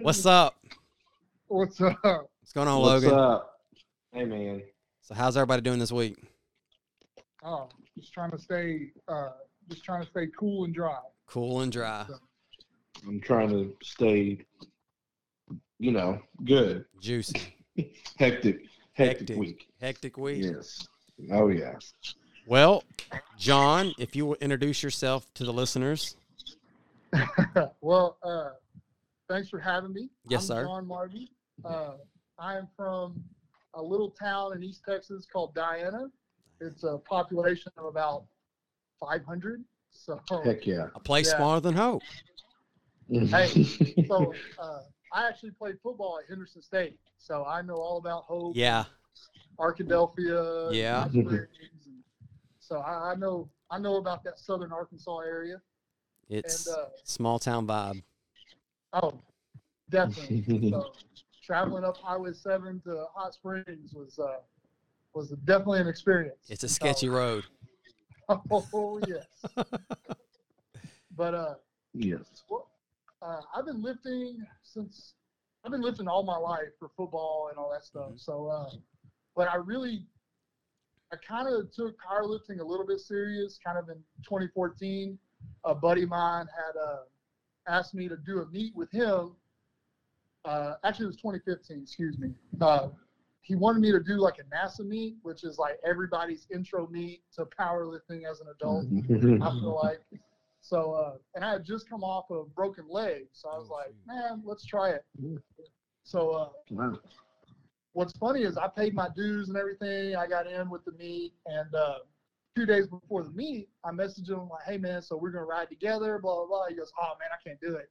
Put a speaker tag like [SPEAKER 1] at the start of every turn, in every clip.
[SPEAKER 1] What's up?
[SPEAKER 2] What's up?
[SPEAKER 1] What's going on,
[SPEAKER 3] What's
[SPEAKER 1] Logan?
[SPEAKER 3] up? Hey man.
[SPEAKER 1] So, how's everybody doing this week?
[SPEAKER 2] Oh, just trying to stay, uh, just trying to stay cool and dry.
[SPEAKER 1] Cool and dry.
[SPEAKER 3] I'm trying to stay you know, good.
[SPEAKER 1] Juicy.
[SPEAKER 3] Hectic hectic,
[SPEAKER 1] Hectic.
[SPEAKER 3] week.
[SPEAKER 1] Hectic week.
[SPEAKER 3] Yes. Oh yeah.
[SPEAKER 1] Well, John, if you will introduce yourself to the listeners.
[SPEAKER 2] well, uh, thanks for having me.
[SPEAKER 1] Yes,
[SPEAKER 2] I'm
[SPEAKER 1] sir.
[SPEAKER 2] John Marvey. Uh, I am from a little town in East Texas called Diana. It's a population of about 500. So,
[SPEAKER 3] Heck yeah.
[SPEAKER 1] A place
[SPEAKER 2] Yeah.
[SPEAKER 1] smaller than Hope.
[SPEAKER 2] Hey. so uh, I actually played football at Henderson State, so I know all about Hope.
[SPEAKER 1] Yeah.
[SPEAKER 2] Arkadelphia. and
[SPEAKER 1] Yeah.
[SPEAKER 2] Hot Springs, and So I, I know I know about that southern Arkansas area,
[SPEAKER 1] It's
[SPEAKER 2] and
[SPEAKER 1] small town vibe.
[SPEAKER 2] uh, oh, definitely. so traveling up Highway Seven to Hot Springs was uh, was definitely an experience.
[SPEAKER 1] It's a sketchy road.
[SPEAKER 2] Oh yes. but uh,
[SPEAKER 3] yes.
[SPEAKER 2] uh, I've been lifting since I've been lifting all my life for football and all that stuff.
[SPEAKER 1] Mhm.
[SPEAKER 2] So, uh, but I really, I kind of took powerlifting a little bit serious. Kind of in 2014, a buddy of mine had uh, asked me to do a meet with him. Uh, actually, it was 2015. Excuse me. Uh, he wanted me to do like a NASA meet, which is like everybody's intro meet to powerlifting as an adult.
[SPEAKER 3] Mm-hmm.
[SPEAKER 2] I
[SPEAKER 1] Mm-hmm.
[SPEAKER 2] feel like. So, uh, and I had just come off a broken leg, so I was
[SPEAKER 1] Oh,
[SPEAKER 2] like,
[SPEAKER 1] shoot.
[SPEAKER 2] man, let's try it.
[SPEAKER 3] Yeah.
[SPEAKER 2] So, uh,
[SPEAKER 3] Wow.
[SPEAKER 2] what's funny is I paid my dues and everything. I got in with the meet, and uh, two days before the meet, I messaged him like, hey man, so we're gonna ride together, blah blah blah. He goes, oh man, I can't do it.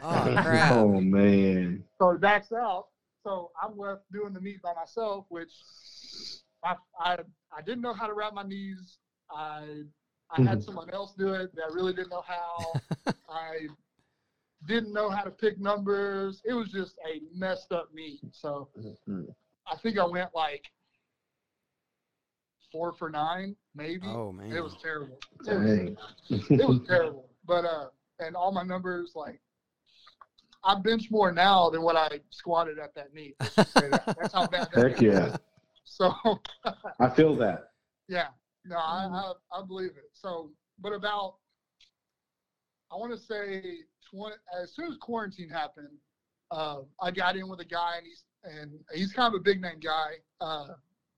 [SPEAKER 1] Oh crap.
[SPEAKER 3] Oh, man.
[SPEAKER 2] So he backs out. So I'm left doing the meet by myself, which I I, I didn't know how to wrap my knees. I I had someone else do it that really didn't know how. I didn't know how to pick numbers. It was just a messed up meet. So I think I went like four for nine, maybe.
[SPEAKER 1] Oh man.
[SPEAKER 2] it was terrible. It was
[SPEAKER 3] Dang.
[SPEAKER 2] it was terrible. But uh, and all my numbers like, I bench more now than what I squatted at that meet. Let's just say that. That's how bad. That
[SPEAKER 3] Heck yeah.
[SPEAKER 2] So
[SPEAKER 3] I feel that.
[SPEAKER 2] yeah, no, I, I I believe it. So, but about, I want to say twenty. As soon as quarantine happened, uh, I got in with a guy, and he's and he's kind of a big name guy, uh,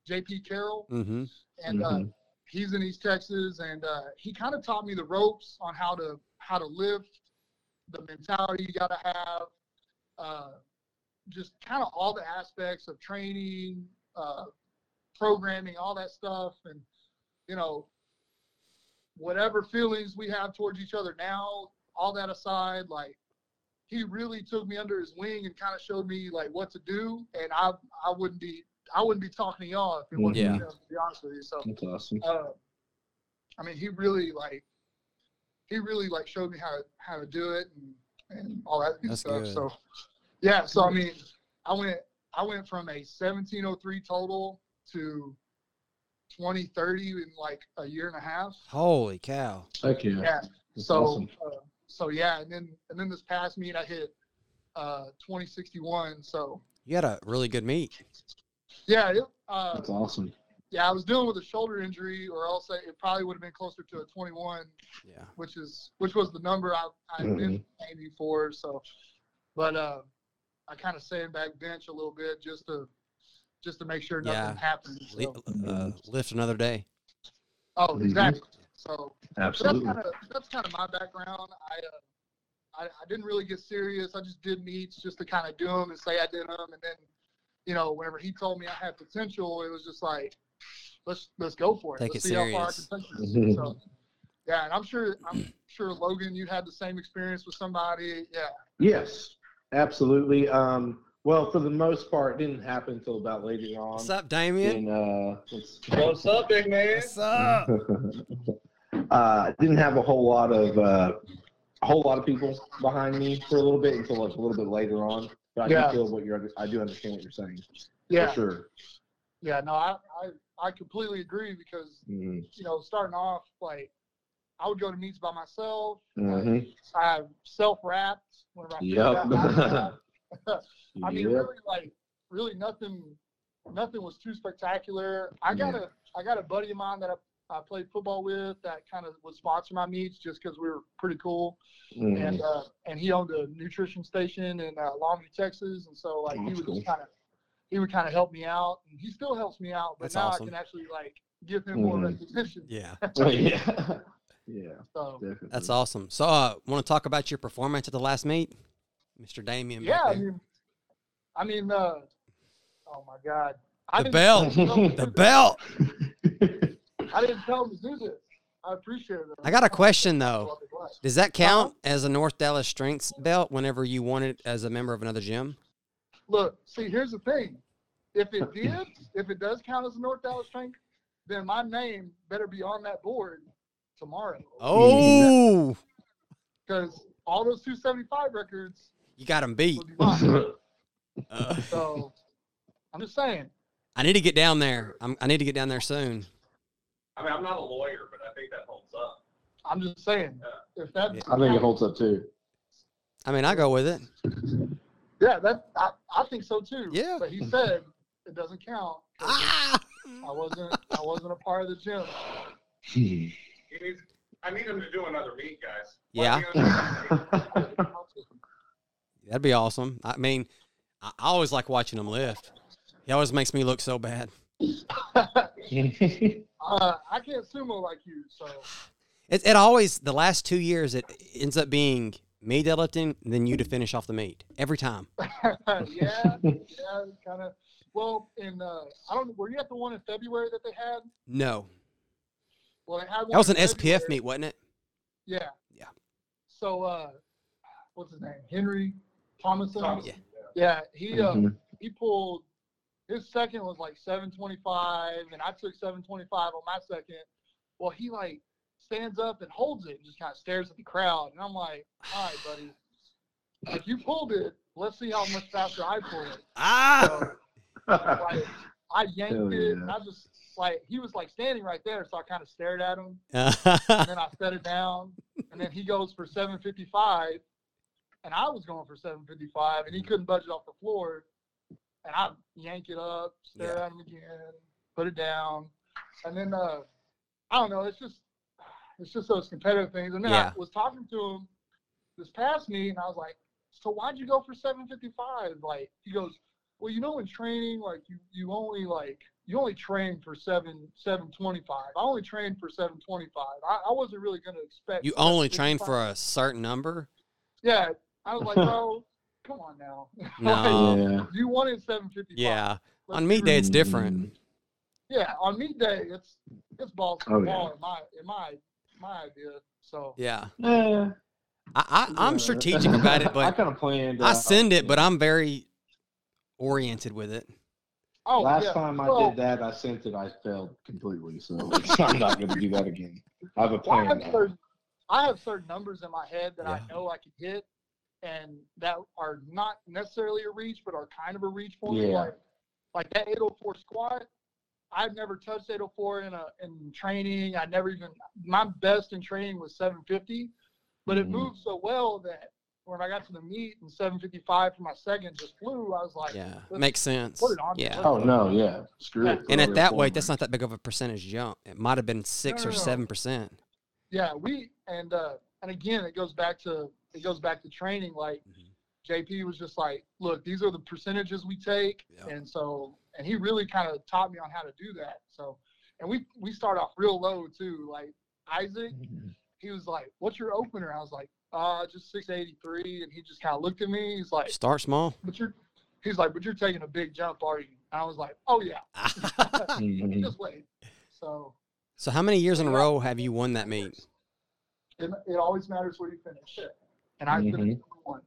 [SPEAKER 2] J.P. Carroll,
[SPEAKER 1] Mm-hmm.
[SPEAKER 2] and uh, he's in East Texas, and uh, he kind of taught me the ropes on how to how to lift, the mentality you got to have, uh, just kind of all the aspects of training, uh, programming, all that stuff, and you know, whatever feelings we have towards each other now, all that aside, like. He really took me under his wing and kind of showed me like what to do, and I I wouldn't be I wouldn't be talking to y'all if it wasn't
[SPEAKER 1] Yeah.
[SPEAKER 2] for him, to be honest with you. So
[SPEAKER 3] That's awesome.
[SPEAKER 2] uh, I mean, he really like he really like showed me how to how to do it and, and all that good
[SPEAKER 1] That's
[SPEAKER 2] stuff.
[SPEAKER 1] good.
[SPEAKER 2] So yeah, so I mean, I went I went from a 1703 total to 2030 in like a year and a half.
[SPEAKER 1] Holy cow.
[SPEAKER 3] Heck yeah.
[SPEAKER 2] Yeah.
[SPEAKER 3] That's
[SPEAKER 2] So
[SPEAKER 3] awesome.
[SPEAKER 2] uh, so yeah, and then and then this past meet I hit uh 2061. So
[SPEAKER 1] You had a really good meet.
[SPEAKER 2] yeah, it, uh,
[SPEAKER 3] That's awesome.
[SPEAKER 2] yeah, I was dealing with a shoulder injury, or else it probably would have been closer to a 21
[SPEAKER 1] Yeah.
[SPEAKER 2] which is which was the number I I had been aiming for. So, but uh, I kind of sandbag bench a little bit just to just to make sure nothing
[SPEAKER 1] Yeah.
[SPEAKER 2] happens.
[SPEAKER 1] Li-
[SPEAKER 2] So,
[SPEAKER 1] uh, lift another day.
[SPEAKER 2] oh,
[SPEAKER 3] Mhm.
[SPEAKER 2] exactly. So but that's
[SPEAKER 3] Absolutely.
[SPEAKER 2] kind of that's kind of my background. I, uh, I I didn't really get serious. I just did meets just to kind of do them and say I did them, and then you know whenever he told me I had potential, it was just like let's let's go for it.
[SPEAKER 1] Take
[SPEAKER 2] let's
[SPEAKER 1] it
[SPEAKER 2] see how far I
[SPEAKER 1] serious.
[SPEAKER 2] can take this. so, yeah, and I'm sure I'm sure Logan, you had the same experience with somebody. Yeah.
[SPEAKER 3] Yes. Absolutely. Um, well, for the most part, it didn't happen until about later on.
[SPEAKER 1] What's up, Damien?
[SPEAKER 3] And, uh, it's-
[SPEAKER 4] What's up, big man?
[SPEAKER 1] What's up?
[SPEAKER 3] uh, didn't have a whole lot of uh, a whole lot of people behind me for a little bit until like a little bit later on. But I
[SPEAKER 2] Yeah.
[SPEAKER 3] do feel what you're. I do understand what you're saying.
[SPEAKER 2] Yeah.
[SPEAKER 3] For sure.
[SPEAKER 2] Yeah. No, I, I I completely agree because
[SPEAKER 3] Mhm.
[SPEAKER 2] you know starting off like I would go to meets by myself.
[SPEAKER 3] hmm
[SPEAKER 2] I have self wrapped. One of my
[SPEAKER 3] Yup.
[SPEAKER 2] I mean,
[SPEAKER 3] Yep.
[SPEAKER 2] really, like, really nothing, nothing was too spectacular. I got
[SPEAKER 3] Yeah.
[SPEAKER 2] a, I got a buddy of mine that I, I played football with that kind of would sponsor my meets just because we were pretty cool,
[SPEAKER 3] Mhm.
[SPEAKER 2] and uh, and he owned a nutrition station in uh, Longview, Texas, and so like
[SPEAKER 3] Oh,
[SPEAKER 2] he
[SPEAKER 3] that's
[SPEAKER 2] would
[SPEAKER 3] cool.
[SPEAKER 2] just kind of, he would kind of help me out, and he still helps me out, but
[SPEAKER 1] That's
[SPEAKER 2] now
[SPEAKER 1] awesome.
[SPEAKER 2] I can actually like give him more
[SPEAKER 3] Mhm.
[SPEAKER 2] recognition.
[SPEAKER 1] Yeah,
[SPEAKER 3] yeah. Yeah.
[SPEAKER 2] So
[SPEAKER 3] Definitely.
[SPEAKER 1] that's awesome. So, uh, want to talk about your performance at the last meet, Mr. Damien? back
[SPEAKER 2] yeah, I
[SPEAKER 1] there.
[SPEAKER 2] mean, I mean, uh, oh my God, I
[SPEAKER 1] the
[SPEAKER 2] didn't-
[SPEAKER 1] belt, the belt.
[SPEAKER 2] I didn't tell him to do this. I appreciate it.
[SPEAKER 1] I got a question though.
[SPEAKER 2] What?
[SPEAKER 1] Does that count as a North Dallas Strengths belt whenever you won it as a member of another gym?
[SPEAKER 2] Look, see, here's the thing. If it did, if it does count as a North Dallas strength, then my name better be on that board tomorrow.
[SPEAKER 1] Oh,
[SPEAKER 2] Because all those 275 records
[SPEAKER 1] you got him beat.
[SPEAKER 2] will be mine.
[SPEAKER 1] Uh,
[SPEAKER 2] so I'm just saying.
[SPEAKER 1] I need to get down there. I'm, I need to get down there soon.
[SPEAKER 4] I mean, I'm not a lawyer, but I think that holds up.
[SPEAKER 2] I'm just saying. If that,
[SPEAKER 3] I think it holds up too.
[SPEAKER 1] I mean, I go with it.
[SPEAKER 2] Yeah, that I, I think so too.
[SPEAKER 1] Yeah.
[SPEAKER 2] But he said it doesn't count.
[SPEAKER 1] Ah!
[SPEAKER 2] I wasn't. I wasn't a part of the gym.
[SPEAKER 4] He needs, I need him to do another meet, guys.
[SPEAKER 1] Yeah.
[SPEAKER 4] Let me know.
[SPEAKER 1] That'd be awesome. I mean, I I always like watching him lift. He always makes me look so bad.
[SPEAKER 2] Uh, I can't sumo like you, so
[SPEAKER 1] It, it always the last two years it ends up being me deadlifting, and then you to finish off the meet every time.
[SPEAKER 2] yeah, yeah, kind of. Well, in uh, I don't. Were you at the one in February that they had?
[SPEAKER 1] No,
[SPEAKER 2] Well, they had one.
[SPEAKER 1] that was an
[SPEAKER 2] in
[SPEAKER 1] SPF
[SPEAKER 2] February.
[SPEAKER 1] meet, wasn't it?
[SPEAKER 2] Yeah.
[SPEAKER 1] Yeah.
[SPEAKER 2] So, uh, what's his name? Henry Thomason.
[SPEAKER 4] Thomas,
[SPEAKER 1] Yeah.
[SPEAKER 2] Yeah, he
[SPEAKER 3] Mm-hmm.
[SPEAKER 2] uh, he pulled his second was like 725 and i took 725 on my second well he like stands up and holds it and just kind of stares at the crowd and i'm like all right buddy like you pulled it let's see how much faster i pull it
[SPEAKER 1] Ah,
[SPEAKER 2] so like i yanked
[SPEAKER 3] Hell
[SPEAKER 2] it
[SPEAKER 3] yeah.
[SPEAKER 2] and i just like he was like standing right there so i kind of stared at him and then i set it down and then he goes for 755 and i was going for 755 and he couldn't budge it off the floor and I yank it up, stare
[SPEAKER 1] Yeah.
[SPEAKER 2] at him again, put it down, and then uh, I don't know. It's just it's just those competitive things. And then
[SPEAKER 1] Yeah.
[SPEAKER 2] I was talking to him this past meet, and I was like, "So why'd you go for 755?" Like he goes, "Well, you know, in training, like you you only like." You only train for seven seven twenty five. I only trained for seven twenty five. I, I wasn't really gonna expect.
[SPEAKER 1] you only train
[SPEAKER 2] 755.
[SPEAKER 1] for a certain number.
[SPEAKER 2] Yeah, I was like, bro, come on now.
[SPEAKER 1] No,
[SPEAKER 3] yeah.
[SPEAKER 2] you wanted seven fifty five.
[SPEAKER 1] yeah,
[SPEAKER 2] Let's
[SPEAKER 1] on
[SPEAKER 2] be
[SPEAKER 1] meet day it's different.
[SPEAKER 2] Yeah, on meat day, it's it's balls to
[SPEAKER 3] Oh,
[SPEAKER 2] the
[SPEAKER 3] yeah.
[SPEAKER 2] wall in my in my my idea. So
[SPEAKER 1] Yeah,
[SPEAKER 3] Yeah.
[SPEAKER 1] I, I I'm strategic about it,
[SPEAKER 3] I
[SPEAKER 1] but
[SPEAKER 3] kind of planned. uh,
[SPEAKER 1] I
[SPEAKER 3] out,
[SPEAKER 1] send it,
[SPEAKER 3] yeah.
[SPEAKER 1] but I'm very oriented with it.
[SPEAKER 2] oh
[SPEAKER 3] Last
[SPEAKER 2] yeah,
[SPEAKER 3] time I
[SPEAKER 2] Well-
[SPEAKER 3] did that, I sent it. I failed completely, so I'm not going to do that again. I have a
[SPEAKER 2] well, I
[SPEAKER 3] plan.
[SPEAKER 2] have
[SPEAKER 3] now.
[SPEAKER 2] certain I have certain numbers in my head that I
[SPEAKER 1] Yeah.
[SPEAKER 2] know I can hit, and that are not necessarily a reach, but are kind of a reach for me.
[SPEAKER 3] Yeah.
[SPEAKER 2] Like like that 804 squat. I've never touched 804 in a in training. I never even my best in training was 750, but it
[SPEAKER 1] Mm-hmm.
[SPEAKER 3] Mhm.
[SPEAKER 2] moved so well that when I got to the meet and 755 for my second just flew, I was like,
[SPEAKER 1] Yeah,
[SPEAKER 2] let's
[SPEAKER 1] makes sense.
[SPEAKER 2] put it on-
[SPEAKER 1] Yeah.
[SPEAKER 3] Oh no, yeah, screw it.
[SPEAKER 1] And
[SPEAKER 3] Throw
[SPEAKER 1] at
[SPEAKER 3] it
[SPEAKER 1] that
[SPEAKER 3] forward.
[SPEAKER 1] weight, that's not that big of a percentage jump. It might have been six
[SPEAKER 2] no,
[SPEAKER 1] or
[SPEAKER 2] no.
[SPEAKER 1] seven percent.
[SPEAKER 2] Yeah, we and uh and again it goes back to it goes back to training. Like
[SPEAKER 1] Mhm.
[SPEAKER 2] JP was just like, look, these are the percentages we take,
[SPEAKER 1] Yeah.
[SPEAKER 2] and so and he really kind of taught me on how to do that. So and we we start off real low too. Like Isaac,
[SPEAKER 1] Mm-hmm.
[SPEAKER 2] he was like, "What's your opener?" I was like, "Uh, just 683," and he just kind of looked at me. He's like,
[SPEAKER 1] Start small.
[SPEAKER 2] "But you're," he's like, "But you're taking a big jump, are you?" And I was like, "Oh yeah,
[SPEAKER 1] Mm.
[SPEAKER 3] Mhm.
[SPEAKER 2] just wait." So
[SPEAKER 1] so how many years in a row have you won that meet?
[SPEAKER 2] it, it always matters where you finish, and I
[SPEAKER 1] Mm-hmm.
[SPEAKER 2] finished
[SPEAKER 3] Mhm.
[SPEAKER 2] number one.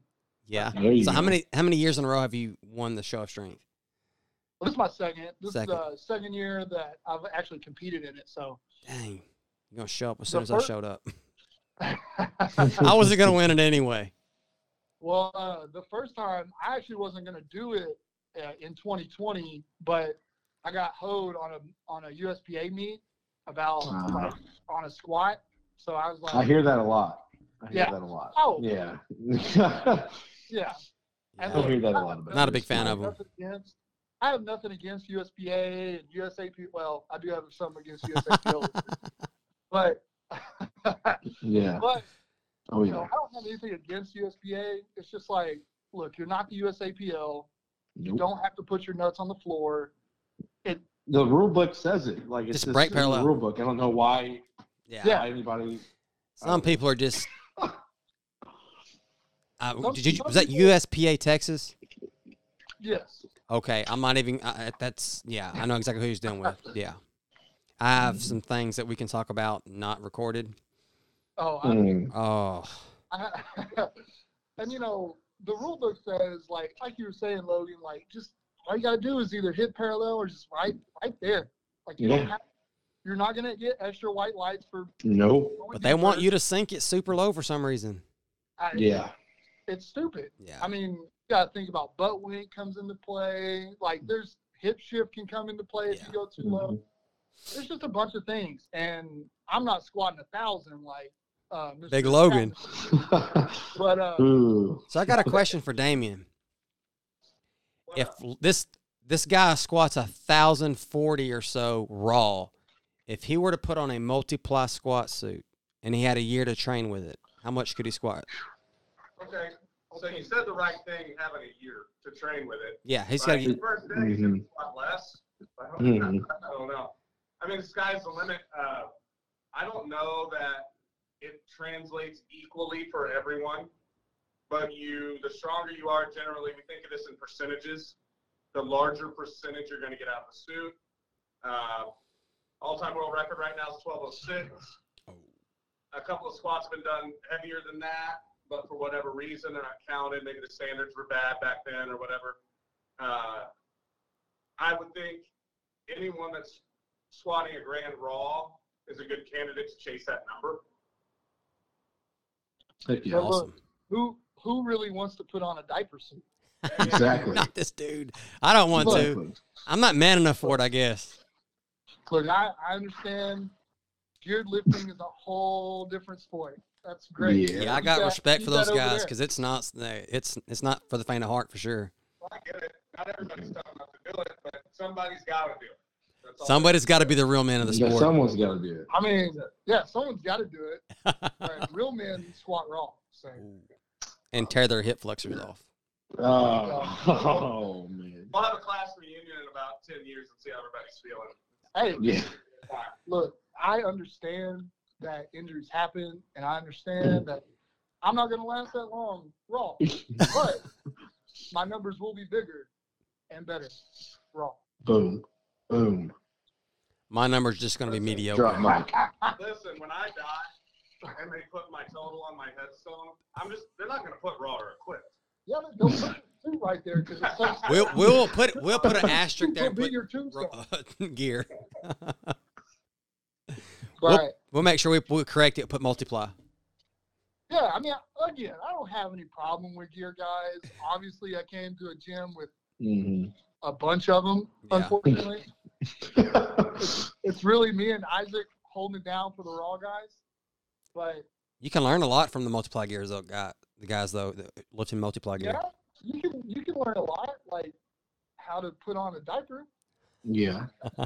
[SPEAKER 1] Yeah.
[SPEAKER 3] There you
[SPEAKER 1] So how
[SPEAKER 3] go.
[SPEAKER 1] many how many years in a row have you won the show of strength?
[SPEAKER 2] Well, this is my second. This
[SPEAKER 1] Second.
[SPEAKER 2] is the second year that I've actually competed in it. So
[SPEAKER 1] Dang. You're gonna show up as soon
[SPEAKER 2] The
[SPEAKER 1] as I
[SPEAKER 2] first-
[SPEAKER 1] showed up. I wasn't gonna win it anyway.
[SPEAKER 2] Well, uh, the first time I actually wasn't going to do it uh, in 2020, but I got hoed on a on a USPA meet about
[SPEAKER 3] Ah.
[SPEAKER 2] like, on a squat, So I was like,
[SPEAKER 3] I hear that a lot. I hear
[SPEAKER 2] Yeah.
[SPEAKER 3] that a lot.
[SPEAKER 2] Oh.
[SPEAKER 3] Yeah. I
[SPEAKER 2] yeah. And
[SPEAKER 1] Yeah.
[SPEAKER 2] look,
[SPEAKER 3] hear that a
[SPEAKER 2] I
[SPEAKER 3] lot.
[SPEAKER 2] have
[SPEAKER 3] About
[SPEAKER 1] Not a
[SPEAKER 3] it.
[SPEAKER 1] big fan
[SPEAKER 3] Yeah.
[SPEAKER 2] I
[SPEAKER 1] of
[SPEAKER 2] have
[SPEAKER 1] them.
[SPEAKER 2] nothing against- I have nothing against USPA and USAP. Well, I do have some against USAPL, but
[SPEAKER 3] Yeah.
[SPEAKER 2] but
[SPEAKER 3] Oh
[SPEAKER 2] you know,
[SPEAKER 3] yeah.
[SPEAKER 2] I don't have anything against USPA. It's just like, look, you're not the USAPL. You
[SPEAKER 3] Nope.
[SPEAKER 2] don't have to put your nuts on the floor.
[SPEAKER 3] The rule book says it. Like it's
[SPEAKER 1] Just
[SPEAKER 3] just
[SPEAKER 1] break
[SPEAKER 3] in
[SPEAKER 1] parallel.
[SPEAKER 3] The rule book. I don't know why
[SPEAKER 1] Yeah.
[SPEAKER 2] Yeah.
[SPEAKER 3] anybody.
[SPEAKER 1] Some people are just. Uh,
[SPEAKER 2] Some-
[SPEAKER 1] did you
[SPEAKER 2] some
[SPEAKER 1] was that
[SPEAKER 2] people-
[SPEAKER 1] USPA Texas?
[SPEAKER 2] Yes.
[SPEAKER 1] Okay, I'm not even. Uh, uh, that's yeah. I know exactly who he's dealing with. Yeah, I have some things that we can talk about not recorded.
[SPEAKER 2] Oh, I,
[SPEAKER 3] Mm.
[SPEAKER 1] Oh,
[SPEAKER 2] I, and you know, the rule book says like like you were saying, Logan, like just all you gotta do is either hit parallel or just right right there. Like you don't
[SPEAKER 3] Yeah.
[SPEAKER 2] have, you're not gonna get extra white lights for
[SPEAKER 3] Nope.
[SPEAKER 2] going
[SPEAKER 1] but they want
[SPEAKER 2] deeper.
[SPEAKER 1] you to sink it super low for some reason.
[SPEAKER 2] I,
[SPEAKER 3] Yeah.
[SPEAKER 2] It's stupid.
[SPEAKER 1] Yeah,
[SPEAKER 2] I mean, you gotta think about butt wink comes into play. Like there's hip shift can come into play if
[SPEAKER 1] Yeah.
[SPEAKER 2] you go too low.
[SPEAKER 3] Mhm.
[SPEAKER 2] There's just a bunch of things, and I'm not squatting a thousand like uh, Mr.
[SPEAKER 1] Big Logan.
[SPEAKER 2] But uh,
[SPEAKER 3] Mm. Ooh.
[SPEAKER 1] So I got a question for Damien. If l- this this guy squats a thousand forty or so raw, if he were to put on a multiply squat suit and he had a year to train with it, how much could he squat?
[SPEAKER 4] Okay, so you said the right thing, having a year to train with it.
[SPEAKER 1] Yeah, he's got
[SPEAKER 4] right?
[SPEAKER 1] to.
[SPEAKER 4] The First day, you
[SPEAKER 3] Mhm.
[SPEAKER 4] can squat less. I
[SPEAKER 3] Mhm.
[SPEAKER 4] hope- I don't know. I mean, the sky's the limit. Uh, I don't know that it translates equally for everyone, but you, the stronger you are, generally, we think of this in percentages. The larger percentage you're going to get out of the suit. Uh, all-time world record right now is 1206 a couple of squats have been done heavier than that, but for whatever reason, they're not counted. Maybe the standards were bad back then or whatever. Uh, I would think anyone that's squatting a grand raw is a good candidate to chase that number.
[SPEAKER 3] Heck yeah.
[SPEAKER 2] But look,
[SPEAKER 1] Awesome.
[SPEAKER 2] who who really wants to put on a diaper suit?
[SPEAKER 3] Exactly.
[SPEAKER 1] Not this dude. I don't want to.
[SPEAKER 3] Exactly.
[SPEAKER 1] I'm not man enough for it, I guess.
[SPEAKER 2] Look, I, I understand geared lifting is a whole different sport. That's great.
[SPEAKER 3] Yeah.
[SPEAKER 1] Yeah, I
[SPEAKER 2] Keep
[SPEAKER 1] got
[SPEAKER 2] that-
[SPEAKER 1] respect
[SPEAKER 2] keep
[SPEAKER 1] for
[SPEAKER 2] that
[SPEAKER 1] those
[SPEAKER 2] over
[SPEAKER 1] guys
[SPEAKER 2] there.
[SPEAKER 1] because it's not it's it's not for the faint of heart for sure.
[SPEAKER 4] Well, I get it. Not everybody's tough enough to do it, but somebody's got to do it. That's all.
[SPEAKER 1] Somebody's got to be the real man of the
[SPEAKER 3] Yeah,
[SPEAKER 1] sport.
[SPEAKER 3] someone's got to do it.
[SPEAKER 2] I mean, yeah, someone's got to do it. But real men squat raw. So
[SPEAKER 1] and tear their hip flexors off.
[SPEAKER 3] Oh, oh man.
[SPEAKER 4] We'll have a class reunion in about 10 years and see how everybody's feeling.
[SPEAKER 2] hey,
[SPEAKER 3] Yeah.
[SPEAKER 2] look, I understand that injuries happen, and I understand that I'm not going to last that long raw, but my numbers will be bigger and better raw.
[SPEAKER 3] Boom. Boom.
[SPEAKER 1] My number's just going to be mediocre.
[SPEAKER 3] Drop mic.
[SPEAKER 4] Listen, when I die and they put my total on my headstone, I'm just, they're not going to put raw or equipped.
[SPEAKER 2] Yeah, but don't put your two right there because it's so
[SPEAKER 1] We'll we'll put we'll put an asterisk there
[SPEAKER 2] will
[SPEAKER 1] and
[SPEAKER 2] be
[SPEAKER 1] put
[SPEAKER 2] your tombstone.
[SPEAKER 1] ro- uh, gear.
[SPEAKER 2] But
[SPEAKER 1] We'll make sure we, we correct it. Put multiply.
[SPEAKER 2] yeah, I mean, again, I don't have any problem with gear guys. Obviously, I came to a gym with
[SPEAKER 3] Mhm.
[SPEAKER 2] a bunch of them.
[SPEAKER 1] Yeah.
[SPEAKER 2] Unfortunately, it's really me and Isaac holding it down for the raw guys. But
[SPEAKER 1] You can learn a lot from the multiply gears though. Guy, the guys though that lift in multiply gear.
[SPEAKER 2] yeah, you can you can learn a lot, like how to put on a diaper.
[SPEAKER 3] yeah.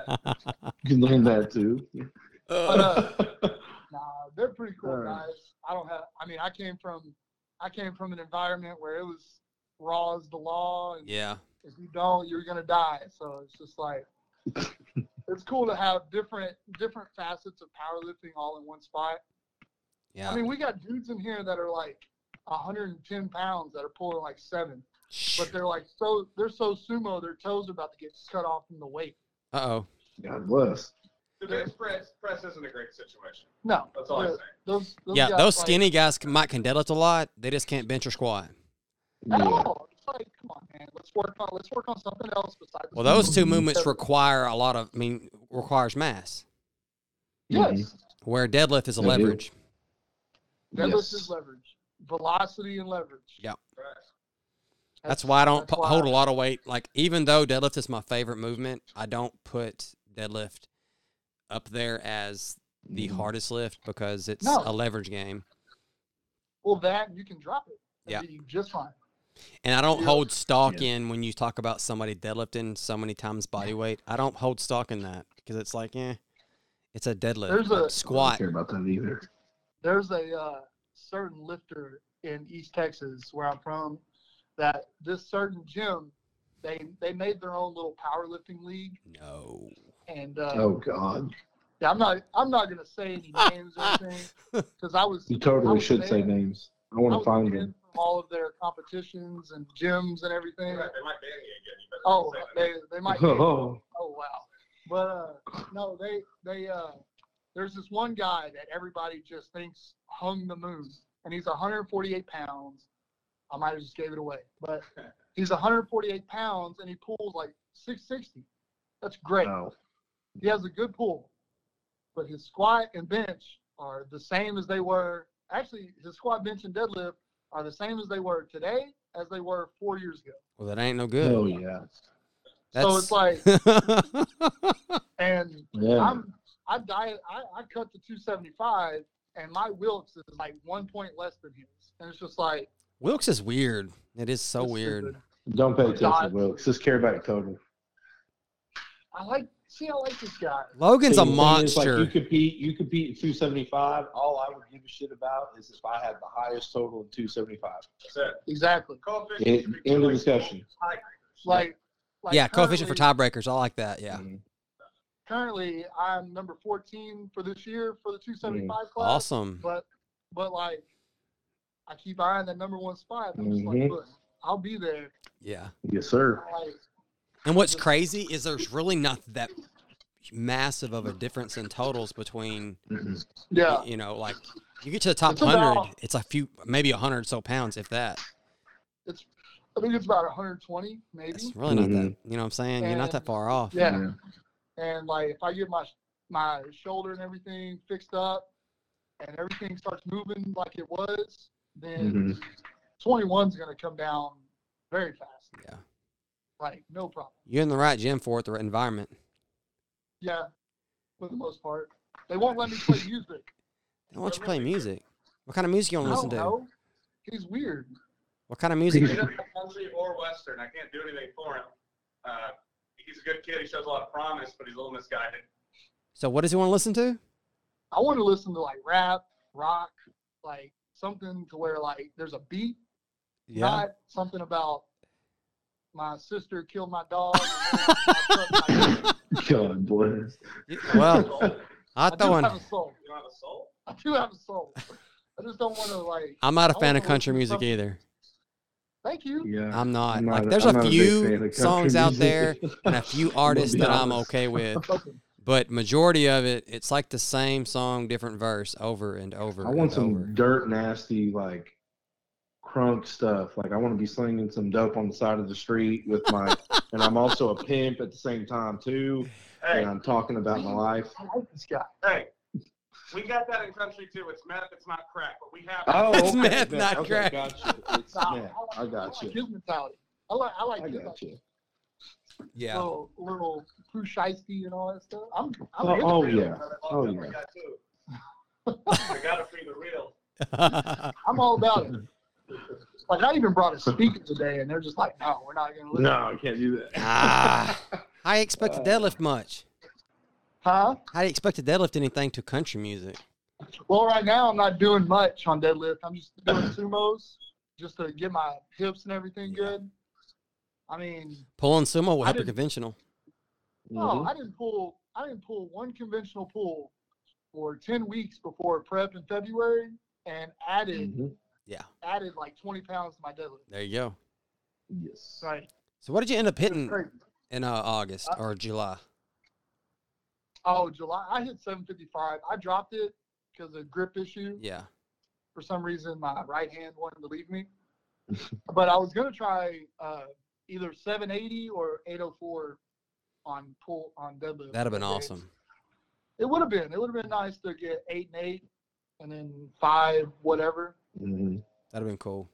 [SPEAKER 3] You can learn that too.
[SPEAKER 2] But, uh, nah, they're pretty cool
[SPEAKER 3] Alright.
[SPEAKER 2] guys. I don't have. I mean, I came from I came from an environment where it was raw is the law, and
[SPEAKER 1] yeah.
[SPEAKER 2] if you don't, you're gonna die. So it's just like it's cool to have different different facets of powerlifting all in one spot.
[SPEAKER 1] Yeah.
[SPEAKER 2] I mean, we got dudes in here that are like 110 pounds that are pulling like seven, but they're like so they're so sumo, their toes are about to get cut off from the weight.
[SPEAKER 1] uh oh.
[SPEAKER 3] God bless.
[SPEAKER 4] The bench press, press isn't a great situation.
[SPEAKER 2] No,
[SPEAKER 4] That's all I'm
[SPEAKER 2] the-
[SPEAKER 4] saying.
[SPEAKER 2] those, those
[SPEAKER 1] Yeah,
[SPEAKER 2] guys,
[SPEAKER 1] those
[SPEAKER 2] like,
[SPEAKER 1] skinny guys can, might can deadlift a lot. They just can't bench or squat.
[SPEAKER 2] At
[SPEAKER 3] Yeah.
[SPEAKER 2] all. It's like, come on, man. Let's work on let's work on something else besides.
[SPEAKER 1] Well, those two
[SPEAKER 3] Mhm.
[SPEAKER 1] movements require a lot of. I mean, requires mass.
[SPEAKER 3] Mhm.
[SPEAKER 2] Yes,
[SPEAKER 1] Where deadlift is a
[SPEAKER 3] They do.
[SPEAKER 1] leverage.
[SPEAKER 2] deadlift
[SPEAKER 3] Yes.
[SPEAKER 2] is leverage, velocity and leverage.
[SPEAKER 1] Yeah.
[SPEAKER 4] Right.
[SPEAKER 1] That's why I don't
[SPEAKER 2] that's
[SPEAKER 1] pu-
[SPEAKER 2] why-
[SPEAKER 1] hold a lot of weight. Like even though deadlift is my favorite movement, I don't put deadlift up there as the
[SPEAKER 3] Mm-hmm.
[SPEAKER 1] hardest lift because it's
[SPEAKER 2] No.
[SPEAKER 1] a leverage game,
[SPEAKER 2] Well, that and you can drop it.
[SPEAKER 1] Yeah.
[SPEAKER 2] And be just fine.
[SPEAKER 1] and I don't
[SPEAKER 2] Yeah.
[SPEAKER 1] hold stock in when you talk about somebody deadlifting so many times body weight. I don't hold stock in that because it's like, eh, it's a deadlift.
[SPEAKER 2] There's
[SPEAKER 1] but
[SPEAKER 2] a-
[SPEAKER 3] don't
[SPEAKER 1] squat.
[SPEAKER 3] care about that either.
[SPEAKER 2] There's a uh, certain lifter in East Texas where I'm from that this certain gym, they they made their own little powerlifting league,
[SPEAKER 1] No,
[SPEAKER 2] and uh,
[SPEAKER 3] Oh God,
[SPEAKER 2] yeah, I'm not I'm not gonna say any names or anything because I was
[SPEAKER 3] you
[SPEAKER 2] I
[SPEAKER 3] totally
[SPEAKER 2] was
[SPEAKER 3] should
[SPEAKER 2] there.
[SPEAKER 3] say names. I
[SPEAKER 2] I
[SPEAKER 3] want to
[SPEAKER 2] was
[SPEAKER 3] find
[SPEAKER 2] in
[SPEAKER 3] them.
[SPEAKER 2] from all of their competitions and gyms and everything.
[SPEAKER 4] They might ban you again. You better
[SPEAKER 2] Oh,
[SPEAKER 4] say that.
[SPEAKER 2] they they might.
[SPEAKER 3] Oh,
[SPEAKER 2] Oh wow. But uh, no, they they uh, there's this one guy that everybody just thinks hung the moon, and he's 148 pounds. I might have just gave it away, but he's 148 pounds and he pulls like 660. That's great.
[SPEAKER 3] no.
[SPEAKER 2] He has a good pull, but his squat and bench are the same as they were. Actually, his squat, bench, and deadlift are the same as they were today as they were four years ago.
[SPEAKER 1] well that ain't no
[SPEAKER 3] Oh
[SPEAKER 1] good.
[SPEAKER 3] yeah,
[SPEAKER 2] So it's like, and
[SPEAKER 3] yeah.
[SPEAKER 2] I'm I diet I, I cut to 275 and my Wilks is like one point less than his. And it's just like
[SPEAKER 1] Wilkes is weird. It is so
[SPEAKER 2] this is
[SPEAKER 1] weird.
[SPEAKER 2] a-
[SPEAKER 3] Don't pay attention,
[SPEAKER 2] God.
[SPEAKER 3] Will. Just care about your total.
[SPEAKER 2] I like see I like this guy.
[SPEAKER 1] Logan's
[SPEAKER 3] See,
[SPEAKER 1] a
[SPEAKER 3] the thing is, like,
[SPEAKER 1] monster.
[SPEAKER 3] you compete. You compete at 275. All I would give a shit about is if I had the highest total in 275.
[SPEAKER 4] That's it.
[SPEAKER 2] Exactly.
[SPEAKER 4] Coefficient
[SPEAKER 3] It,
[SPEAKER 4] should be
[SPEAKER 3] end of
[SPEAKER 4] like-
[SPEAKER 3] discussion.
[SPEAKER 2] Like like
[SPEAKER 1] yeah, coefficient for
[SPEAKER 2] currently-
[SPEAKER 1] tiebreakers. I like that. Yeah,
[SPEAKER 3] Mhm.
[SPEAKER 2] Currently I'm number 14 for this year for the 275 class.
[SPEAKER 1] awesome.
[SPEAKER 2] But but like I keep eyeing that number one spot. I'm just like,
[SPEAKER 3] Mhm.
[SPEAKER 2] look, I'll be there.
[SPEAKER 1] Yeah.
[SPEAKER 3] Yes, sir.
[SPEAKER 2] Like
[SPEAKER 1] And what's crazy is there's really not that massive of a difference in totals between
[SPEAKER 3] Mhm.
[SPEAKER 2] yeah.
[SPEAKER 1] you know like you get to the top
[SPEAKER 2] It's
[SPEAKER 1] 100
[SPEAKER 2] about-
[SPEAKER 1] it's a few maybe 100 or so pounds if that
[SPEAKER 2] It's I think it's about 120 maybe.
[SPEAKER 1] it's really not that
[SPEAKER 3] Mhm.
[SPEAKER 1] you know what i'm saying you're not that
[SPEAKER 2] And-
[SPEAKER 1] far off
[SPEAKER 2] Mm-hmm. yeah. and like if I get my my shoulder and everything fixed up, and everything starts moving like it was, then
[SPEAKER 1] Mm-hmm.
[SPEAKER 3] Mhm.
[SPEAKER 2] 21's gonna come down very fast.
[SPEAKER 1] Yeah.
[SPEAKER 2] like no problem.
[SPEAKER 1] you're in the right gym for it the right environment
[SPEAKER 2] Yeah, for the most part, they won't let me play music.
[SPEAKER 1] they don't want you to play music what kind of music you
[SPEAKER 2] I
[SPEAKER 1] want to listen
[SPEAKER 2] don't
[SPEAKER 1] to
[SPEAKER 2] know. He's weird.
[SPEAKER 1] what kind of music
[SPEAKER 4] He doesn't like country or western. I can't do anything for him. Uh, he's a good kid. He shows a lot of promise, but he's a little misguided.
[SPEAKER 1] so what does he want to listen to
[SPEAKER 2] I want to listen to like rap, rock, like something to where like there's a beat,
[SPEAKER 1] yeah
[SPEAKER 2] not something about my sister killed my dog. and my truck, like,
[SPEAKER 3] God bless.
[SPEAKER 1] You- well i
[SPEAKER 2] I do
[SPEAKER 1] throw in
[SPEAKER 2] have a soul.
[SPEAKER 4] You don't have a soul.
[SPEAKER 2] I do have a soul. I just don't want to like.
[SPEAKER 1] i'm not a
[SPEAKER 2] I
[SPEAKER 1] fan
[SPEAKER 2] wanna
[SPEAKER 1] of country
[SPEAKER 2] listen
[SPEAKER 1] music
[SPEAKER 2] to
[SPEAKER 1] either
[SPEAKER 2] Thank you.
[SPEAKER 3] Yeah.
[SPEAKER 1] i'm not
[SPEAKER 3] I'm
[SPEAKER 1] like
[SPEAKER 3] not-
[SPEAKER 1] there's
[SPEAKER 3] I'm
[SPEAKER 1] a
[SPEAKER 3] not big fan of
[SPEAKER 1] few
[SPEAKER 3] country
[SPEAKER 1] songs out there
[SPEAKER 3] music.
[SPEAKER 1] and a few artists
[SPEAKER 3] be
[SPEAKER 1] that i'm
[SPEAKER 3] honest.
[SPEAKER 1] okay with
[SPEAKER 2] Okay.
[SPEAKER 1] But majority of it, it's like the same song, different verse over and over
[SPEAKER 3] I want
[SPEAKER 1] and
[SPEAKER 3] some
[SPEAKER 1] over.
[SPEAKER 3] dirt nasty like crunk stuff. Like I want to be slinging some dope on the side of the street with my, and I'm also a pimp at the same time too.
[SPEAKER 4] Hey,
[SPEAKER 3] And I'm talking about my life.
[SPEAKER 2] I like this guy.
[SPEAKER 4] hey, we got that in country too. It's meth. It's not crack, but we have. it.
[SPEAKER 3] Oh,
[SPEAKER 1] It's
[SPEAKER 3] okay,
[SPEAKER 1] meth,
[SPEAKER 3] bet.
[SPEAKER 1] not
[SPEAKER 3] okay,
[SPEAKER 1] crack.
[SPEAKER 3] Gotcha. It's
[SPEAKER 2] Nah,
[SPEAKER 3] meth. I got
[SPEAKER 2] I like
[SPEAKER 3] you.
[SPEAKER 2] his mentality. I like. I like
[SPEAKER 3] I
[SPEAKER 2] his
[SPEAKER 3] got you.
[SPEAKER 1] Yeah.
[SPEAKER 2] little little Pooh Shiesty and all that stuff. I'm. I'm
[SPEAKER 3] Oh, oh,
[SPEAKER 2] into it.
[SPEAKER 3] yeah. Oh,
[SPEAKER 4] We
[SPEAKER 3] yeah.
[SPEAKER 4] got two. We gotta free the real.
[SPEAKER 2] I'm all about it. Like I even brought a speaker today, and they're just like, "No, we're not gonna listen."
[SPEAKER 3] No, I can't do that.
[SPEAKER 1] ah, I expect to deadlift much.
[SPEAKER 2] Huh?
[SPEAKER 1] I didn't expect to deadlift anything to country music.
[SPEAKER 2] Well, right now I'm not doing much on deadlift. I'm just doing sumos, just to get my hips and everything
[SPEAKER 1] Yeah.
[SPEAKER 2] good. I mean,
[SPEAKER 1] Pulling sumo will
[SPEAKER 2] I
[SPEAKER 1] hyper
[SPEAKER 2] didn't-
[SPEAKER 1] conventional. Oh, Mm-hmm.
[SPEAKER 2] No, I didn't pull. I didn't pull one conventional pull for ten weeks before prep in February, and added
[SPEAKER 1] Mm-hmm.
[SPEAKER 3] Mhm.
[SPEAKER 2] added like twenty pounds to my deadlift.
[SPEAKER 1] There you go.
[SPEAKER 3] Yes.
[SPEAKER 2] Right,
[SPEAKER 1] So what did you end up
[SPEAKER 2] it's
[SPEAKER 1] hitting
[SPEAKER 2] crazy.
[SPEAKER 1] in uh, August
[SPEAKER 2] Uh,
[SPEAKER 1] or July?
[SPEAKER 2] Oh, July. I hit seven fifty five. I dropped it because of grip issue.
[SPEAKER 1] Yeah.
[SPEAKER 2] For some reason, my right hand wanted to leave me. but I was gonna try uh, either seven eighty or eight oh four on pull on deadlift.
[SPEAKER 1] That'd have been
[SPEAKER 2] It-
[SPEAKER 1] awesome.
[SPEAKER 2] It would have been. It would have been nice to get eight and eight, and then five whatever.
[SPEAKER 3] Mhm.
[SPEAKER 1] That'd have been cool.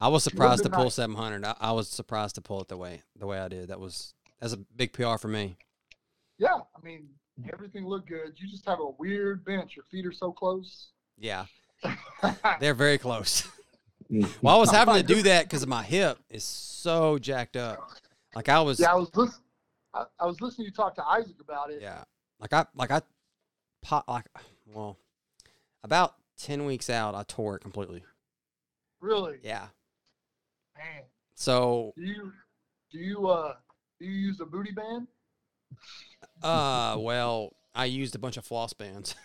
[SPEAKER 1] I was surprised to
[SPEAKER 2] been
[SPEAKER 1] pull
[SPEAKER 2] nice.
[SPEAKER 1] 700. I, I was surprised to pull it the way the way I did. That was that's a big PR for me.
[SPEAKER 2] Yeah, I mean, Everything looked good. You just have a weird bench. Your feet are so close.
[SPEAKER 1] Yeah, they're very close. well, I was having to do that because my hip is so jacked up. Like I was,
[SPEAKER 2] yeah, I was listening. I, I was listening to you talk to Isaac about it.
[SPEAKER 1] yeah. Like I, like I, pop, like well, about ten weeks out, I tore it completely.
[SPEAKER 2] Really,
[SPEAKER 1] Yeah.
[SPEAKER 2] man.
[SPEAKER 1] So,
[SPEAKER 2] Do you do you uh do you use a booty band?
[SPEAKER 1] uh, well, I used a bunch of floss bands.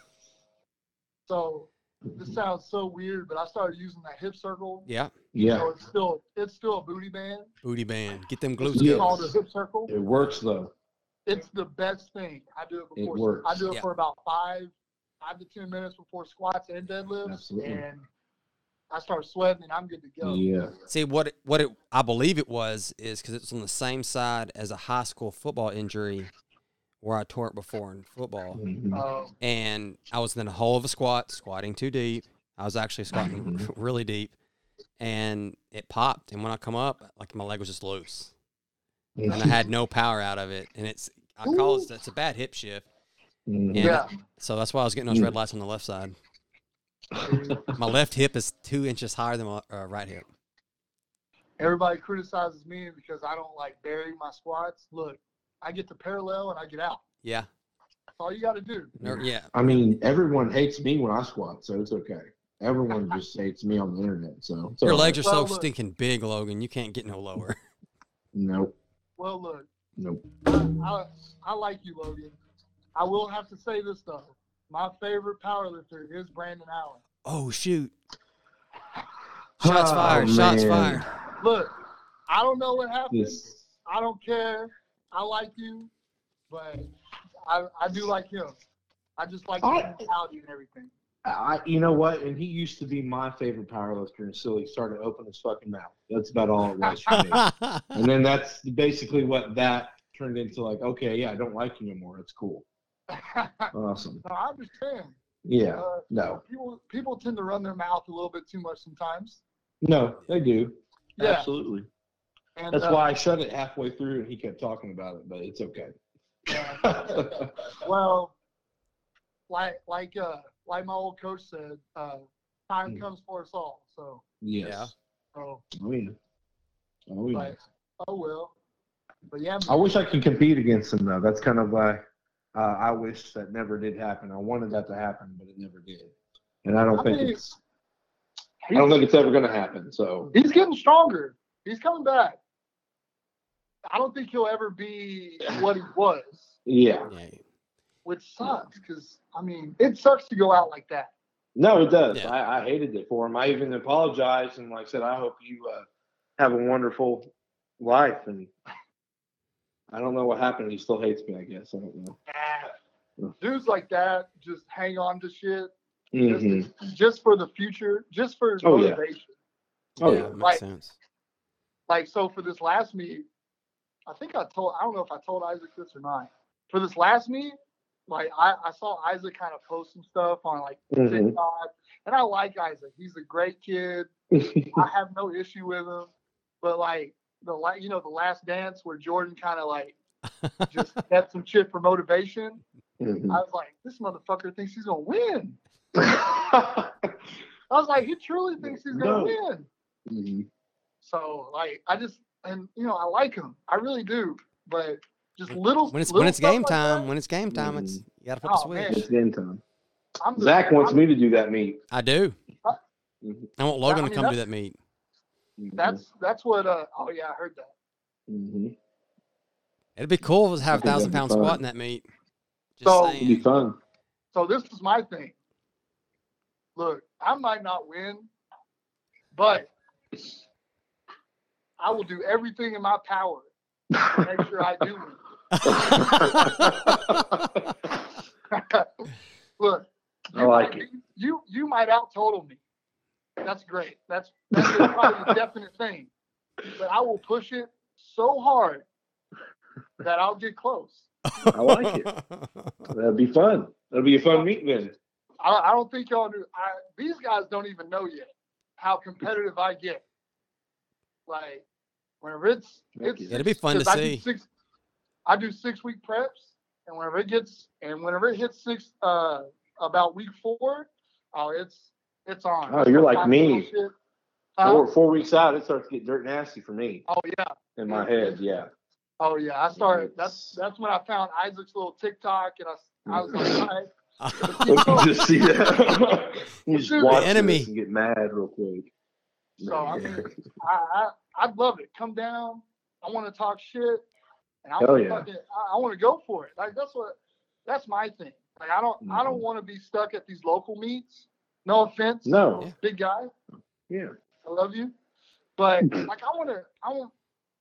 [SPEAKER 2] So
[SPEAKER 1] Mm-hmm.
[SPEAKER 2] this sounds so weird, but I started using that hip circle.
[SPEAKER 1] yeah,
[SPEAKER 3] Yeah,
[SPEAKER 2] So it's still it's still a booty band.
[SPEAKER 1] booty band. Get them glutes
[SPEAKER 2] It's
[SPEAKER 3] Yeah.
[SPEAKER 1] going.
[SPEAKER 2] called a hip circle.
[SPEAKER 3] it works though.
[SPEAKER 2] It's the best thing. I do it
[SPEAKER 3] It
[SPEAKER 2] before.
[SPEAKER 3] works.
[SPEAKER 2] I do it
[SPEAKER 1] Yeah.
[SPEAKER 2] for about five five to ten minutes before squats and deadlifts,
[SPEAKER 3] Absolutely.
[SPEAKER 2] and I start sweating and I'm good to go.
[SPEAKER 3] Yeah,
[SPEAKER 1] See what it, what it I believe it was is because it's on the same side as a high school football injury where I tore it before in football,
[SPEAKER 3] Mhm.
[SPEAKER 2] Um,
[SPEAKER 1] and I was in a hole of a squat, squatting too deep. I was actually squatting
[SPEAKER 3] Mhm.
[SPEAKER 1] really deep, and it popped. And when I come up, like my leg was just loose,
[SPEAKER 3] Mm-hmm.
[SPEAKER 1] and I had no power out of it. And it's I call it it's a bad hip shift,
[SPEAKER 3] Mhm.
[SPEAKER 1] Yeah.
[SPEAKER 2] yeah.
[SPEAKER 1] so that's why I was getting those red lights on the left side. My left hip is two inches higher than my uh, right hip.
[SPEAKER 2] Everybody criticizes me because I don't like bury my squats. Look, I get to parallel and I get out.
[SPEAKER 1] Yeah,
[SPEAKER 2] That's all you got to do.
[SPEAKER 1] Ner- yeah.
[SPEAKER 3] I mean, everyone hates me when I squat, so it's okay. Everyone just hates me on the internet, so it's
[SPEAKER 1] Your
[SPEAKER 3] all
[SPEAKER 1] legs
[SPEAKER 3] right.
[SPEAKER 1] are so
[SPEAKER 2] Well, look.
[SPEAKER 1] stinking big, Logan. You can't get no lower.
[SPEAKER 3] Nope,
[SPEAKER 2] Well, look,
[SPEAKER 3] nope.
[SPEAKER 2] I, I, I like you, Logan. I will have to say this though. My favorite powerlifter is Brandon Allen.
[SPEAKER 1] Oh shoot! Shots
[SPEAKER 3] Oh,
[SPEAKER 1] fired! Shots
[SPEAKER 3] man.
[SPEAKER 1] fired!
[SPEAKER 2] Look, I don't know what happened.
[SPEAKER 3] This-
[SPEAKER 2] I don't care. I like you, but I, I do like him. I just like
[SPEAKER 3] I-
[SPEAKER 2] his mentality and everything.
[SPEAKER 3] I, you know what? And he used to be my favorite powerlifter until he started to open his fucking mouth. That's about all it was for me. and then that's basically what that turned into. Like, okay, yeah, I don't like you anymore. That's cool.
[SPEAKER 2] no,
[SPEAKER 3] Awesome.
[SPEAKER 2] I understand.
[SPEAKER 3] Yeah.
[SPEAKER 2] Uh,
[SPEAKER 3] No.
[SPEAKER 2] people people tend to run their mouth a little bit too much sometimes.
[SPEAKER 3] No, they do.
[SPEAKER 2] Yeah,
[SPEAKER 3] Absolutely.
[SPEAKER 2] and
[SPEAKER 3] That's
[SPEAKER 2] uh,
[SPEAKER 3] why I shut it halfway through, and he kept talking about it. But it's okay.
[SPEAKER 2] yeah. well, like like uh like my old coach said, uh, time
[SPEAKER 3] Hmm.
[SPEAKER 2] comes for us all. So
[SPEAKER 3] yes.
[SPEAKER 1] Yeah.
[SPEAKER 2] so
[SPEAKER 3] Oh yeah. Oh yeah.
[SPEAKER 2] like oh well. But yeah,
[SPEAKER 3] I wish I could compete against him though. That's kind of why uh, I wish that never did happen. I wanted that to happen, but it never did. And I don't
[SPEAKER 2] I
[SPEAKER 3] think
[SPEAKER 2] mean,
[SPEAKER 3] it's. I don't think it's ever going to happen. So
[SPEAKER 2] he's getting stronger. He's coming back. I don't think he'll ever be what he was,
[SPEAKER 3] yeah,
[SPEAKER 1] yeah,
[SPEAKER 2] which sucks because I mean it sucks to go out like that.
[SPEAKER 3] no, it does.
[SPEAKER 1] Yeah.
[SPEAKER 3] I, I hated it for him. I even apologized and like I said, I hope you uh, have a wonderful life. And I don't know what happened. He still hates me. I guess I don't know.
[SPEAKER 2] Dudes like that just hang on to shit just,
[SPEAKER 3] Mhm.
[SPEAKER 2] just for the future, just for
[SPEAKER 3] Oh, yeah.
[SPEAKER 2] motivation.
[SPEAKER 3] Oh,
[SPEAKER 1] yeah,
[SPEAKER 3] yeah.
[SPEAKER 1] it makes
[SPEAKER 2] Like-
[SPEAKER 1] sense.
[SPEAKER 2] like so for this last meet, I think I told I don't know if I told Isaac this or not. For this last meet, like I, I saw Isaac kind of post some stuff on like
[SPEAKER 3] Mhm.
[SPEAKER 2] TikTok, and I like Isaac. He's a great kid.
[SPEAKER 3] Mm-hmm.
[SPEAKER 2] I have no issue with him, but like the la- you know the last dance where Jordan kind of like just had some shit for motivation. I
[SPEAKER 3] Mhm.
[SPEAKER 2] was like, this motherfucker thinks he's gonna win. I was like, he truly thinks he's gonna
[SPEAKER 3] No.
[SPEAKER 2] win.
[SPEAKER 3] Mhm.
[SPEAKER 2] So like I just and you know I like him, I really do, but just little
[SPEAKER 1] When it's
[SPEAKER 2] little
[SPEAKER 1] when it's
[SPEAKER 2] stuff
[SPEAKER 1] game
[SPEAKER 2] like
[SPEAKER 1] time,
[SPEAKER 2] that,
[SPEAKER 1] when it's game time, it's
[SPEAKER 3] Mm-hmm.
[SPEAKER 1] you gotta flip
[SPEAKER 2] Oh,
[SPEAKER 1] the
[SPEAKER 2] man.
[SPEAKER 1] switch.
[SPEAKER 3] It's game time.
[SPEAKER 2] I'm just-
[SPEAKER 3] Zach wants
[SPEAKER 2] I'm-
[SPEAKER 3] me to do that meet.
[SPEAKER 1] I do.
[SPEAKER 2] Mm-hmm.
[SPEAKER 3] Mhm.
[SPEAKER 1] I want Logan
[SPEAKER 2] I mean,
[SPEAKER 1] to come do
[SPEAKER 2] that's-
[SPEAKER 1] that meet.
[SPEAKER 2] That's that's what. Uh, oh yeah, I heard that.
[SPEAKER 3] Mhm.
[SPEAKER 1] It'd be cool to have
[SPEAKER 3] I think
[SPEAKER 1] a
[SPEAKER 3] that'd
[SPEAKER 1] thousand
[SPEAKER 3] be
[SPEAKER 1] pound
[SPEAKER 3] fun.
[SPEAKER 1] squat in that meet. Just
[SPEAKER 2] So-
[SPEAKER 3] It'd be
[SPEAKER 1] saying.
[SPEAKER 3] fun.
[SPEAKER 2] So this is my thing. Look, I might not win, but I will do everything in my power to make sure I do win. Look,
[SPEAKER 3] I like
[SPEAKER 2] might-
[SPEAKER 3] it.
[SPEAKER 2] You you might out total me. That's great. That's that's probably the definite thing. But I will push it so hard that I'll get close.
[SPEAKER 3] I like it. That'd be fun. That'd be a fun meet then.
[SPEAKER 2] I, I don't think y'all do. I, these guys don't even know yet how competitive I get. Like whenever it's
[SPEAKER 3] Thank
[SPEAKER 2] it's
[SPEAKER 3] you.
[SPEAKER 1] It'd be fun to
[SPEAKER 2] 'cause I do
[SPEAKER 1] see.
[SPEAKER 2] six, I do six week preps, and whenever it gets and whenever it hits six, uh, about week four, oh, it's it's on.
[SPEAKER 3] Oh, you're like me.
[SPEAKER 2] Shit. Huh?
[SPEAKER 3] Four, four weeks out, it starts to get dirt nasty for me
[SPEAKER 2] Oh yeah,
[SPEAKER 3] in my head. Yeah.
[SPEAKER 2] oh yeah. I started.
[SPEAKER 3] It's-
[SPEAKER 2] That's that's when I found Isaac's little TikTok, and I, I was like, all right,
[SPEAKER 3] you just see that. you just
[SPEAKER 2] The
[SPEAKER 3] watch
[SPEAKER 1] enemy.
[SPEAKER 3] this and get mad real quick.
[SPEAKER 2] So, I mean, I, I I'd love it. Come down. I want to talk shit, and I
[SPEAKER 3] Hell
[SPEAKER 2] want
[SPEAKER 3] yeah.
[SPEAKER 2] to I, I want to go for it. Like that's what that's my thing. Like I don't I don't want to be stuck at these local meets. No offense,
[SPEAKER 3] Mm-hmm. no.
[SPEAKER 2] big guy,
[SPEAKER 3] Yeah.
[SPEAKER 2] I love you, but like I want to I want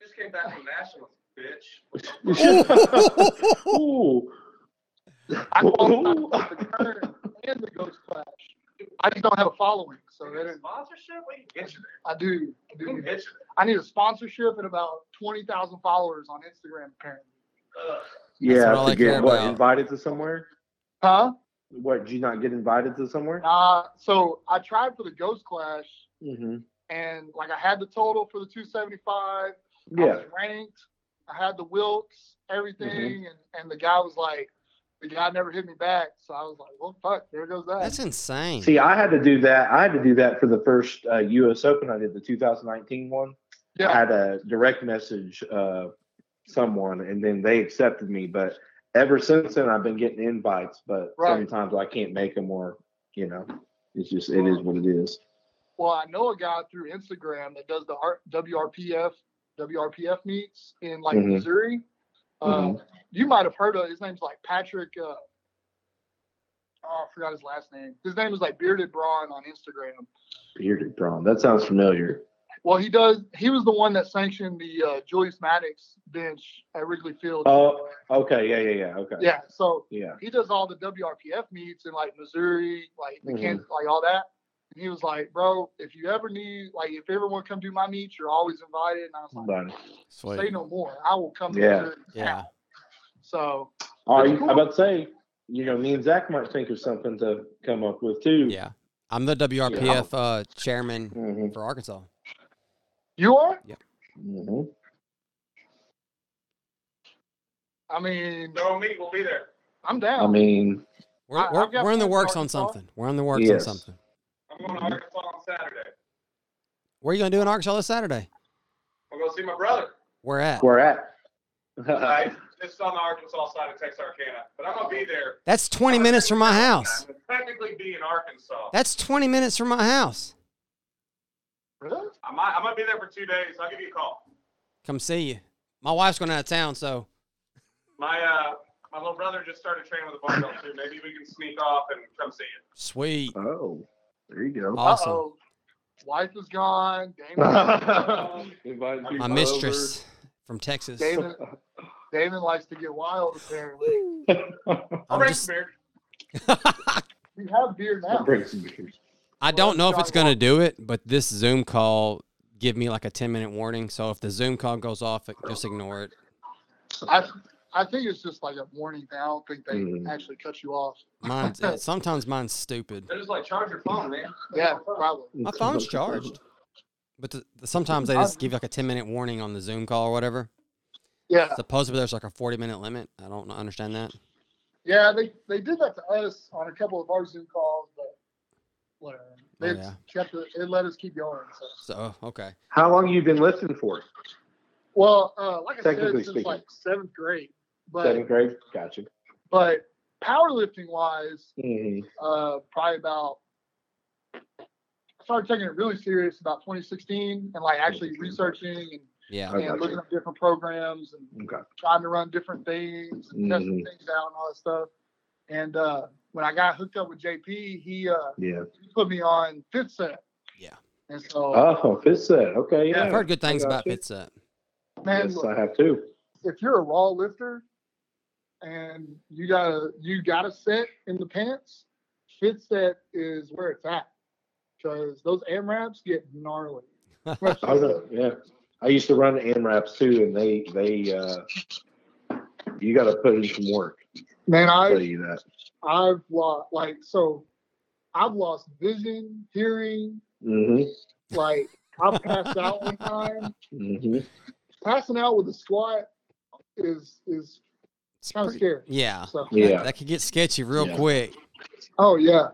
[SPEAKER 4] Just came back from nationals, bitch.
[SPEAKER 3] Ooh.
[SPEAKER 2] I
[SPEAKER 3] Ooh.
[SPEAKER 2] qualify for the current and the ghost clash. I just don't have a following, so they didn't-
[SPEAKER 4] Sponsorship? We can get you there.
[SPEAKER 2] I do. I
[SPEAKER 4] We can
[SPEAKER 2] do.
[SPEAKER 4] get you
[SPEAKER 2] I need a sponsorship and about twenty thousand followers on Instagram, apparently.
[SPEAKER 4] there. Ugh.
[SPEAKER 1] That's
[SPEAKER 3] Yeah,
[SPEAKER 1] what all
[SPEAKER 3] I
[SPEAKER 1] I
[SPEAKER 3] forget
[SPEAKER 1] care
[SPEAKER 3] what
[SPEAKER 1] about.
[SPEAKER 3] invited to somewhere.
[SPEAKER 2] Huh?
[SPEAKER 3] What? Did you not get invited to somewhere?
[SPEAKER 2] Uh, so I tried for the Ghost Clash,
[SPEAKER 3] hmm
[SPEAKER 2] and like I had the total for the 275. I
[SPEAKER 3] Yeah.
[SPEAKER 2] was ranked. I had the Wilks, everything, and, and the guy was like, the guy never hit me back. So I was like, well, fuck, there goes that.
[SPEAKER 1] That's insane.
[SPEAKER 3] See, I had to do that. I had to do that for the first uh, U.S. Open. I did the 2019 one. I
[SPEAKER 2] yeah.
[SPEAKER 3] had a direct message uh, someone, and then they accepted me. But ever since then, I've been getting invites, but
[SPEAKER 2] Right.
[SPEAKER 3] sometimes I can't make them, or you know, it's just it is what it is.
[SPEAKER 2] Well, I know a guy through Instagram that does the R- WRPF WRPF meets in like
[SPEAKER 3] Mhm.
[SPEAKER 2] Missouri. Uh, you might have heard of his name's like Patrick. Uh, oh, I forgot his last name. His name is like Bearded Braun on Instagram.
[SPEAKER 3] Bearded Braun. That sounds familiar.
[SPEAKER 2] Well, he does. He was the one that sanctioned the uh, Julius Maddox bench at Wrigley Field.
[SPEAKER 3] Oh, okay, yeah, yeah, yeah, okay,
[SPEAKER 2] yeah. So
[SPEAKER 3] yeah.
[SPEAKER 2] he does all the WRPF meets in like Missouri, like the
[SPEAKER 3] Mhm.
[SPEAKER 2] Kansas, like all that. And he was like, "Bro, if you ever need, like, if everyone come do my meets, you're always invited." And I was like,
[SPEAKER 3] But-
[SPEAKER 2] "Say
[SPEAKER 1] Sweet.
[SPEAKER 2] no more. I will come." to
[SPEAKER 3] Yeah.
[SPEAKER 2] Missouri now."
[SPEAKER 1] Yeah.
[SPEAKER 2] So
[SPEAKER 3] Are
[SPEAKER 2] That's
[SPEAKER 3] you,
[SPEAKER 2] cool.
[SPEAKER 3] I'm about to say, you know, me and Zach might think of something to come up with too.
[SPEAKER 1] Yeah. I'm the WRPF uh, chairman
[SPEAKER 3] hmm
[SPEAKER 1] for Arkansas.
[SPEAKER 2] you are.
[SPEAKER 3] hmm
[SPEAKER 2] I mean,
[SPEAKER 4] No meet, we'll be there.
[SPEAKER 2] I'm down.
[SPEAKER 3] I mean,
[SPEAKER 1] We're,
[SPEAKER 2] I-
[SPEAKER 1] we're,
[SPEAKER 2] I've got
[SPEAKER 1] we're in the
[SPEAKER 2] friends in
[SPEAKER 1] works on
[SPEAKER 2] Arkansas.
[SPEAKER 1] something. We're in the works on
[SPEAKER 3] Yes.
[SPEAKER 1] something.
[SPEAKER 4] I'm going to
[SPEAKER 3] Mm-hmm.
[SPEAKER 4] Arkansas on Saturday.
[SPEAKER 1] What are you going to do in Arkansas this Saturday?
[SPEAKER 4] I'm going to see my brother.
[SPEAKER 1] Where at?
[SPEAKER 3] we're at. Uh-uh.
[SPEAKER 4] I, it's on the Arkansas side of Texarkana, but I'm going to be there.
[SPEAKER 1] That's 20 minutes from my house.
[SPEAKER 4] I'm gonna technically be in Arkansas.
[SPEAKER 1] That's 20 minutes from my house.
[SPEAKER 2] Really?
[SPEAKER 4] I might, I'm going to be there for two days. I'll give you a call.
[SPEAKER 1] Come see you. My wife's going out of town, so
[SPEAKER 4] My uh, my little brother just started training with a barbell too. Maybe we can sneak off and come see you.
[SPEAKER 1] sweet.
[SPEAKER 3] oh, there you go.
[SPEAKER 1] Awesome.
[SPEAKER 2] Uh-oh. Wife is gone. Damon,
[SPEAKER 3] Invite people
[SPEAKER 1] My
[SPEAKER 3] over.
[SPEAKER 1] mistress from Texas.
[SPEAKER 2] Damon, Damon likes to get wild. Apparently,
[SPEAKER 4] I'll
[SPEAKER 1] I'm
[SPEAKER 4] bring
[SPEAKER 1] just-
[SPEAKER 4] some beer.
[SPEAKER 2] we have beer now.
[SPEAKER 3] Bring some beers.
[SPEAKER 1] I don't know if it's going to do it, but this Zoom call give me like a 10 minute warning. So if the Zoom call goes off, it, just ignore it.
[SPEAKER 2] I I think it's just like a warning. thing. I don't think they
[SPEAKER 3] Mhm.
[SPEAKER 2] actually cut you off.
[SPEAKER 1] Mine's sometimes mine's stupid,
[SPEAKER 4] They're just like, charge your phone, man.
[SPEAKER 2] Yeah, probably.
[SPEAKER 1] My phone's charged. but the, the- sometimes they just give like a 10 minute warning on the Zoom call or whatever.
[SPEAKER 2] Yeah,
[SPEAKER 1] Supposedly there's like a 40 minute limit. I don't understand that.
[SPEAKER 2] yeah. They they did that to us on a couple of our Zoom calls, but whatever. They
[SPEAKER 1] Oh, yeah.
[SPEAKER 2] kept it. It let us keep going. So.
[SPEAKER 1] So okay,
[SPEAKER 3] How long you been listening for?
[SPEAKER 2] Well, uh, like I said,
[SPEAKER 3] Technically
[SPEAKER 2] since
[SPEAKER 3] speaking.
[SPEAKER 2] like seventh grade, but
[SPEAKER 3] Seventh grade. Gotcha.
[SPEAKER 2] but powerlifting wise,
[SPEAKER 3] hmm
[SPEAKER 2] uh, probably about I started taking it really serious about 2016 and like actually researching and,
[SPEAKER 1] yeah,
[SPEAKER 3] I
[SPEAKER 2] and
[SPEAKER 3] gotcha.
[SPEAKER 2] looking up different programs and
[SPEAKER 3] Okay.
[SPEAKER 2] trying to run different things and testing
[SPEAKER 3] Mhm.
[SPEAKER 2] things out and all that stuff. And uh, when I got hooked up with JP, he, uh,
[SPEAKER 3] Yeah.
[SPEAKER 2] he put me on fifth set.
[SPEAKER 1] Yeah.
[SPEAKER 2] And so,
[SPEAKER 3] Oh, fifth set. Okay. Yeah.
[SPEAKER 1] I've heard good things
[SPEAKER 3] I
[SPEAKER 1] about
[SPEAKER 3] gotcha.
[SPEAKER 1] Fitset.
[SPEAKER 2] man,
[SPEAKER 3] yes,
[SPEAKER 2] look,
[SPEAKER 3] I have too.
[SPEAKER 2] if you're a raw lifter and you got to you got to set in the pants, fifth set is where it's at because those AMRAPs get gnarly.
[SPEAKER 3] I know. Yeah. I used to run AMRAPs too, and they they uh, you got to put in some work.
[SPEAKER 2] Man,
[SPEAKER 3] I'll tell
[SPEAKER 2] I
[SPEAKER 3] you that.
[SPEAKER 2] I've lost like so, I've lost vision, hearing,
[SPEAKER 3] Mm-hmm.
[SPEAKER 2] like I passed out one time.
[SPEAKER 3] Mm-hmm.
[SPEAKER 2] Passing out with a squat is is
[SPEAKER 1] It's
[SPEAKER 2] kind of
[SPEAKER 1] pretty-
[SPEAKER 2] scary.
[SPEAKER 1] Yeah.
[SPEAKER 2] So
[SPEAKER 1] That-
[SPEAKER 3] Yeah.
[SPEAKER 1] That, could get sketchy real
[SPEAKER 3] Yeah.
[SPEAKER 1] quick.
[SPEAKER 2] oh yeah,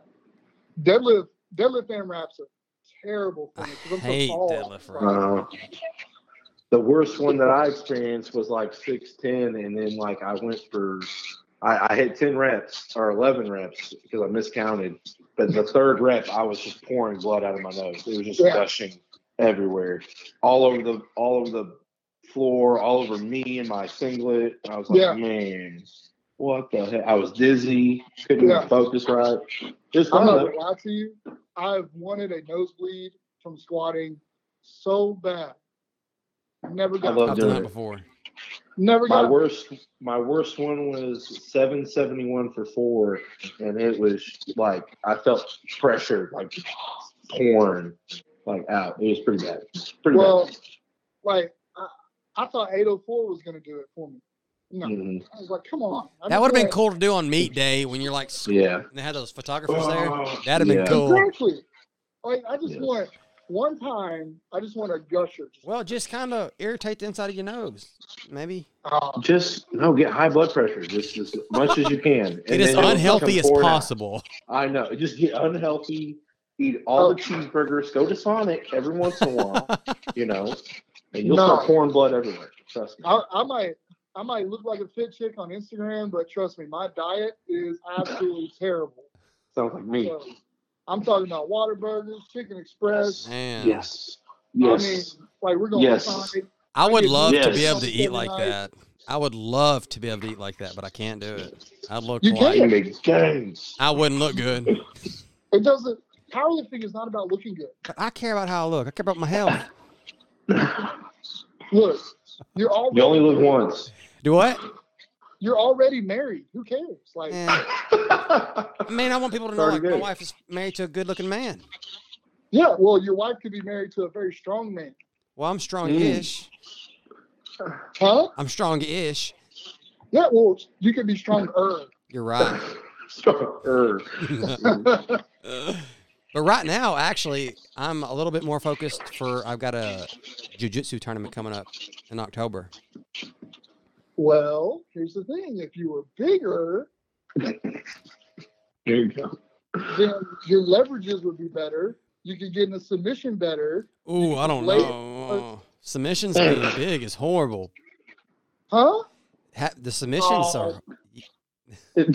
[SPEAKER 2] deadlift deadlift and wraps are terrible for
[SPEAKER 1] I
[SPEAKER 2] me 'cause I'm so
[SPEAKER 1] hate
[SPEAKER 2] tall.
[SPEAKER 1] deadlift
[SPEAKER 2] Like,
[SPEAKER 1] wraps.
[SPEAKER 3] Uh, the worst one that I experienced was like six ten, and then like I went for, I, I hit ten reps or eleven reps because I miscounted. But the third rep, I was just pouring blood out of my nose. It was just
[SPEAKER 2] Yeah.
[SPEAKER 3] gushing everywhere, all over the all over the floor, all over me and my singlet. I was like,
[SPEAKER 2] Yeah.
[SPEAKER 3] man, what the heck? I was dizzy, couldn't
[SPEAKER 2] Yeah.
[SPEAKER 3] focus right. Just
[SPEAKER 2] I'm
[SPEAKER 3] one of
[SPEAKER 2] not
[SPEAKER 3] those-
[SPEAKER 2] gonna lie to you. I've wanted a nosebleed from squatting so bad. Never
[SPEAKER 3] I
[SPEAKER 2] got.
[SPEAKER 3] love
[SPEAKER 1] I've done
[SPEAKER 3] doing
[SPEAKER 1] that
[SPEAKER 3] it.
[SPEAKER 1] before.
[SPEAKER 2] Never
[SPEAKER 3] My
[SPEAKER 2] got. it.
[SPEAKER 3] worst, my worst one was seven seventy one for four, and it was like I felt pressure like pouring like out. It was pretty bad. Pretty
[SPEAKER 2] Well, like I, I thought 804 was gonna do it for me. No,
[SPEAKER 3] bad. Mhm.
[SPEAKER 2] I was like, come on. I
[SPEAKER 1] That
[SPEAKER 2] know
[SPEAKER 1] would have been
[SPEAKER 2] that.
[SPEAKER 1] cool to do on meet day when you're like, squ-
[SPEAKER 3] Yeah,
[SPEAKER 1] and they had those photographers there. That'd have
[SPEAKER 3] Uh, Yeah.
[SPEAKER 1] been cool.
[SPEAKER 2] Exactly. Like I just
[SPEAKER 3] Yes.
[SPEAKER 2] want one time. I just want a gusher. Just,
[SPEAKER 1] Well, just kind of irritate the inside of your nose, maybe.
[SPEAKER 2] ah,
[SPEAKER 3] just no get high blood pressure just as much as you can.
[SPEAKER 1] Get
[SPEAKER 3] and
[SPEAKER 1] as
[SPEAKER 3] then it'll
[SPEAKER 1] unhealthy
[SPEAKER 3] come
[SPEAKER 1] as
[SPEAKER 3] pouring out.
[SPEAKER 1] possible.
[SPEAKER 3] I know. Just get unhealthy. Eat all
[SPEAKER 2] Oh.
[SPEAKER 3] the cheeseburgers. Go to Sonic every once in a while. you know, and you'll
[SPEAKER 2] No. Oh.
[SPEAKER 3] start pouring blood everywhere. Trust me.
[SPEAKER 2] I, I might. I might look like a fit chick on Instagram, but trust me, my diet is absolutely terrible.
[SPEAKER 3] Sounds like me.
[SPEAKER 2] So, I'm talking about water burgers, chicken express.
[SPEAKER 1] Man,
[SPEAKER 3] Yes.
[SPEAKER 2] I mean, like we're going
[SPEAKER 3] Yes.
[SPEAKER 2] to find
[SPEAKER 1] I would love to be
[SPEAKER 3] Yes.
[SPEAKER 1] able to eat like that. I would love to be able to eat like that, but I can't do it. I'd look
[SPEAKER 2] You
[SPEAKER 1] like
[SPEAKER 2] can't.
[SPEAKER 3] games.
[SPEAKER 1] I wouldn't look good.
[SPEAKER 2] it doesn't powerlifting is not about looking good.
[SPEAKER 1] But I care about how I look. I care about my health.
[SPEAKER 3] you
[SPEAKER 2] Look, you're already
[SPEAKER 3] only live once.
[SPEAKER 1] Do what?
[SPEAKER 2] you're already married. Who cares? Like
[SPEAKER 1] Eh.
[SPEAKER 3] yeah,
[SPEAKER 1] I mean, I want people to know
[SPEAKER 3] Sorry,
[SPEAKER 1] like my
[SPEAKER 3] good.
[SPEAKER 1] wife is married to a good-looking man.
[SPEAKER 2] yeah, well your wife could be married to a very strong man.
[SPEAKER 1] Well,
[SPEAKER 3] Mm.
[SPEAKER 1] I'm strong-ish.
[SPEAKER 2] Huh?
[SPEAKER 1] I'm strong-ish.
[SPEAKER 2] Yeah, well you could be stronger.
[SPEAKER 1] You're right. but right now, actually, I'm a little bit more focused for I've got a jujitsu tournament coming up in October.
[SPEAKER 2] well, here's the thing. If you were bigger,
[SPEAKER 3] there you go.
[SPEAKER 2] then your leverages would be better. You could get in a submission better.
[SPEAKER 1] Ooh, I don't
[SPEAKER 2] Late-
[SPEAKER 1] know. Submissions being big is horrible.
[SPEAKER 2] Huh?
[SPEAKER 1] Ha- the submissions are.
[SPEAKER 2] Oh. Come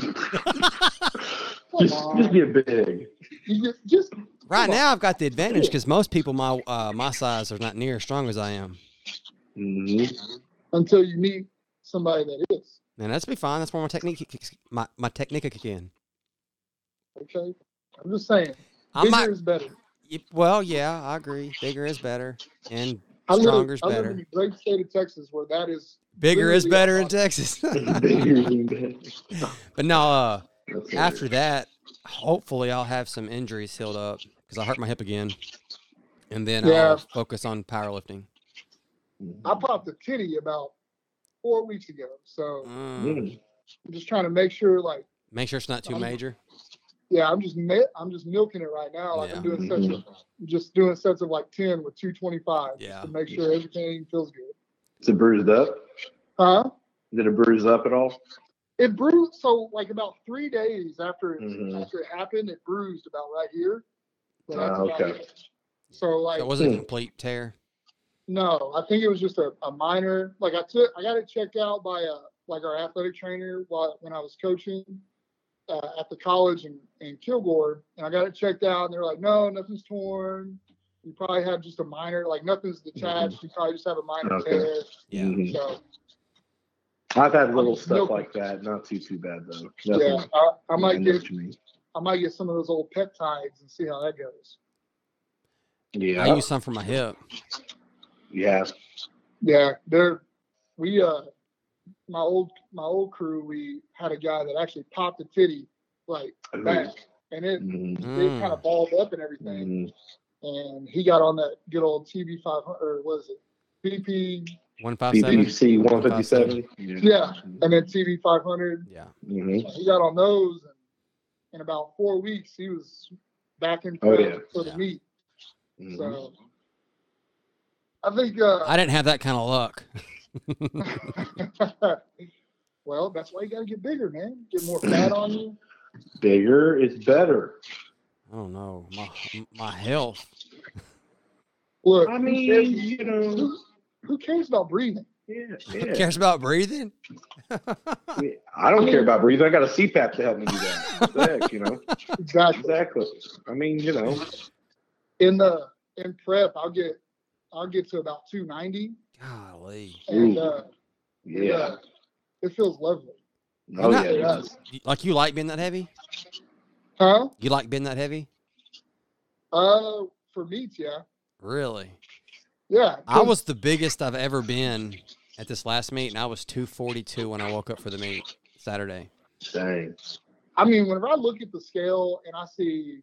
[SPEAKER 3] just, just
[SPEAKER 2] on.
[SPEAKER 3] get big.
[SPEAKER 2] You just, just
[SPEAKER 1] Right
[SPEAKER 2] Come on.
[SPEAKER 1] now, I've got the advantage because most people my uh, my size are not near as strong as I am.
[SPEAKER 3] Mhm.
[SPEAKER 2] until you meet somebody that is.
[SPEAKER 1] And that's be fine. That's where my technique kicks, my my technique kick in.
[SPEAKER 2] Okay. I'm just saying.
[SPEAKER 1] I
[SPEAKER 2] bigger
[SPEAKER 1] might.
[SPEAKER 2] is better.
[SPEAKER 1] y- Well, yeah, I agree. Bigger is better, and
[SPEAKER 2] I live,
[SPEAKER 1] Stronger's
[SPEAKER 2] I live
[SPEAKER 1] better.
[SPEAKER 2] in the great state of Texas where that is
[SPEAKER 1] bigger is
[SPEAKER 2] Literally
[SPEAKER 1] better in
[SPEAKER 2] all-
[SPEAKER 1] Texas.
[SPEAKER 3] Bigger than big.
[SPEAKER 1] but no, uh,
[SPEAKER 3] That's it.
[SPEAKER 1] after that, hopefully I'll have some injuries healed up because I hurt my hip again, and then
[SPEAKER 2] Yeah.
[SPEAKER 1] I'll focus on powerlifting.
[SPEAKER 2] I popped a titty about four weeks ago. So
[SPEAKER 1] Mm,
[SPEAKER 3] Mm.
[SPEAKER 2] I'm just trying to make sure like
[SPEAKER 1] Make sure it's not too
[SPEAKER 2] I'm-
[SPEAKER 1] major.
[SPEAKER 2] yeah, I'm just mi- I'm just milking it right now. Like I'm
[SPEAKER 1] Yeah.
[SPEAKER 2] doing sets of just doing sets of like ten with two twenty five
[SPEAKER 1] Yeah.
[SPEAKER 2] to make sure everything feels good.
[SPEAKER 3] Is it bruised up?
[SPEAKER 2] Huh?
[SPEAKER 3] Did it bruise up at all?
[SPEAKER 2] It bruised so like about three days after it
[SPEAKER 3] Mhm.
[SPEAKER 2] after it happened, it bruised about right here. But
[SPEAKER 3] Ah,
[SPEAKER 2] that's about
[SPEAKER 3] okay.
[SPEAKER 2] it. So like
[SPEAKER 1] That wasn't a
[SPEAKER 3] Hmm.
[SPEAKER 1] complete tear.
[SPEAKER 2] No, I think it was just a, a minor. Like I took, I got it checked out by a like our athletic trainer while when I was coaching uh, at the college in, in Kilgore, and I got it checked out, and they were like, "No, nothing's torn. You probably have just a minor, like nothing's detached. You probably just have a minor
[SPEAKER 3] Mm-hmm. Okay.
[SPEAKER 2] tear."
[SPEAKER 1] Yeah.
[SPEAKER 3] Mhm.
[SPEAKER 2] So
[SPEAKER 3] I've had little
[SPEAKER 2] just
[SPEAKER 3] stuff
[SPEAKER 2] milking.
[SPEAKER 3] like that. Not too too bad though.
[SPEAKER 2] yeah, I, I might
[SPEAKER 3] know
[SPEAKER 2] get
[SPEAKER 3] what you mean.
[SPEAKER 2] I might get some of those old peptides and see how that goes.
[SPEAKER 3] Yeah.
[SPEAKER 1] I used some for my hip.
[SPEAKER 3] yeah.
[SPEAKER 2] Yeah, there. We uh, my old my old crew, we had a guy that actually popped a titty like back, and it.
[SPEAKER 3] Mhm.
[SPEAKER 2] it kind
[SPEAKER 1] Mm.
[SPEAKER 2] of balled up and everything.
[SPEAKER 3] Mhm.
[SPEAKER 2] And he got on that good old TB 500, or what is it? BP,
[SPEAKER 1] One five seven.
[SPEAKER 3] BBC 157.
[SPEAKER 2] yeah, and then TB 500.
[SPEAKER 1] Yeah.
[SPEAKER 3] Mhm.
[SPEAKER 2] He got on those, and in about four weeks, he was back in
[SPEAKER 3] Oh,
[SPEAKER 2] for,
[SPEAKER 3] yeah.
[SPEAKER 2] for the
[SPEAKER 1] Yeah.
[SPEAKER 2] meet.
[SPEAKER 3] Mhm.
[SPEAKER 2] So I think, uh,
[SPEAKER 1] I didn't have that kind of luck.
[SPEAKER 2] I Well, that's why you got to get bigger, man. Get more fat on you.
[SPEAKER 3] Bigger is better.
[SPEAKER 1] I don't know. My my health.
[SPEAKER 2] Look,
[SPEAKER 3] I
[SPEAKER 2] who
[SPEAKER 3] mean,
[SPEAKER 2] cares-
[SPEAKER 3] you know,
[SPEAKER 2] who, who cares about breathing?
[SPEAKER 3] yeah,
[SPEAKER 1] Who
[SPEAKER 3] yeah.
[SPEAKER 1] cares about breathing?
[SPEAKER 3] Yeah, I don't care about breathing. I got a CPAP to help me do that. What the heck, you know,
[SPEAKER 2] Exactly.
[SPEAKER 3] exactly. I mean, you know,
[SPEAKER 2] In the in prep, I'll get I'll get to about 290,
[SPEAKER 1] Golly.
[SPEAKER 2] and
[SPEAKER 3] Ooh,
[SPEAKER 2] uh, it,
[SPEAKER 3] yeah.
[SPEAKER 2] uh, it feels lovely.
[SPEAKER 3] Oh yeah,
[SPEAKER 1] not-
[SPEAKER 3] it does.
[SPEAKER 1] You- Like you like being that heavy?
[SPEAKER 2] Huh?
[SPEAKER 1] You like being that heavy?
[SPEAKER 2] Uh, for meats, yeah,
[SPEAKER 1] Really?
[SPEAKER 2] yeah.
[SPEAKER 1] I was the biggest I've ever been at this last meet, and I was 242 when I woke up for the meet Saturday.
[SPEAKER 3] Dang.
[SPEAKER 2] I mean, whenever I look at the scale and I see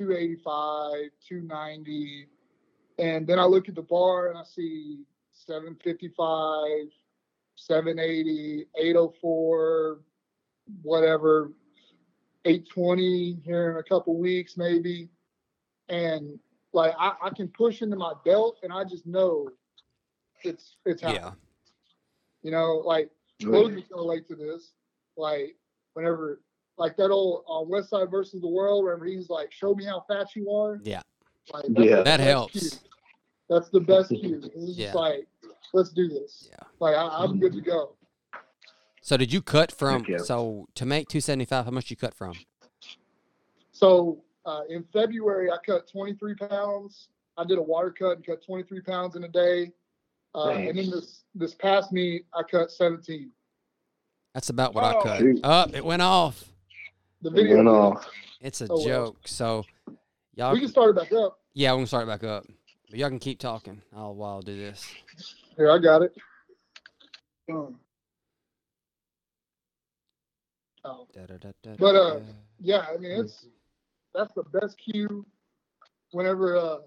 [SPEAKER 2] 285, 290, and then I look at the bar and I see 755, 780, 804, whatever, 820 here in a couple weeks maybe. And like I, I can push into my belt and I just know it's it's happening.
[SPEAKER 1] Yeah.
[SPEAKER 2] You know, like Logan's gonna relate to this. Like whenever, like that old on West Side versus the World, whenever he's like, "Show me how fat you are."
[SPEAKER 1] Yeah.
[SPEAKER 2] Like,
[SPEAKER 3] Yeah.
[SPEAKER 2] the
[SPEAKER 1] That
[SPEAKER 2] best
[SPEAKER 1] helps.
[SPEAKER 2] cue. That's the best cue. It's just
[SPEAKER 1] Yeah.
[SPEAKER 2] like, let's do this.
[SPEAKER 1] Yeah.
[SPEAKER 2] Like I, I'm good to go.
[SPEAKER 1] So did you cut from?
[SPEAKER 3] Thank you.
[SPEAKER 1] So to make 275, how much you cut from?
[SPEAKER 2] So uh, in February, I cut 23 pounds. I did a water cut and cut 23 pounds in a day. Uh, and then this this past meet, I cut 17.
[SPEAKER 1] That's about what I
[SPEAKER 4] Oh,
[SPEAKER 1] cut.
[SPEAKER 3] shoot.
[SPEAKER 1] Up, it went off.
[SPEAKER 2] The
[SPEAKER 3] It
[SPEAKER 2] video.
[SPEAKER 3] went off.
[SPEAKER 1] It's a
[SPEAKER 2] Oh, well.
[SPEAKER 1] joke. So y'all,
[SPEAKER 2] We can start it back up.
[SPEAKER 1] yeah, we can start back up. But y'all can keep talking. I'll while I'll do this.
[SPEAKER 2] Here, I got it. Um, oh,
[SPEAKER 1] Da, da, da, da,
[SPEAKER 2] But,
[SPEAKER 1] da,
[SPEAKER 2] uh,
[SPEAKER 1] da.
[SPEAKER 2] yeah, I mean it's that's the best cue whenever uh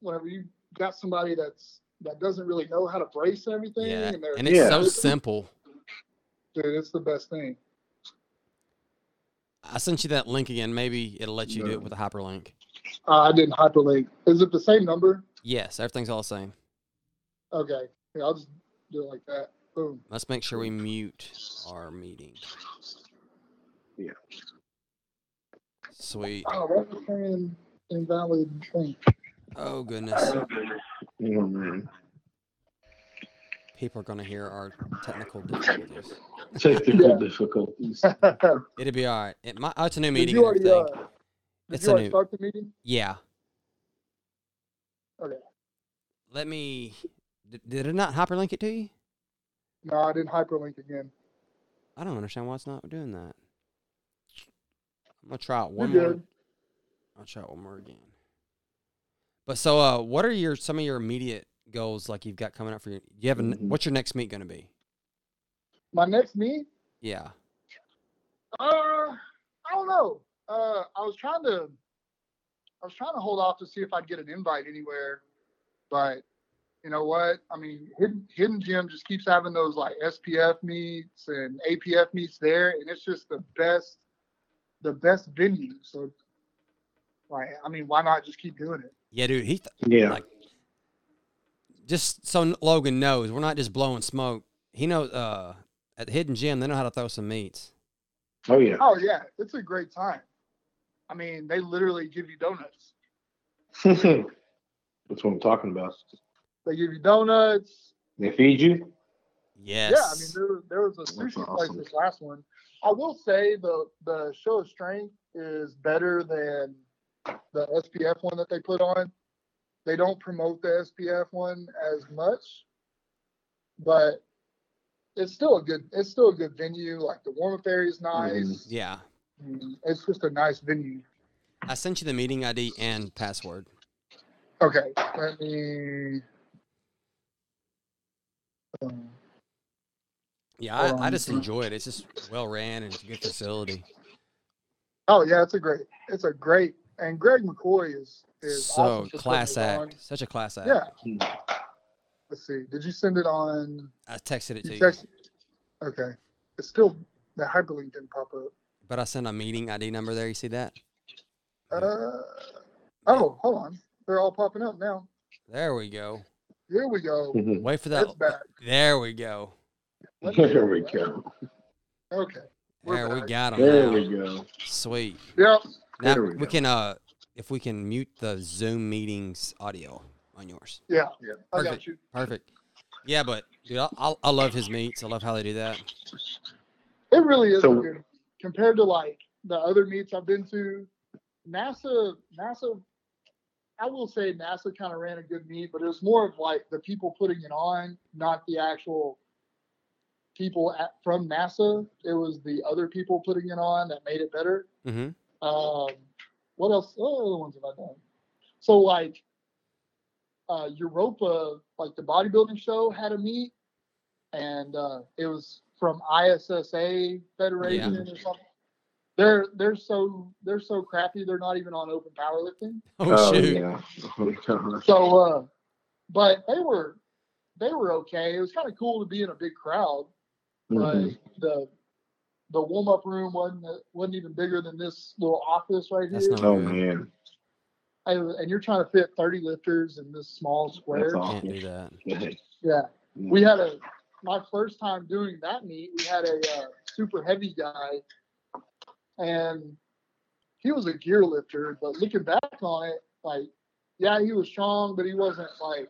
[SPEAKER 2] whenever you got somebody that's that doesn't really know how to brace everything
[SPEAKER 1] yeah,
[SPEAKER 2] and they're
[SPEAKER 1] and it's
[SPEAKER 3] Yeah.
[SPEAKER 1] so simple.
[SPEAKER 2] dude, it's the best thing.
[SPEAKER 1] I sent you that link again. Maybe it'll let you do
[SPEAKER 3] No.
[SPEAKER 1] it with a hyperlink.
[SPEAKER 2] Uh, I didn't hyperlink. Is it the same number?
[SPEAKER 1] Yes, everything's all the same.
[SPEAKER 2] Okay. Yeah, I'll just do it like that. Boom.
[SPEAKER 1] Let's make sure we mute our meeting.
[SPEAKER 3] Yeah.
[SPEAKER 1] Sweet.
[SPEAKER 2] Oh, why is it saying invalid thing?
[SPEAKER 1] Oh goodness.
[SPEAKER 3] Oh, man.
[SPEAKER 1] People are gonna hear our technical difficulties.
[SPEAKER 3] Technical
[SPEAKER 2] Yeah.
[SPEAKER 3] difficulties.
[SPEAKER 1] It'll be all right. It might. Oh, it's a new
[SPEAKER 2] Did
[SPEAKER 1] meeting.
[SPEAKER 2] you
[SPEAKER 1] and
[SPEAKER 2] already uh,
[SPEAKER 1] everything.
[SPEAKER 2] did
[SPEAKER 1] It's
[SPEAKER 2] you
[SPEAKER 1] a
[SPEAKER 2] already
[SPEAKER 1] new.
[SPEAKER 2] start the meeting?
[SPEAKER 1] Yeah.
[SPEAKER 2] Okay.
[SPEAKER 1] Let me. Did, did it not hyperlink it to you?
[SPEAKER 2] No, I didn't hyperlink again.
[SPEAKER 1] I don't understand why it's not doing that. I'm gonna try it one
[SPEAKER 2] You're
[SPEAKER 1] more.
[SPEAKER 2] good.
[SPEAKER 1] I'll try it one more again. But so, uh, what are your some of your immediate goals like you've got coming up for you? You have a n
[SPEAKER 2] Mm-hmm.
[SPEAKER 3] Mhm.
[SPEAKER 1] what's your next meet gonna be?
[SPEAKER 2] My next meet
[SPEAKER 1] Yeah.
[SPEAKER 2] Uh, I don't know. Uh, I was trying to, I was trying to hold off to see if I'd get an invite anywhere, but you know what? I mean, Hidden, Hidden Gym just keeps having those like SPF meets and APF meets there, and it's just the best, the best venue. So, like, I mean, why not just keep doing it?
[SPEAKER 1] Yeah, dude. He th-
[SPEAKER 3] Yeah.
[SPEAKER 1] just so Logan knows we're not just blowing smoke. He knows. Uh, at the Hidden Gym, they know how to throw some meats.
[SPEAKER 3] Oh yeah.
[SPEAKER 2] Oh yeah, it's a great time. I mean, they literally give you donuts.
[SPEAKER 3] That's what I'm talking about.
[SPEAKER 2] They give you donuts.
[SPEAKER 3] They feed you.
[SPEAKER 1] Yes.
[SPEAKER 2] Yeah, I mean there was there was a
[SPEAKER 3] That's
[SPEAKER 2] sushi place
[SPEAKER 3] awesome.
[SPEAKER 2] this last one. I will say the the show of strength is better than the SPF one that they put on. They don't promote the SPF one as much, but it's still a good it's still a good venue. Like the warm up area is nice.
[SPEAKER 1] yeah.
[SPEAKER 2] Mm, It's just a nice venue.
[SPEAKER 1] I sent you the meeting ID and password.
[SPEAKER 2] Okay, let me. um,
[SPEAKER 1] Yeah, I, I
[SPEAKER 2] Um,
[SPEAKER 1] just enjoy it. It's just well ran and it's a good facility.
[SPEAKER 2] Oh yeah, it's a great, it's a great, and Greg McCoy is is
[SPEAKER 1] So
[SPEAKER 2] awesome for putting
[SPEAKER 1] class
[SPEAKER 2] it on.
[SPEAKER 1] act, such a class act.
[SPEAKER 2] Yeah. Let's see. Did you send it on?
[SPEAKER 1] I texted it to
[SPEAKER 2] You
[SPEAKER 1] you,
[SPEAKER 2] text? Okay. It's still the hyperlink didn't pop up.
[SPEAKER 1] but I sent a meeting ID number there. You see that?
[SPEAKER 2] Uh, oh, hold on. They're all popping up now.
[SPEAKER 1] There we go.
[SPEAKER 2] Here we go.
[SPEAKER 3] Mhm.
[SPEAKER 1] Mm-hmm. Wait for that.
[SPEAKER 2] It's back.
[SPEAKER 1] There we go.
[SPEAKER 2] Let me-
[SPEAKER 3] There we go.
[SPEAKER 2] Okay. We're
[SPEAKER 1] There we
[SPEAKER 2] back.
[SPEAKER 1] got him.
[SPEAKER 3] There we go.
[SPEAKER 1] Sweet.
[SPEAKER 2] Yep.
[SPEAKER 1] Now
[SPEAKER 3] There we go.
[SPEAKER 1] we, can uh if we can mute the Zoom meetings audio on yours.
[SPEAKER 2] Yeah. Yeah. I
[SPEAKER 1] Perfect.
[SPEAKER 2] got you.
[SPEAKER 1] Perfect. Yeah, but dude, I, I, I love his meats. I love how they do that.
[SPEAKER 2] It really is
[SPEAKER 3] So-
[SPEAKER 2] weird compared to like the other meets I've been to. NASA, NASA, I will say NASA kind of ran a good meet, but it was more of like the people putting it on, not the actual people at, from NASA. It was the other people putting it on that made it better.
[SPEAKER 1] Mm-hmm.
[SPEAKER 2] Um, what else? What other ones have I done? So like uh, Europa, like the bodybuilding show had a meet, and uh, it was from ISSA Federation or something. They're they're so they're so crappy. They're not even on open powerlifting.
[SPEAKER 1] Oh, shoot.
[SPEAKER 3] yeah. Oh, God.
[SPEAKER 2] So, uh, but they were they were okay. It was kind of cool to be in a big crowd but
[SPEAKER 3] Mhm.
[SPEAKER 2] the the warm up room wasn't wasn't even bigger than this little office right
[SPEAKER 1] That's
[SPEAKER 2] here.
[SPEAKER 1] not-
[SPEAKER 3] Oh man,
[SPEAKER 2] I- and you're trying to fit 30 lifters in this small square.
[SPEAKER 3] that's Mm.
[SPEAKER 1] Can't
[SPEAKER 3] awful.
[SPEAKER 1] do that.
[SPEAKER 2] Yeah, we had a my first time doing that meet. We had a uh, super heavy guy, and he was a gear lifter. But looking back on it, like yeah, he was strong, but he wasn't like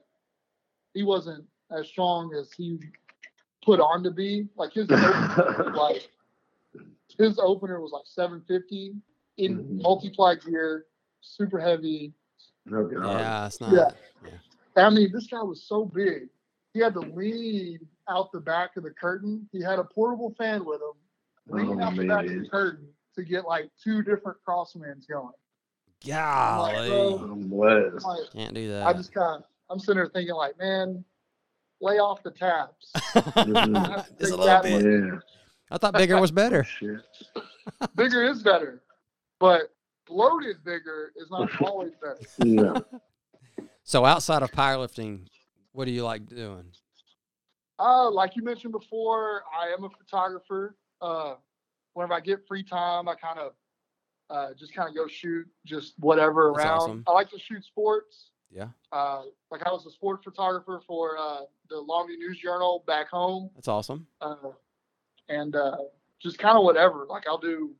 [SPEAKER 2] he wasn't as strong as he put on to be. Like his like his opener was like 750 in
[SPEAKER 3] Mhm.
[SPEAKER 2] multiply gear, super heavy.
[SPEAKER 3] Oh, God.
[SPEAKER 1] Yeah, it's not.
[SPEAKER 2] Yeah. I mean, this guy was so big. He had to lean out the back of the curtain. He had a portable fan with him, lean
[SPEAKER 3] Oh,
[SPEAKER 2] out the back of the
[SPEAKER 3] man.
[SPEAKER 2] curtain to get like two different crosswinds going.
[SPEAKER 1] Golly.
[SPEAKER 3] I'm blessed.
[SPEAKER 2] Like,
[SPEAKER 1] Can't do
[SPEAKER 2] I
[SPEAKER 1] that.
[SPEAKER 2] just kind of, I'm sitting there thinking like, man, lay off the taps.
[SPEAKER 3] Mm-hmm.
[SPEAKER 2] I have to
[SPEAKER 1] Just a
[SPEAKER 2] take
[SPEAKER 1] little
[SPEAKER 2] that
[SPEAKER 1] bit.
[SPEAKER 3] Yeah.
[SPEAKER 1] I thought bigger was better.
[SPEAKER 3] Shit.
[SPEAKER 2] Bigger is better, but bloated bigger is not always better.
[SPEAKER 3] No.
[SPEAKER 1] So outside of powerlifting, what do you like doing?
[SPEAKER 2] Uh, like you mentioned before, I am a photographer. Uh, whenever I get free time, I kind of uh, just kind of go shoot just whatever
[SPEAKER 1] That's
[SPEAKER 2] around.
[SPEAKER 1] awesome.
[SPEAKER 2] I like to shoot sports.
[SPEAKER 1] Yeah.
[SPEAKER 2] Uh, like I was a sports photographer for uh, the Longview News Journal back home,
[SPEAKER 1] That's awesome.
[SPEAKER 2] uh, and uh, just kind of whatever. Like I'll do.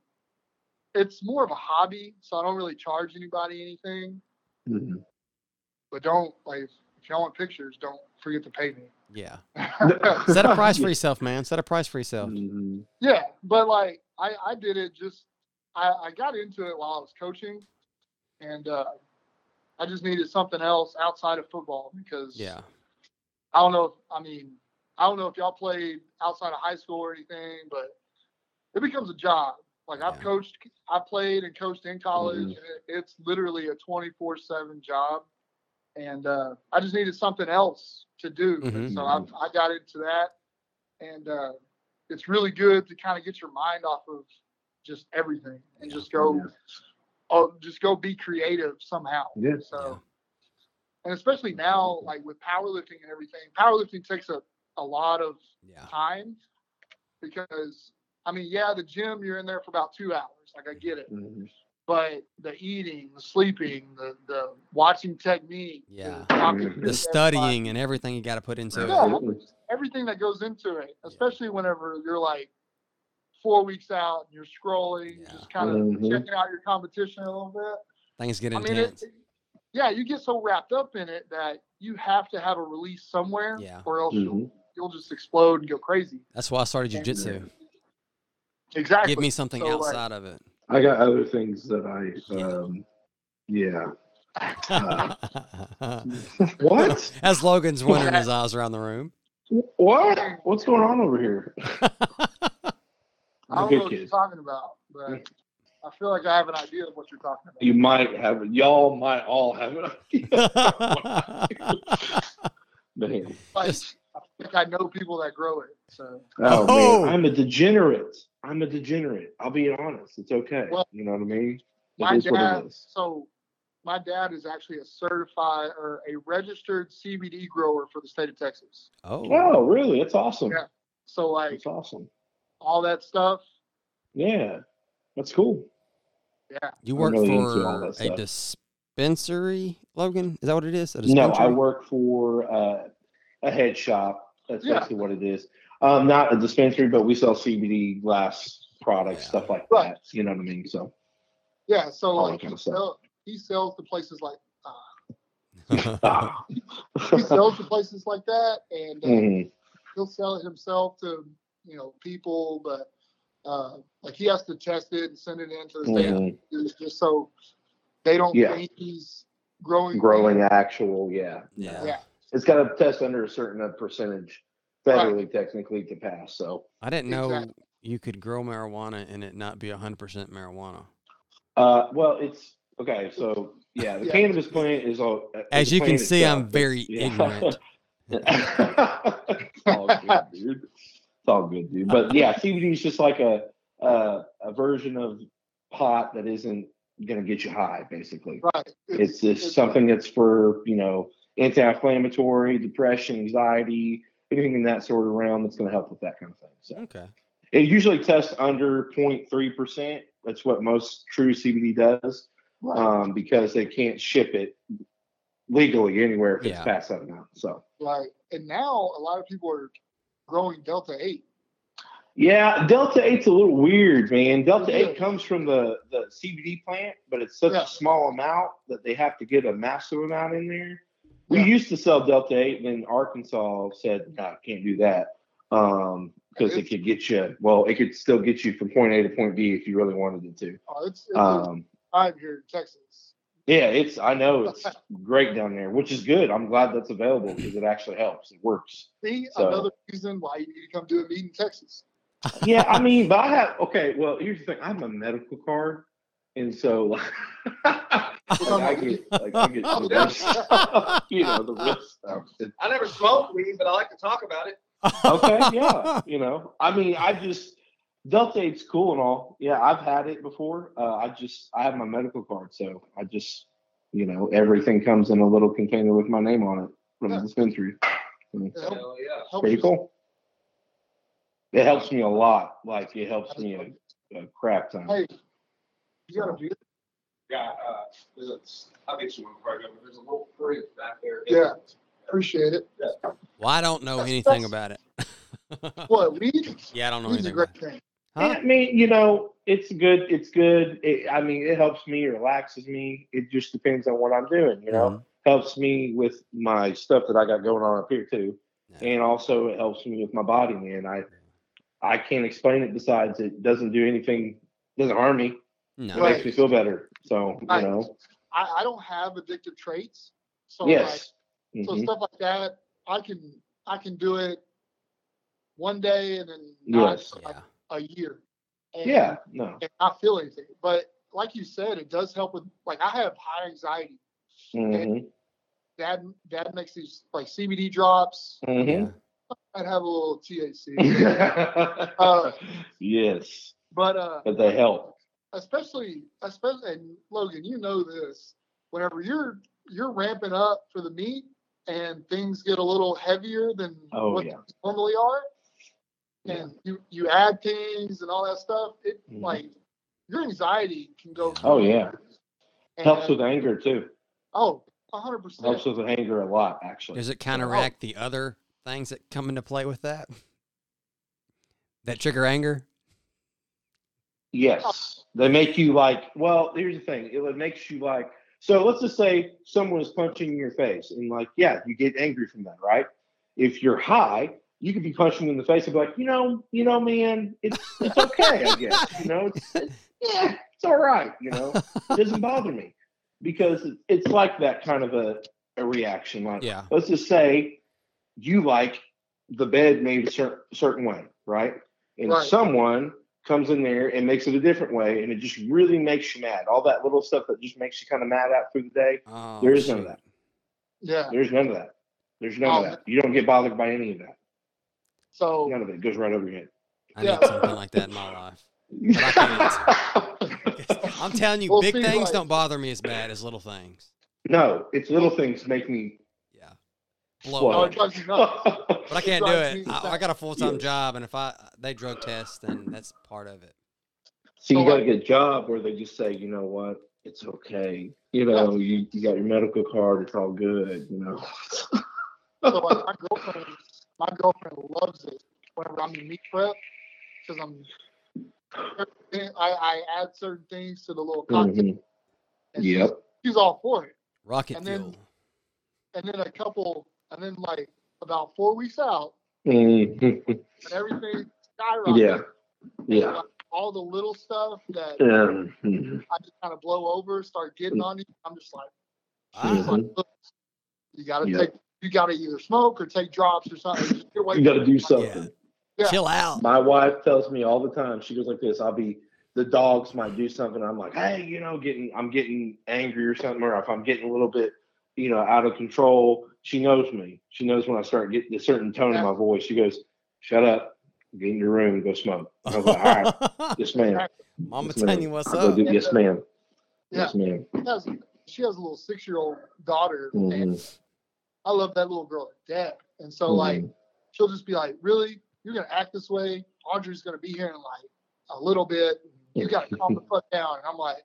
[SPEAKER 2] It's more of a hobby, so I don't really charge anybody anything.
[SPEAKER 3] Mhm.
[SPEAKER 2] But don't like if y'all want pictures, don't forget to pay me.
[SPEAKER 1] Yeah.
[SPEAKER 3] Mm-hmm.
[SPEAKER 1] Set a price for yourself, man. Set a price for yourself.
[SPEAKER 3] Mhm.
[SPEAKER 2] Yeah, but like I, I did it just I, I got into it while I was coaching, and uh, I just needed something else outside of football because
[SPEAKER 1] Yeah.
[SPEAKER 2] I don't know. If, I mean, I don't know if y'all played outside of high school or anything, but it becomes a job. Like I've
[SPEAKER 1] Yeah. Mm-hmm.
[SPEAKER 2] coached, I played and coached in college.
[SPEAKER 3] Mhm.
[SPEAKER 2] and it- It's literally a twenty four seven job, and uh, I just needed something else to do.
[SPEAKER 1] Mhm.
[SPEAKER 2] And so I, I got into that, and uh, it's really good to kind of get your mind off of just everything and
[SPEAKER 1] Yeah.
[SPEAKER 2] just go, oh, just go be creative somehow.
[SPEAKER 3] Yeah.
[SPEAKER 2] So, and especially now, like with powerlifting and everything, powerlifting takes a, a lot of
[SPEAKER 1] Yeah.
[SPEAKER 2] time because, I mean, yeah, the gym, you're in there for about two hours. Like, I get it.
[SPEAKER 3] Mhm.
[SPEAKER 2] But the eating, the sleeping, the, the watching technique, the
[SPEAKER 1] Yeah.
[SPEAKER 2] talking
[SPEAKER 3] The
[SPEAKER 2] to
[SPEAKER 1] The
[SPEAKER 2] everybody,
[SPEAKER 1] studying and everything you got to put into it.
[SPEAKER 3] Absolutely.
[SPEAKER 2] everything that goes into it, especially whenever you're like four weeks out and you're scrolling,
[SPEAKER 1] Yeah.
[SPEAKER 2] just kind of
[SPEAKER 3] Mhm.
[SPEAKER 2] checking out your competition a little bit.
[SPEAKER 1] Things get
[SPEAKER 2] I mean, it,
[SPEAKER 1] intense.
[SPEAKER 2] yeah, you get so wrapped up in it that you have to have a release somewhere,
[SPEAKER 1] Yeah.
[SPEAKER 2] or else you'll,
[SPEAKER 3] Mhm.
[SPEAKER 2] you'll just explode and go crazy.
[SPEAKER 1] That's why I started
[SPEAKER 2] Yeah.
[SPEAKER 1] jujitsu.
[SPEAKER 2] Exactly.
[SPEAKER 1] Give me something
[SPEAKER 2] So, like-
[SPEAKER 1] outside of it.
[SPEAKER 3] I got other things that I. Um, yeah. What?
[SPEAKER 1] As Logan's wondering his eyes around the room.
[SPEAKER 3] What? What's going on over here?
[SPEAKER 2] I don't
[SPEAKER 3] Good
[SPEAKER 2] know what you're
[SPEAKER 3] kid.
[SPEAKER 2] talking about, but I feel like I have an idea of what you're talking about.
[SPEAKER 3] You might have. Y'all might all have an idea. Man.
[SPEAKER 2] Like,
[SPEAKER 1] Just-
[SPEAKER 2] I think I know people that grow it. So
[SPEAKER 3] Oh,
[SPEAKER 1] Oh.
[SPEAKER 3] man, I'm a degenerate. I'm a degenerate. I'll be honest. It's okay.
[SPEAKER 2] Well-
[SPEAKER 3] you know what I mean?
[SPEAKER 2] my
[SPEAKER 3] It is what it
[SPEAKER 2] dad,
[SPEAKER 3] is.
[SPEAKER 2] so my dad is actually a certified or a registered CBD grower for the state of Texas.
[SPEAKER 1] oh.
[SPEAKER 3] Oh, really? That's awesome.
[SPEAKER 2] Yeah. So like
[SPEAKER 3] That's awesome.
[SPEAKER 2] all that stuff,
[SPEAKER 3] Yeah. That's cool.
[SPEAKER 2] yeah.
[SPEAKER 1] You work
[SPEAKER 3] really into all
[SPEAKER 1] for
[SPEAKER 3] that
[SPEAKER 1] a
[SPEAKER 3] stuff.
[SPEAKER 1] dispensary, Logan? Is that what it is? A
[SPEAKER 3] No, I
[SPEAKER 1] dispensary?
[SPEAKER 3] work for uh, a head shop. That's
[SPEAKER 2] Yeah.
[SPEAKER 3] basically what it is. Um, not a dispensary, but we sell CBD glass products,
[SPEAKER 1] Yeah.
[SPEAKER 3] stuff like
[SPEAKER 2] Right.
[SPEAKER 3] that. You know what I mean? So
[SPEAKER 2] Yeah, so
[SPEAKER 3] all that
[SPEAKER 2] like
[SPEAKER 3] kind
[SPEAKER 2] he,
[SPEAKER 3] of stuff.
[SPEAKER 2] sell, he sells to places like
[SPEAKER 3] Ah.
[SPEAKER 2] he sells to places like that, and uh,
[SPEAKER 3] Mhm.
[SPEAKER 2] he'll sell it himself to you know people, but uh, like he has to test it and send it in to the state
[SPEAKER 1] Yeah.
[SPEAKER 3] Mhm.
[SPEAKER 2] it's just so they don't
[SPEAKER 3] Yeah.
[SPEAKER 2] think he's growing.
[SPEAKER 3] Growing actual, yeah.
[SPEAKER 1] Yeah.
[SPEAKER 2] Yeah.
[SPEAKER 3] It's got to test under a certain uh, percentage federally, technically, to pass. So
[SPEAKER 1] I didn't know
[SPEAKER 2] Exactly.
[SPEAKER 1] you could grow marijuana and it not be 100% marijuana.
[SPEAKER 3] Uh, well, it's okay. So yeah, the
[SPEAKER 2] Yeah.
[SPEAKER 3] cannabis plant is all. uh,
[SPEAKER 1] As
[SPEAKER 3] the
[SPEAKER 1] you can
[SPEAKER 3] plant
[SPEAKER 1] see, I'm
[SPEAKER 3] itself
[SPEAKER 1] very
[SPEAKER 3] is- yeah.
[SPEAKER 1] ignorant.
[SPEAKER 3] it's all good, dude. It's all good, dude. But yeah, CBD is just like a a, a version of pot that isn't gonna get you high. Basically,
[SPEAKER 2] Right.
[SPEAKER 3] it's just something that's for you know anti-inflammatory, depression, anxiety, anything in that sort of realm that's gonna help with that kind of thing. So.
[SPEAKER 1] Okay.
[SPEAKER 3] It usually tests under 0.3%. That's what most true CBD does
[SPEAKER 2] Right.
[SPEAKER 3] um, because they can't ship it legally anywhere if
[SPEAKER 1] Yeah.
[SPEAKER 3] it's past that amount. So,
[SPEAKER 2] right. And now a lot of people are growing Delta 8.
[SPEAKER 3] yeah, Delta 8's a little weird, man. Delta
[SPEAKER 2] It
[SPEAKER 3] 8
[SPEAKER 2] is.
[SPEAKER 3] comes from the, the CBD plant, but it's such
[SPEAKER 2] Yeah.
[SPEAKER 3] a small amount that they have to get a massive amount in there. We
[SPEAKER 2] Yeah.
[SPEAKER 3] used to sell Delta 8, and then Arkansas said, no, can't do that. Um, because it
[SPEAKER 2] It's-
[SPEAKER 3] could get you, well, it could still get you from point A to point B if you really wanted it to.
[SPEAKER 2] Oh, it's, it's
[SPEAKER 3] Um,
[SPEAKER 2] I'm here in Texas.
[SPEAKER 3] Yeah, it's I know it's great down there, which is good. I'm glad that's available because it actually helps. It works.
[SPEAKER 2] See,
[SPEAKER 3] So-
[SPEAKER 2] another reason why you need to come do a meet in Texas.
[SPEAKER 3] Yeah, I mean, but I have okay. Well, here's the thing: I have a medical card, and so like, I get like I get the real stuff, you know the real stuff.
[SPEAKER 4] I never smoked weed, but I like to talk about it.
[SPEAKER 3] Okay, yeah, you know, I mean, I just Delta Eight's cool and all. Yeah, I've had it before. Uh, I just I have my medical card, so I just you know everything comes in a little container with my name on it from
[SPEAKER 2] Yeah.
[SPEAKER 3] the dispensary.
[SPEAKER 2] Help-
[SPEAKER 4] Hell yeah.
[SPEAKER 2] help
[SPEAKER 3] pretty
[SPEAKER 2] you-
[SPEAKER 3] cool. It helps me a lot. Like it helps me a, a crap ton.
[SPEAKER 2] Hey, you got a beer?
[SPEAKER 4] Yeah, uh, there's a, I'll get you one before I go, but there's a little fridge back there.
[SPEAKER 2] Yeah. Appreciate it.
[SPEAKER 1] Well, I don't know anything about it.
[SPEAKER 2] What, weed?
[SPEAKER 1] yeah, I don't know
[SPEAKER 2] Weed's a
[SPEAKER 1] anything. About
[SPEAKER 2] great
[SPEAKER 1] it.
[SPEAKER 2] thing.
[SPEAKER 3] Yeah, I mean, you know, it's good. It's good. It, I mean, it helps me, relaxes me. It just depends on what I'm doing. You know, helps me with my stuff that I got going on up here too,
[SPEAKER 1] Yeah.
[SPEAKER 3] and also it helps me with my body, man. I I can't explain it. Besides, it doesn't do anything. Doesn't harm me.
[SPEAKER 1] No.
[SPEAKER 3] It
[SPEAKER 2] Right.
[SPEAKER 3] makes me feel better. So
[SPEAKER 2] Right.
[SPEAKER 3] you know,
[SPEAKER 2] I, I don't have addictive traits. So like,
[SPEAKER 3] yes.
[SPEAKER 2] so
[SPEAKER 3] Mhm.
[SPEAKER 2] stuff like that, I can I can do it one day and then not
[SPEAKER 3] Yes.
[SPEAKER 2] like,
[SPEAKER 1] Yeah.
[SPEAKER 2] a year. And
[SPEAKER 3] Yeah. No.
[SPEAKER 2] and not feel anything. But like you said, it does help with like I have high anxiety.
[SPEAKER 3] hmm
[SPEAKER 2] Dad, dad makes these like CBD drops.
[SPEAKER 3] hmm
[SPEAKER 2] I'd have a little THC,
[SPEAKER 3] uh, yes,
[SPEAKER 2] but uh,
[SPEAKER 3] but they help.
[SPEAKER 2] especially especially and Logan, you know this. Whenever you're you're ramping up for the meet and things get a little heavier than
[SPEAKER 3] Oh,
[SPEAKER 2] what
[SPEAKER 3] yeah.
[SPEAKER 2] they normally are,
[SPEAKER 3] Yeah.
[SPEAKER 2] and you you add things and all that stuff, it
[SPEAKER 3] Mhm.
[SPEAKER 2] like your anxiety can go.
[SPEAKER 3] Oh, yeah.
[SPEAKER 2] And-
[SPEAKER 3] Helps with anger too.
[SPEAKER 2] Oh, hundred percent.
[SPEAKER 3] Helps with anger a lot, actually.
[SPEAKER 1] Does it counteract the other things that come into play with that? That trigger anger?
[SPEAKER 3] Yes, they make you like. Well, here's the thing: it makes you like. So let's just say someone is punching your face, and like, yeah, you get angry from that, right? If you're high, you could be punching them in the face and be like, you know, you know, man, it's it's okay, I guess. You know, it's, it's yeah, it's all right. You know, it doesn't bother me because it's like that kind of a a reaction. Like,
[SPEAKER 1] Yeah.
[SPEAKER 3] let's just say you like the bed made a cer- certain way, right? And
[SPEAKER 2] Right.
[SPEAKER 3] someone comes in there and makes it a different way, and it just really makes you mad. All that little stuff that just makes you kind of mad out through the day.
[SPEAKER 1] Oh,
[SPEAKER 3] There is none of
[SPEAKER 1] shoot.
[SPEAKER 3] that.
[SPEAKER 2] Yeah.
[SPEAKER 3] There's none of that. There's none
[SPEAKER 2] Oh.
[SPEAKER 3] of that. You don't get bothered by any of that.
[SPEAKER 2] So
[SPEAKER 3] None of it It goes right over your head.
[SPEAKER 1] I need
[SPEAKER 2] Yeah.
[SPEAKER 1] something like that in my life. I'm telling you,
[SPEAKER 2] Well,
[SPEAKER 1] big
[SPEAKER 2] see,
[SPEAKER 1] things
[SPEAKER 2] like-
[SPEAKER 1] don't bother me as bad as little things.
[SPEAKER 3] no, it's little things make me.
[SPEAKER 1] Yeah. Blow
[SPEAKER 3] Well,
[SPEAKER 2] no,
[SPEAKER 1] up.
[SPEAKER 2] it drives you nuts.
[SPEAKER 3] but
[SPEAKER 1] But I can't do
[SPEAKER 2] drives
[SPEAKER 1] it.
[SPEAKER 2] me
[SPEAKER 1] I, I
[SPEAKER 2] nuts.
[SPEAKER 1] got a full time
[SPEAKER 3] Yeah.
[SPEAKER 1] job, and if I they drug test, then that's part of it.
[SPEAKER 3] So you
[SPEAKER 2] So,
[SPEAKER 3] got to
[SPEAKER 2] like-
[SPEAKER 3] get a job where they just say, you know what, it's okay. You know, you, you got your medical card, it's all good. You know.
[SPEAKER 2] So like my girlfriend, my girlfriend loves it whenever I'm in meat prep because I'm I, I add certain things to the little cocktail.
[SPEAKER 3] Mhm.
[SPEAKER 2] and
[SPEAKER 3] Yep.
[SPEAKER 2] she's- She's all for it.
[SPEAKER 1] Rocket
[SPEAKER 2] And
[SPEAKER 1] fuel.
[SPEAKER 2] then- And then a couple, and then like about four weeks out,
[SPEAKER 3] Mhm.
[SPEAKER 2] and everything skyrocketed.
[SPEAKER 3] yeah. Yeah.
[SPEAKER 2] All the little stuff that
[SPEAKER 3] Mhm.
[SPEAKER 2] I just kind of blow over, start getting on you. I'm just like,
[SPEAKER 1] Ah,
[SPEAKER 2] like, look, you gotta
[SPEAKER 3] Mm-hmm. Yeah.
[SPEAKER 2] take, you gotta either smoke or take drops or something. Just get away
[SPEAKER 3] You got to
[SPEAKER 2] from
[SPEAKER 3] do
[SPEAKER 2] it.
[SPEAKER 3] something.
[SPEAKER 2] Yeah.
[SPEAKER 1] Chill out.
[SPEAKER 3] My wife tells me all the time. She goes like this. I'll be the dogs might do something. I'm like, hey, you know, getting I'm getting angry or something, or if I'm getting a little bit, you know, out of control. She knows me. She knows when I start getting a certain tone in my voice. She goes, "Shut up, get in your room, and go smoke." I was like, "All right, yes, ma'am.
[SPEAKER 1] Mama
[SPEAKER 3] Yes, ma'am.
[SPEAKER 1] Tanya, what's
[SPEAKER 3] I'll go
[SPEAKER 1] up?
[SPEAKER 3] do- yes, ma'am.
[SPEAKER 2] Yeah.
[SPEAKER 3] Yes, ma'am.
[SPEAKER 2] She has, she has a little six year old daughter, and
[SPEAKER 3] Mhm.
[SPEAKER 2] I love that little girl to death. And
[SPEAKER 3] Mm-hmm.
[SPEAKER 2] so, like, she'll just be like, Really? You're going to act this way? Audrey's going to be here in like a little bit. You got to calm the fuck down. And I'm like,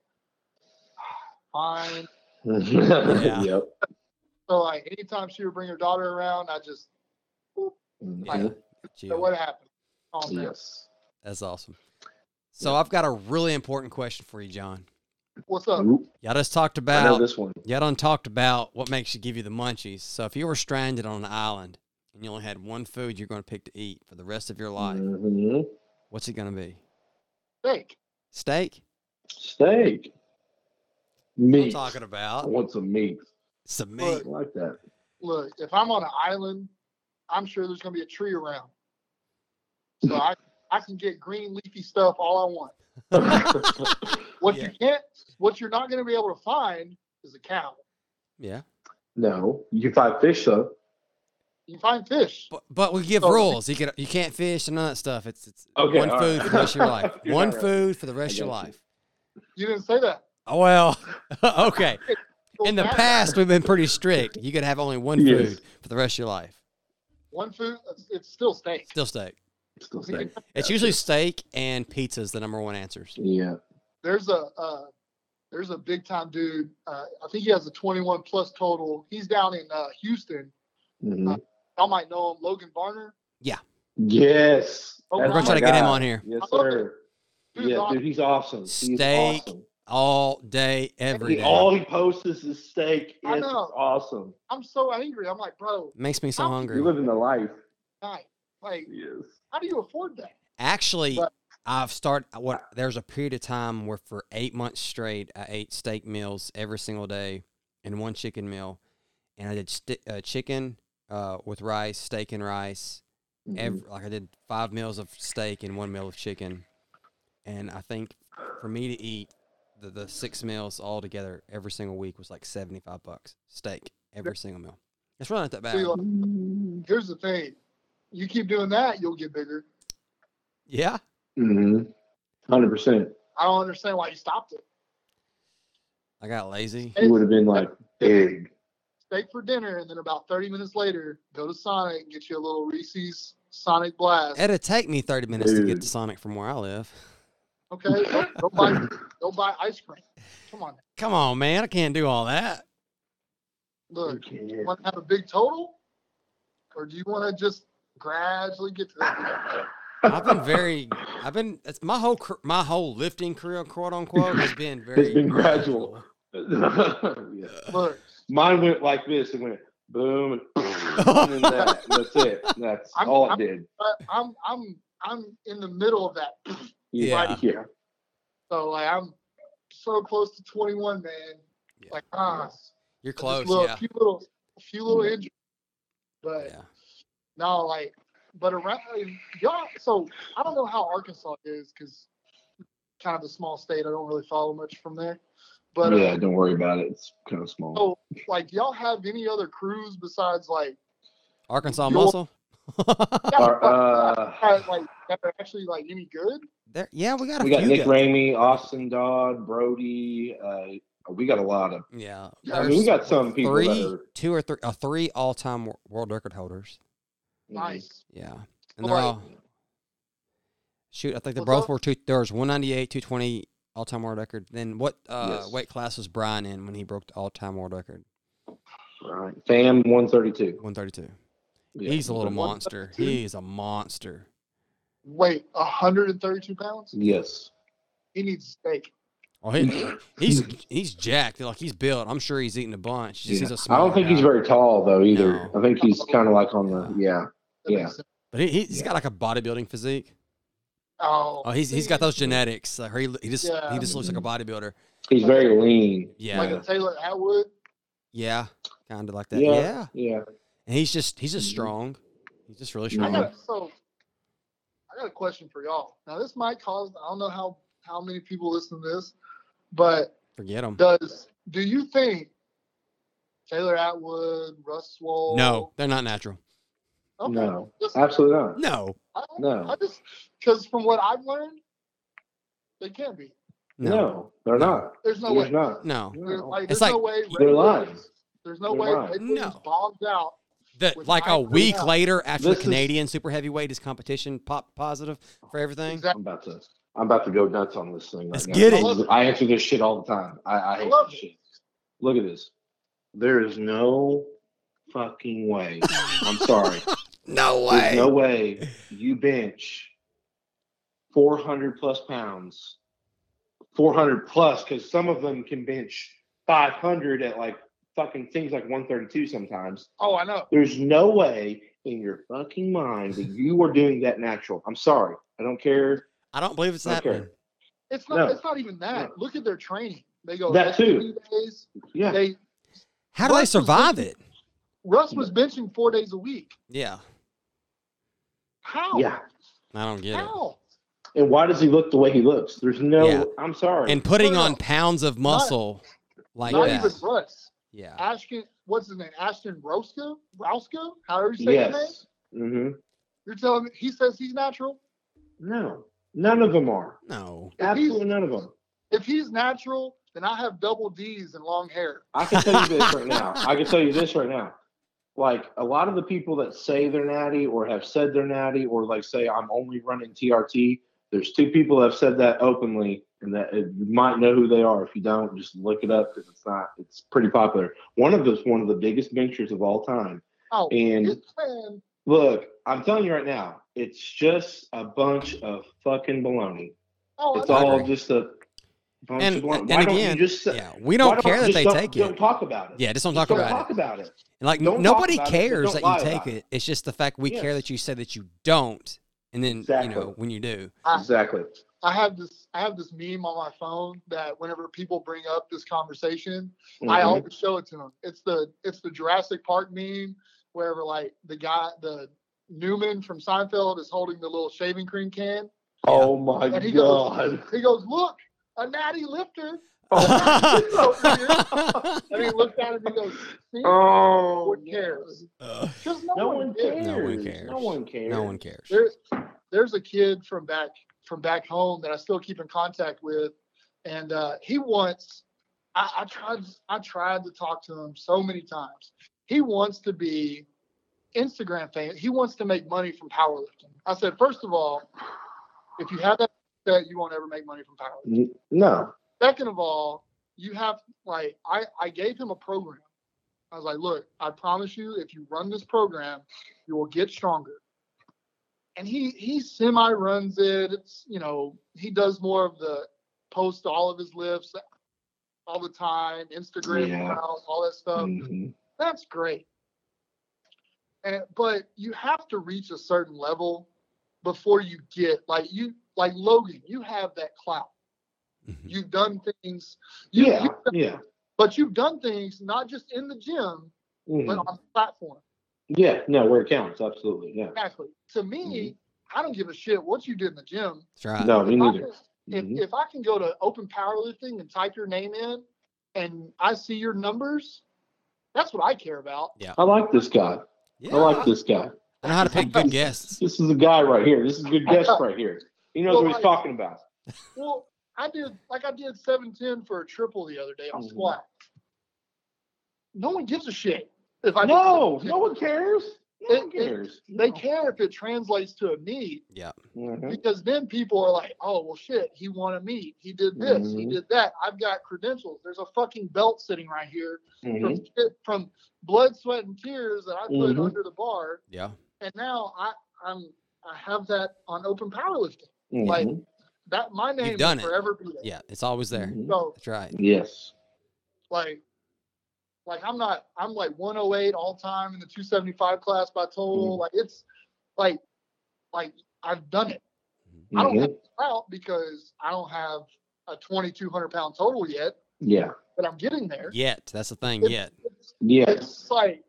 [SPEAKER 2] "Ah, Fine.
[SPEAKER 3] Mhm.
[SPEAKER 1] Yeah.
[SPEAKER 3] Yep.
[SPEAKER 2] So, like, anytime she would bring her daughter around, I just,
[SPEAKER 1] Yeah.
[SPEAKER 3] Mhm.
[SPEAKER 2] So,
[SPEAKER 1] Chill.
[SPEAKER 2] what happened? Calm down.
[SPEAKER 3] Yes.
[SPEAKER 1] That's awesome. So I've got a really important question for you, John.
[SPEAKER 2] What's up?
[SPEAKER 3] Ooh,
[SPEAKER 1] Y'all just talked
[SPEAKER 3] I know
[SPEAKER 1] about
[SPEAKER 3] this one.
[SPEAKER 1] y'all done talked about what makes you give you the munchies. So if you were stranded on an island and you only had one food you're gonna pick to eat for the rest of your life,
[SPEAKER 3] Mhm.
[SPEAKER 1] what's it gonna be?
[SPEAKER 2] Steak.
[SPEAKER 1] Steak?
[SPEAKER 3] Steak.
[SPEAKER 1] That's what I'm
[SPEAKER 3] Meat.
[SPEAKER 1] talking
[SPEAKER 3] I
[SPEAKER 1] about.
[SPEAKER 3] want some meat.
[SPEAKER 1] Some
[SPEAKER 3] I
[SPEAKER 1] meat.
[SPEAKER 3] like that.
[SPEAKER 2] Look, if I'm on an island, I'm sure there's going to be a tree around. So, I, I can get green leafy stuff all I want. What
[SPEAKER 1] Yeah.
[SPEAKER 2] you can't, what you're not going to be able to find is a cow.
[SPEAKER 1] Yeah.
[SPEAKER 3] no, you can find fish though.
[SPEAKER 2] You can find fish.
[SPEAKER 1] But, but we give
[SPEAKER 2] So-
[SPEAKER 1] rules. You can you can't fish and none of that stuff. It's it's
[SPEAKER 3] Okay,
[SPEAKER 1] one
[SPEAKER 3] all
[SPEAKER 1] food
[SPEAKER 3] right.
[SPEAKER 1] for the rest of your life.
[SPEAKER 3] You're
[SPEAKER 1] one
[SPEAKER 3] not right.
[SPEAKER 1] food for the
[SPEAKER 3] I
[SPEAKER 1] rest of your
[SPEAKER 3] got you.
[SPEAKER 1] life.
[SPEAKER 2] You didn't say that.
[SPEAKER 1] Oh, well, okay. In the
[SPEAKER 2] Now,
[SPEAKER 1] past, we've been pretty strict. You could have only one
[SPEAKER 3] Yes.
[SPEAKER 1] food for the rest of your life.
[SPEAKER 2] one food, it's- it's still steak.
[SPEAKER 1] Still steak.
[SPEAKER 3] Still steak.
[SPEAKER 1] It's usually steak and pizza is the number one answers.
[SPEAKER 3] Yeah.
[SPEAKER 2] There's a uh, there's a big time dude. Uh, I think he has a 21 plus total. He's down in uh, Houston.
[SPEAKER 1] Uh,
[SPEAKER 3] Mhm.
[SPEAKER 2] Y'all might know him, Logan Barner.
[SPEAKER 3] Yes.
[SPEAKER 2] Oh,
[SPEAKER 1] We're
[SPEAKER 3] That's
[SPEAKER 1] gonna
[SPEAKER 2] my
[SPEAKER 1] try to get him
[SPEAKER 3] God.
[SPEAKER 1] on here
[SPEAKER 3] Yes,
[SPEAKER 2] I love
[SPEAKER 3] sir.
[SPEAKER 2] Dude's
[SPEAKER 3] yeah,
[SPEAKER 2] awesome.
[SPEAKER 3] dude, he's awesome. He's
[SPEAKER 1] Steak
[SPEAKER 3] awesome.
[SPEAKER 1] all day, every
[SPEAKER 3] He-
[SPEAKER 1] day.
[SPEAKER 3] all he posts is his steak.
[SPEAKER 2] I
[SPEAKER 3] Yes, it's
[SPEAKER 2] know.
[SPEAKER 3] awesome.
[SPEAKER 2] I'm so angry. I'm like, bro,
[SPEAKER 1] Makes me so
[SPEAKER 2] You're
[SPEAKER 1] hungry.
[SPEAKER 3] You're living the life.
[SPEAKER 2] night. Like,
[SPEAKER 3] Yes.
[SPEAKER 2] how do you afford that?
[SPEAKER 1] Actually,
[SPEAKER 2] But-
[SPEAKER 1] I've started. What there's a period of time where for eight months straight, I ate steak meals every single day and one chicken meal, and I did sti uh, chicken uh, with rice, steak and rice.
[SPEAKER 2] Mm-hmm.
[SPEAKER 3] Mhm.
[SPEAKER 1] Every, like I did five meals of steak and one meal of chicken, and I think for me to eat the, the six meals all together every single week was like seventy five bucks steak every single meal. It's really not that
[SPEAKER 2] So
[SPEAKER 1] bad.
[SPEAKER 2] you're like, here's the thing. You keep doing that, you'll get bigger.
[SPEAKER 1] Yeah,
[SPEAKER 3] Mhm. 100%.
[SPEAKER 2] I don't understand why you stopped it.
[SPEAKER 1] I got lazy.
[SPEAKER 3] He would have been like big.
[SPEAKER 2] steak for dinner, and then about 30 minutes later, go to Sonic and get you a little Reese's Sonic Blast.
[SPEAKER 1] It'd take me thirty minutes to get
[SPEAKER 3] Dude.
[SPEAKER 1] to Sonic from where I live.
[SPEAKER 2] Okay, go, go buy go buy ice cream. Come on,
[SPEAKER 1] Come on, man. I can't do all that.
[SPEAKER 2] look. You
[SPEAKER 3] Yeah.
[SPEAKER 2] want to have a big total, or do you want to just gradually get to that?
[SPEAKER 1] I've been very, I've been, it's my whole, cr- my whole lifting career, quote unquote, has been very,
[SPEAKER 3] been gradual. yeah.
[SPEAKER 2] Look,
[SPEAKER 3] Mine went like this. It went boom and, then that. That's it. That's
[SPEAKER 2] I'm-
[SPEAKER 3] all it
[SPEAKER 2] I'm-
[SPEAKER 3] did.
[SPEAKER 2] I- I'm I'm I'm in the middle of that,
[SPEAKER 1] Yeah.
[SPEAKER 3] Yeah.
[SPEAKER 2] so like I'm so close to 21, man.
[SPEAKER 1] Yeah.
[SPEAKER 2] Like ah, just
[SPEAKER 1] You're
[SPEAKER 2] a
[SPEAKER 1] close.
[SPEAKER 2] little-
[SPEAKER 1] yeah.
[SPEAKER 2] few little, a few little injuries, but.
[SPEAKER 1] Yeah.
[SPEAKER 2] No, like, but around y'all. So I don't know how Arkansas is because kind of a small state. I don't really follow much from there. But uh,
[SPEAKER 3] yeah, don't worry about it. It's kind of small.
[SPEAKER 2] Oh. like, do y'all have any other crews besides like
[SPEAKER 1] Arkansas
[SPEAKER 2] You're-
[SPEAKER 1] muscle.
[SPEAKER 3] Our, uh, Mm-hmm.
[SPEAKER 2] like, like that are actually like any good?
[SPEAKER 1] there, yeah, we got a
[SPEAKER 3] we got
[SPEAKER 1] few.
[SPEAKER 3] Nick
[SPEAKER 1] guys.
[SPEAKER 3] Ramey, Austin Dodd, Brody. Uh, we got a lot of.
[SPEAKER 1] Yeah.
[SPEAKER 2] I mean,
[SPEAKER 1] there's
[SPEAKER 3] we got some people that
[SPEAKER 1] Three,
[SPEAKER 3] are-
[SPEAKER 1] two or three, uh, three all time world record holders.
[SPEAKER 2] Nice.
[SPEAKER 1] Yeah. And
[SPEAKER 2] Well,
[SPEAKER 1] they're
[SPEAKER 2] like-
[SPEAKER 1] all, shoot, I think they
[SPEAKER 2] Well,
[SPEAKER 1] both
[SPEAKER 2] don't-
[SPEAKER 1] were two, there was 198, 220 all time world record. Then what uh,
[SPEAKER 3] Yes.
[SPEAKER 1] weight class was Brian in when he broke the all time world record?
[SPEAKER 3] All right. Fam 132.
[SPEAKER 1] 132.
[SPEAKER 3] Yeah.
[SPEAKER 1] He's a little
[SPEAKER 2] One
[SPEAKER 1] monster.
[SPEAKER 2] thirty-two?
[SPEAKER 1] He's a monster.
[SPEAKER 2] Wait, 132 pounds?
[SPEAKER 3] Yes.
[SPEAKER 2] He needs steak.
[SPEAKER 1] Oh, he, he's he's jacked. Like he's built. I'm sure he's eating a bunch. He's, he's a
[SPEAKER 3] I
[SPEAKER 1] small
[SPEAKER 3] don't think
[SPEAKER 1] guy.
[SPEAKER 3] he's very tall though either.
[SPEAKER 1] No.
[SPEAKER 3] I think
[SPEAKER 2] Oh.
[SPEAKER 3] he's kind of like on the yeah.
[SPEAKER 2] That
[SPEAKER 3] Yeah.
[SPEAKER 2] makes sense.
[SPEAKER 1] But he, he- he's
[SPEAKER 3] Yeah.
[SPEAKER 1] got like a bodybuilding physique.
[SPEAKER 2] Oh,
[SPEAKER 1] Oh, he's he's got those genetics. Like he, he just he
[SPEAKER 2] Yeah.
[SPEAKER 1] just looks like a bodybuilder.
[SPEAKER 3] He's very lean.
[SPEAKER 1] Yeah,
[SPEAKER 2] like a Taylor Atwood.
[SPEAKER 1] yeah, kind of like that. Yeah.
[SPEAKER 3] Yeah. Yeah.
[SPEAKER 1] and he's just he's just
[SPEAKER 3] Mhm.
[SPEAKER 1] strong. He's just really
[SPEAKER 2] I
[SPEAKER 1] strong.
[SPEAKER 3] Mm-hmm.
[SPEAKER 2] got so I got a question for y'all. Now this might cause I don't know how how many people listen to this, but
[SPEAKER 1] Forget him.
[SPEAKER 2] does do you think Taylor Atwood, Russ Swole?
[SPEAKER 1] No, they're not natural.
[SPEAKER 2] Okay.
[SPEAKER 3] No.
[SPEAKER 2] Just-
[SPEAKER 3] Absolutely not.
[SPEAKER 1] No,
[SPEAKER 2] I,
[SPEAKER 3] No.
[SPEAKER 2] I just because from what I've learned, they can't be.
[SPEAKER 1] no,
[SPEAKER 3] No. they're not.
[SPEAKER 2] There's no
[SPEAKER 3] There's
[SPEAKER 2] way.
[SPEAKER 3] not.
[SPEAKER 1] no.
[SPEAKER 2] There's,
[SPEAKER 3] No.
[SPEAKER 2] like,
[SPEAKER 1] It's
[SPEAKER 2] there's no way.
[SPEAKER 3] They're
[SPEAKER 2] Ray
[SPEAKER 3] lying.
[SPEAKER 2] Williams- There's no
[SPEAKER 3] They're
[SPEAKER 2] way.
[SPEAKER 3] lying.
[SPEAKER 2] Ray Williams
[SPEAKER 1] No.
[SPEAKER 2] bombs out.
[SPEAKER 1] That
[SPEAKER 2] With
[SPEAKER 1] like a
[SPEAKER 2] Mike
[SPEAKER 1] week
[SPEAKER 2] Brown.
[SPEAKER 1] later after the
[SPEAKER 3] This is-
[SPEAKER 1] Canadian super heavyweight is competition pop positive for everything.
[SPEAKER 2] Exactly.
[SPEAKER 3] I'm about to. I'm about to go nuts on this thing. Right
[SPEAKER 1] Let's
[SPEAKER 3] now.
[SPEAKER 1] get it.
[SPEAKER 2] I love it.
[SPEAKER 3] I answer this shit all the time. I, I, hate
[SPEAKER 2] love
[SPEAKER 3] this
[SPEAKER 2] it.
[SPEAKER 3] shit. Look at this. There is no fucking way. I'm sorry.
[SPEAKER 1] No
[SPEAKER 3] There's
[SPEAKER 1] way.
[SPEAKER 3] no way you bench 400 plus pounds. 400 plus, because some of them can bench 500 at like fucking things like 132 sometimes.
[SPEAKER 2] Oh, I know.
[SPEAKER 3] There's no way in your fucking mind that you are doing that natural. I'm sorry. I don't care.
[SPEAKER 1] I don't believe it's
[SPEAKER 3] Okay.
[SPEAKER 1] happening.
[SPEAKER 2] It's not.
[SPEAKER 3] No.
[SPEAKER 2] It's not even that.
[SPEAKER 3] No.
[SPEAKER 2] Look at their training. They go
[SPEAKER 3] That too.
[SPEAKER 2] three days.
[SPEAKER 3] Yeah.
[SPEAKER 2] They
[SPEAKER 1] How do they
[SPEAKER 2] Russ was
[SPEAKER 1] survive
[SPEAKER 2] thinking-
[SPEAKER 1] it?
[SPEAKER 2] Russ was benching four days a week.
[SPEAKER 1] Yeah,
[SPEAKER 2] How?
[SPEAKER 3] Yeah.
[SPEAKER 1] I don't get it.
[SPEAKER 2] How?
[SPEAKER 3] And why does he look the way he looks? There's no.
[SPEAKER 1] Yeah.
[SPEAKER 3] I'm sorry.
[SPEAKER 1] And putting
[SPEAKER 2] No, no,
[SPEAKER 1] on
[SPEAKER 2] no.
[SPEAKER 1] pounds of muscle like
[SPEAKER 2] Not
[SPEAKER 1] that.
[SPEAKER 2] even Russ.
[SPEAKER 1] Yeah.
[SPEAKER 2] Ashton, what's his name? Ashton Roscoe? Roscoe? However you say his name.
[SPEAKER 3] yes. hmm
[SPEAKER 2] You're telling me he says he's natural?
[SPEAKER 3] No. None of them are.
[SPEAKER 1] No.
[SPEAKER 3] Absolutely none of them.
[SPEAKER 2] If he's natural, then I have double D's and long hair.
[SPEAKER 3] I can tell you this right now. I can tell you this right now. Like a lot of the people that say they're natty or have said they're natty or like say I'm only running TRT. There's two people that have said that openly, and that uh, you might know who they are. If you don't, just look it up because it's not. It's pretty popular. One of them's one of the biggest ventures of all time.
[SPEAKER 2] Oh,
[SPEAKER 3] And-
[SPEAKER 2] this man,
[SPEAKER 3] Look, I'm telling you right now, it's just a bunch of fucking baloney.
[SPEAKER 2] oh,
[SPEAKER 3] It's
[SPEAKER 2] I know.
[SPEAKER 3] all
[SPEAKER 1] agree.
[SPEAKER 3] just a bunch
[SPEAKER 1] And-
[SPEAKER 3] of baloney.
[SPEAKER 1] and
[SPEAKER 3] why
[SPEAKER 1] again,
[SPEAKER 3] don't you just say,
[SPEAKER 1] Yeah. We don't
[SPEAKER 3] why
[SPEAKER 1] care that
[SPEAKER 3] just
[SPEAKER 1] they
[SPEAKER 3] don't-
[SPEAKER 1] take
[SPEAKER 3] Don't
[SPEAKER 1] it.
[SPEAKER 3] talk about it.
[SPEAKER 1] Yeah, just don't
[SPEAKER 3] Just
[SPEAKER 1] talk
[SPEAKER 3] don't
[SPEAKER 1] about
[SPEAKER 3] talk
[SPEAKER 1] it.
[SPEAKER 3] about it.
[SPEAKER 1] And like
[SPEAKER 3] Don't talk
[SPEAKER 1] nobody
[SPEAKER 3] about it, but
[SPEAKER 1] cares
[SPEAKER 3] don't
[SPEAKER 1] that
[SPEAKER 3] lie
[SPEAKER 1] you take
[SPEAKER 3] about
[SPEAKER 1] it.
[SPEAKER 3] it.
[SPEAKER 1] It's just the fact we care
[SPEAKER 3] Yes.
[SPEAKER 1] that you say that you don't. And then
[SPEAKER 3] Exactly.
[SPEAKER 1] you know when you do.
[SPEAKER 2] I-
[SPEAKER 3] Exactly.
[SPEAKER 2] I have this I have this meme on my phone that whenever people bring up this conversation, I
[SPEAKER 3] Mhm.
[SPEAKER 2] always show it to them. It's the it's the Jurassic Park meme wherever like the guy the Newman from Seinfeld is holding the little shaving cream can.
[SPEAKER 3] oh my
[SPEAKER 2] And he
[SPEAKER 3] god.
[SPEAKER 2] He goes, Look, a natty lifter. Oh,
[SPEAKER 1] Oh,
[SPEAKER 2] And he looks at it and he goes, See, no
[SPEAKER 3] Oh,
[SPEAKER 2] one cares.
[SPEAKER 1] Uh,
[SPEAKER 2] Because no,
[SPEAKER 3] No one cares.
[SPEAKER 1] No one cares.
[SPEAKER 3] No one cares.
[SPEAKER 1] no one cares.
[SPEAKER 2] There's there's a kid from back from back home that I still keep in contact with, and uh, he wants. I, I tried I tried to talk to him so many times. He wants to be Instagram famous. He wants to make money from powerlifting. I said, first of all, if you have that, mindset, you won't ever make money from powerlifting.
[SPEAKER 3] N- No.
[SPEAKER 2] Second of all, you have like I, I gave him a program. I was like, look, I promise you, if you run this program, you will get stronger. And he he semi runs it. It's you know he does more of the post all of his lifts all the time, Instagram,
[SPEAKER 3] Yeah.
[SPEAKER 2] accounts, all that stuff.
[SPEAKER 3] Mhm.
[SPEAKER 2] That's great. And, but you have to reach a certain level before you get like you like Logan. You have that clout.
[SPEAKER 1] Mhm.
[SPEAKER 2] You've done things. You,
[SPEAKER 3] Yeah.
[SPEAKER 2] you-
[SPEAKER 3] Yeah.
[SPEAKER 2] but you've done things not just in the gym, but
[SPEAKER 3] Mhm.
[SPEAKER 2] on the platform.
[SPEAKER 3] Yeah. No, where it counts. Absolutely. Yeah.
[SPEAKER 2] Exactly. To me, I don't give a shit what you did in the gym.
[SPEAKER 1] That's
[SPEAKER 3] Mm-hmm.
[SPEAKER 1] right.
[SPEAKER 3] No, me
[SPEAKER 2] If I
[SPEAKER 3] neither.
[SPEAKER 2] can- If,
[SPEAKER 3] Mhm.
[SPEAKER 2] if I can go to open powerlifting and type your name in and I see your numbers, that's what I care about.
[SPEAKER 3] I like this guy.
[SPEAKER 1] Yeah.
[SPEAKER 3] I like this guy.
[SPEAKER 1] I know how to pick good guests.
[SPEAKER 3] This is a guy right here. This is a good guest right here. He knows
[SPEAKER 2] Well,
[SPEAKER 3] what he's
[SPEAKER 2] I-
[SPEAKER 3] talking about.
[SPEAKER 2] Well, I did like I did 710 for a triple the other day on
[SPEAKER 3] Mhm.
[SPEAKER 2] squat. No one gives a shit. If I
[SPEAKER 3] No, no one cares. No
[SPEAKER 2] It-
[SPEAKER 3] one
[SPEAKER 2] it-
[SPEAKER 3] cares.
[SPEAKER 2] they care if it translates to a need.
[SPEAKER 3] Mhm.
[SPEAKER 2] because then people are like, oh well, shit, he won a meet, he did this, he
[SPEAKER 3] Mhm.
[SPEAKER 2] did that. I've got credentials. There's a fucking belt sitting right here from,
[SPEAKER 3] Mhm.
[SPEAKER 2] shit- from blood, sweat, and tears that I put
[SPEAKER 3] Mhm.
[SPEAKER 2] under the bar,
[SPEAKER 1] Yeah.
[SPEAKER 2] and now I, I'm I have that on open powerlifting. Like
[SPEAKER 3] Mhm.
[SPEAKER 2] that, my name
[SPEAKER 1] done
[SPEAKER 2] will
[SPEAKER 1] it.
[SPEAKER 2] forever be there.
[SPEAKER 1] Yeah, it's always there.
[SPEAKER 3] Mhm.
[SPEAKER 2] So
[SPEAKER 1] That's right.
[SPEAKER 3] Yes.
[SPEAKER 2] like like I'm not I'm like 108 all time in the 275 class by total. Like it's like like I've done it. I don't
[SPEAKER 3] Mhm.
[SPEAKER 2] have to out because I don't have a 2200 pound total yet,
[SPEAKER 3] Yeah.
[SPEAKER 2] but I'm getting there.
[SPEAKER 1] Yet. That's the thing.
[SPEAKER 2] It's-
[SPEAKER 1] Yet.
[SPEAKER 2] It's,
[SPEAKER 3] Yes.
[SPEAKER 2] it's like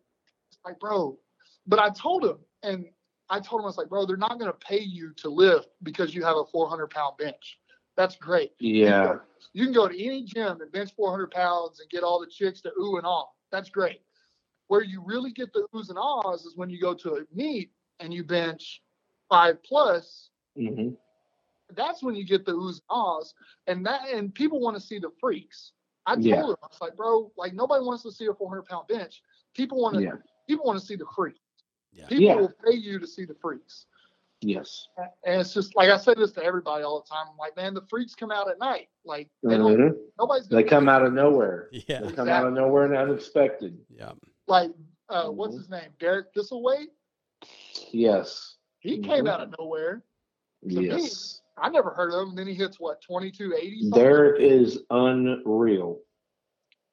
[SPEAKER 2] it's like bro, but I told him and I told him I was like bro, they're not gonna pay you to lift because you have a 400 pound bench. That's great.
[SPEAKER 3] Yeah.
[SPEAKER 2] You can go to any gym and bench 400 pounds and get all the chicks to ooh and ah. That's great. Where you really get the oohs and ahs is when you go to a meet and you bench five plus.
[SPEAKER 3] hmm
[SPEAKER 2] That's when you get the oohs and ahs, and that and people want to see the freaks. I told
[SPEAKER 3] Yeah.
[SPEAKER 2] them, I was like, bro, like nobody wants to see a 400 pound bench. People want to
[SPEAKER 3] Yeah.
[SPEAKER 2] people want to see the freaks.
[SPEAKER 1] Yeah.
[SPEAKER 2] People
[SPEAKER 3] Yeah.
[SPEAKER 2] will pay you to see the freaks.
[SPEAKER 3] Yes.
[SPEAKER 2] And it's just like I say this to everybody all the time. I'm like, man, the freaks come out at night. Like they don't.
[SPEAKER 3] Mhm.
[SPEAKER 2] Nobody's
[SPEAKER 3] They
[SPEAKER 2] gonna
[SPEAKER 3] come out of nowhere.
[SPEAKER 1] Yeah.
[SPEAKER 3] They come out of nowhere and unexpected.
[SPEAKER 1] Yeah.
[SPEAKER 2] like uh, what's
[SPEAKER 3] Mhm.
[SPEAKER 2] his name, Derek Thistleway.
[SPEAKER 3] Yes.
[SPEAKER 2] He came
[SPEAKER 3] Mhm.
[SPEAKER 2] out of nowhere. To me,
[SPEAKER 3] Yes.
[SPEAKER 2] I never heard of him. And then he hits what 2280. something?
[SPEAKER 3] Derek is unreal.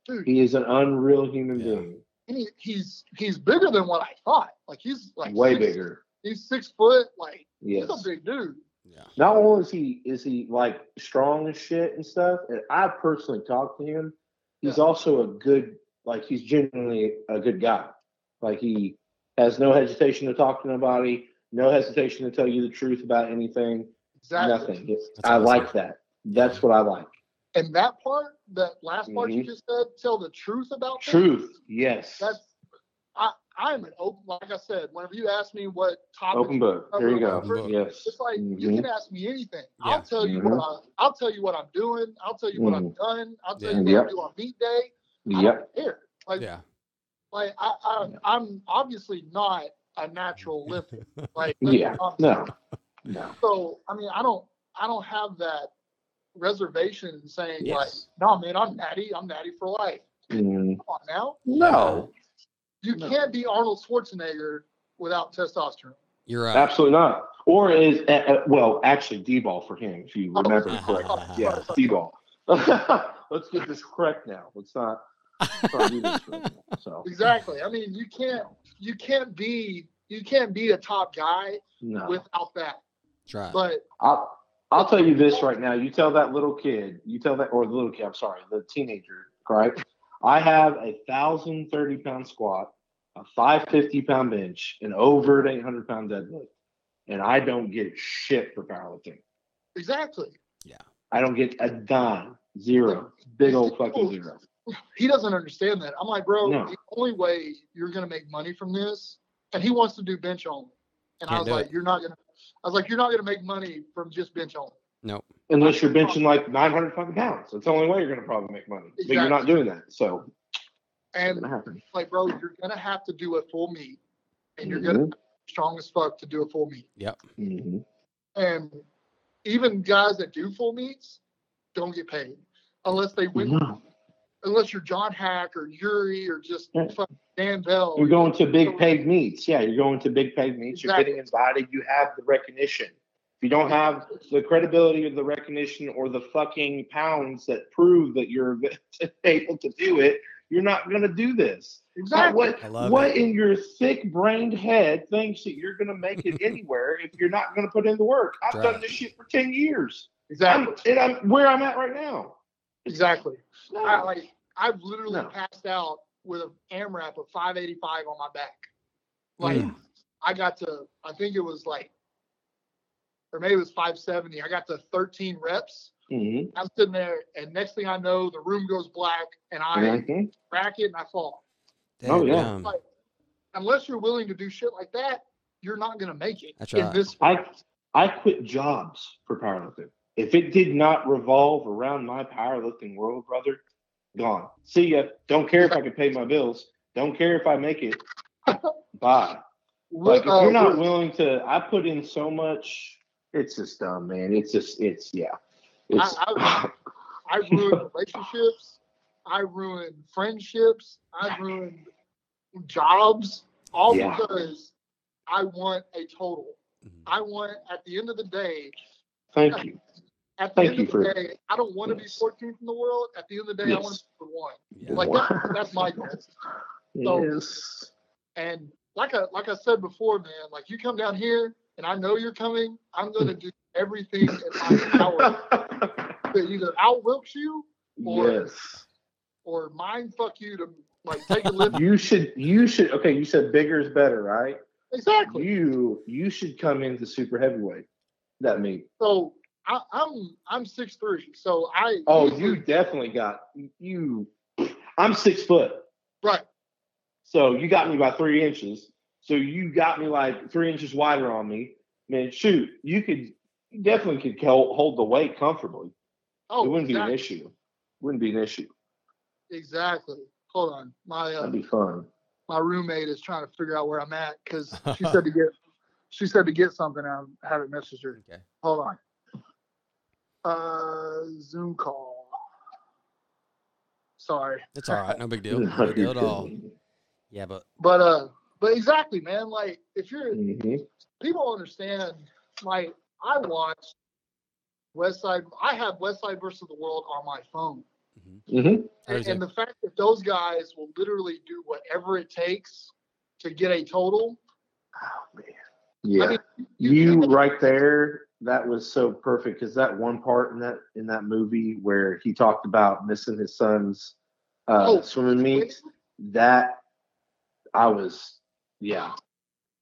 [SPEAKER 2] dude,
[SPEAKER 3] He is an unreal human
[SPEAKER 1] Yeah.
[SPEAKER 3] being.
[SPEAKER 2] he, he's he's bigger than what I thought. Like he's like
[SPEAKER 3] Way
[SPEAKER 2] six-
[SPEAKER 3] bigger.
[SPEAKER 2] He's six foot. Like
[SPEAKER 3] Yes.
[SPEAKER 2] he's a big dude.
[SPEAKER 1] Yeah.
[SPEAKER 3] Not only is he is he like strong as shit and stuff, and I personally talked to him. He's
[SPEAKER 2] Yeah.
[SPEAKER 3] also a good like he's genuinely a good guy. Like he has no hesitation to talk to nobody, no hesitation to tell you the truth about anything,
[SPEAKER 2] Exactly.
[SPEAKER 3] nothing. I
[SPEAKER 1] awesome.
[SPEAKER 3] like that. That's what I like.
[SPEAKER 2] And that part, that last part you just said, tell the truth about things,
[SPEAKER 3] Mm-hmm. Truth, yes.
[SPEAKER 2] That's I. I'm an open. Like I said, whenever you ask me what topic
[SPEAKER 3] Open book. There you go.
[SPEAKER 2] Open
[SPEAKER 1] book.
[SPEAKER 3] Yes.
[SPEAKER 2] It's like you
[SPEAKER 3] Mhm.
[SPEAKER 2] can ask me anything.
[SPEAKER 1] Yeah.
[SPEAKER 2] I'll tell you
[SPEAKER 3] Mhm.
[SPEAKER 2] what I, I'll tell you what I'm doing. I'll tell you what I've done. I'll tell
[SPEAKER 1] Yeah.
[SPEAKER 2] you what
[SPEAKER 3] Mm-hmm. Yep.
[SPEAKER 2] I do on meet day. I
[SPEAKER 3] Yep.
[SPEAKER 2] don't care. Like
[SPEAKER 1] Yeah.
[SPEAKER 2] like I, I I'm obviously not a natural lifter. Like that's
[SPEAKER 3] Yeah.
[SPEAKER 2] what
[SPEAKER 3] No.
[SPEAKER 2] I'm-
[SPEAKER 3] No.
[SPEAKER 2] So I mean I don't I don't have that reservation in saying like
[SPEAKER 1] Yes.
[SPEAKER 2] no man I'm natty I'm natty for life.
[SPEAKER 3] Mm.
[SPEAKER 2] Come on now
[SPEAKER 3] No.
[SPEAKER 2] you
[SPEAKER 3] No.
[SPEAKER 2] can't be Arnold Schwarzenegger without testosterone.
[SPEAKER 1] You're right.
[SPEAKER 3] Absolutely not. Or is uh, uh, well, actually, D-ball for him, if you remember correctly. Yeah, D-ball. Let's get this correct now. Let's not. let's not do this right now. So
[SPEAKER 2] Exactly. I mean you can't you can't be you can't be a top guy
[SPEAKER 3] no,
[SPEAKER 2] without that.
[SPEAKER 1] That's right.
[SPEAKER 2] But
[SPEAKER 3] I'll I'll tell you this right now. You tell that little kid. You tell that or the little kid. I'm sorry, the teenager. Right. I have a thousand thirty pound squat, a five fifty pound bench, an over eight hundred pound deadlift, and I don't get shit for powerlifting.
[SPEAKER 2] exactly,
[SPEAKER 3] I don't get a dime. Zero. Big old fucking zero.
[SPEAKER 2] he doesn't understand that. I'm like, bro,
[SPEAKER 3] No.
[SPEAKER 2] the only way you're gonna make money from this, and he wants to do bench only. And
[SPEAKER 1] Can't
[SPEAKER 2] I was
[SPEAKER 1] do
[SPEAKER 2] like,
[SPEAKER 1] it.
[SPEAKER 2] you're not gonna. I was like, you're not gonna make money from just bench only.
[SPEAKER 3] Unless you're benching like 900 fucking pounds. That's the only way you're going to probably make money. But you're not doing that. So it's
[SPEAKER 2] And
[SPEAKER 3] going to happen.
[SPEAKER 2] like, bro, you're gonna have to do a full meet, and you're
[SPEAKER 3] Mm-hmm.
[SPEAKER 2] gonna be strong as fuck to do a full meet.
[SPEAKER 3] hmm
[SPEAKER 2] And even guys that do full meets don't get paid unless they win.
[SPEAKER 3] No.
[SPEAKER 2] Unless you're John Hack or Yuri or just
[SPEAKER 3] Yeah.
[SPEAKER 2] fucking Dan Bell.
[SPEAKER 3] You're going to big paid meets. Yeah, you're going to big paid meets.
[SPEAKER 2] Exactly.
[SPEAKER 3] You're getting invited. You have the recognition. If you don't have the credibility of the recognition or the fucking pounds that prove that you're able to do it, you're not going to do this. Like,
[SPEAKER 2] Exactly.
[SPEAKER 3] What
[SPEAKER 1] I love
[SPEAKER 3] what
[SPEAKER 1] it.
[SPEAKER 3] in your thick brained head thinks that you're gonna make it anywhere if you're not gonna put in the work? I've
[SPEAKER 1] Right.
[SPEAKER 3] done this shit for ten years.
[SPEAKER 2] Exactly.
[SPEAKER 3] I'm, and I'm where I'm at right now.
[SPEAKER 2] Exactly.
[SPEAKER 3] No.
[SPEAKER 2] I like I've literally
[SPEAKER 3] No.
[SPEAKER 2] passed out with an AMRAP of 585 on my back.
[SPEAKER 1] Mm.
[SPEAKER 2] Like
[SPEAKER 3] Mm.
[SPEAKER 2] I got to I think it was like or maybe it was 570. I got to 13 reps.
[SPEAKER 3] Mhm.
[SPEAKER 2] I'm sitting there and next thing I know the room goes black and I
[SPEAKER 3] Mhm.
[SPEAKER 2] rack it and I fall.
[SPEAKER 3] Oh, yeah.
[SPEAKER 1] Damn.
[SPEAKER 2] Like, Unless you're willing to do shit like that, you're not gonna make it.
[SPEAKER 1] That's
[SPEAKER 2] in
[SPEAKER 1] right.
[SPEAKER 2] this
[SPEAKER 3] I I quit jobs for powerlifting. If it did not revolve around my powerlifting world, brother, gone. See ya. Don't care if I can pay my bills. Don't care if I make it. Bye. Like if
[SPEAKER 2] Uh,
[SPEAKER 3] you're not willing to, I put in so much. It's just dumb, man. It's just, it's yeah. It's,
[SPEAKER 2] I- I ruined relationships. I ruined friendships. I ruined jobs. All
[SPEAKER 3] Yeah.
[SPEAKER 2] because I want a total.
[SPEAKER 1] Mhm.
[SPEAKER 2] I want at the end of the day,
[SPEAKER 3] Thank you.
[SPEAKER 2] at the
[SPEAKER 3] Thank
[SPEAKER 2] end
[SPEAKER 3] you
[SPEAKER 2] of the
[SPEAKER 3] for-
[SPEAKER 2] day, I don't want to be
[SPEAKER 3] Yes.
[SPEAKER 2] 14th in the world. At the end of the day, I want
[SPEAKER 3] Yes.
[SPEAKER 2] to be the one.
[SPEAKER 1] Yeah.
[SPEAKER 2] Like
[SPEAKER 3] Wow.
[SPEAKER 2] that, that's my goal.
[SPEAKER 3] Yes.
[SPEAKER 2] And like I like I said before, man, like you come down here and I know you're coming, I'm gonna do everything in my power to either outwilk you
[SPEAKER 3] yes.
[SPEAKER 2] or mind fuck you to like take a lift.
[SPEAKER 3] You should. You should. Okay. You said bigger is better, right?
[SPEAKER 2] exactly.
[SPEAKER 3] You. You should come into super heavyweight. That mean.
[SPEAKER 2] So I, I'm I'm six three. So I
[SPEAKER 3] Oh, you definitely got you. I'm six foot,
[SPEAKER 2] right.
[SPEAKER 3] so you got me by three inches. So you got me like three inches wider on me. Man, shoot, you could you definitely could hold hold the weight comfortably.
[SPEAKER 2] Oh
[SPEAKER 3] it wouldn't be an
[SPEAKER 2] exactly.
[SPEAKER 3] issue. Wouldn't be an issue.
[SPEAKER 2] exactly. Hold on. My uh,
[SPEAKER 3] That'd be fun.
[SPEAKER 2] my roommate is trying to figure out where I'm at because she said to get she said to get something. I haven't messaged her.
[SPEAKER 1] Okay.
[SPEAKER 2] Hold on. Uh, Zoom call. Sorry,
[SPEAKER 1] It's all right. No big deal. No big deal at all. Yeah, but
[SPEAKER 2] but uh, but exactly, man. Like if you're
[SPEAKER 3] Mhm.
[SPEAKER 2] people don't understand, like I watched West Side. I have West Side versus the World on my phone.
[SPEAKER 3] Mhm.
[SPEAKER 1] Or is
[SPEAKER 2] And, and the fact that those guys will literally do whatever it takes to get a total.
[SPEAKER 3] Oh, Yeah.
[SPEAKER 2] I mean,
[SPEAKER 3] you right there that was so perfect because that one part in that in that movie where he talked about missing his son's uh,
[SPEAKER 2] Oh.
[SPEAKER 3] swimming meets that i was yeah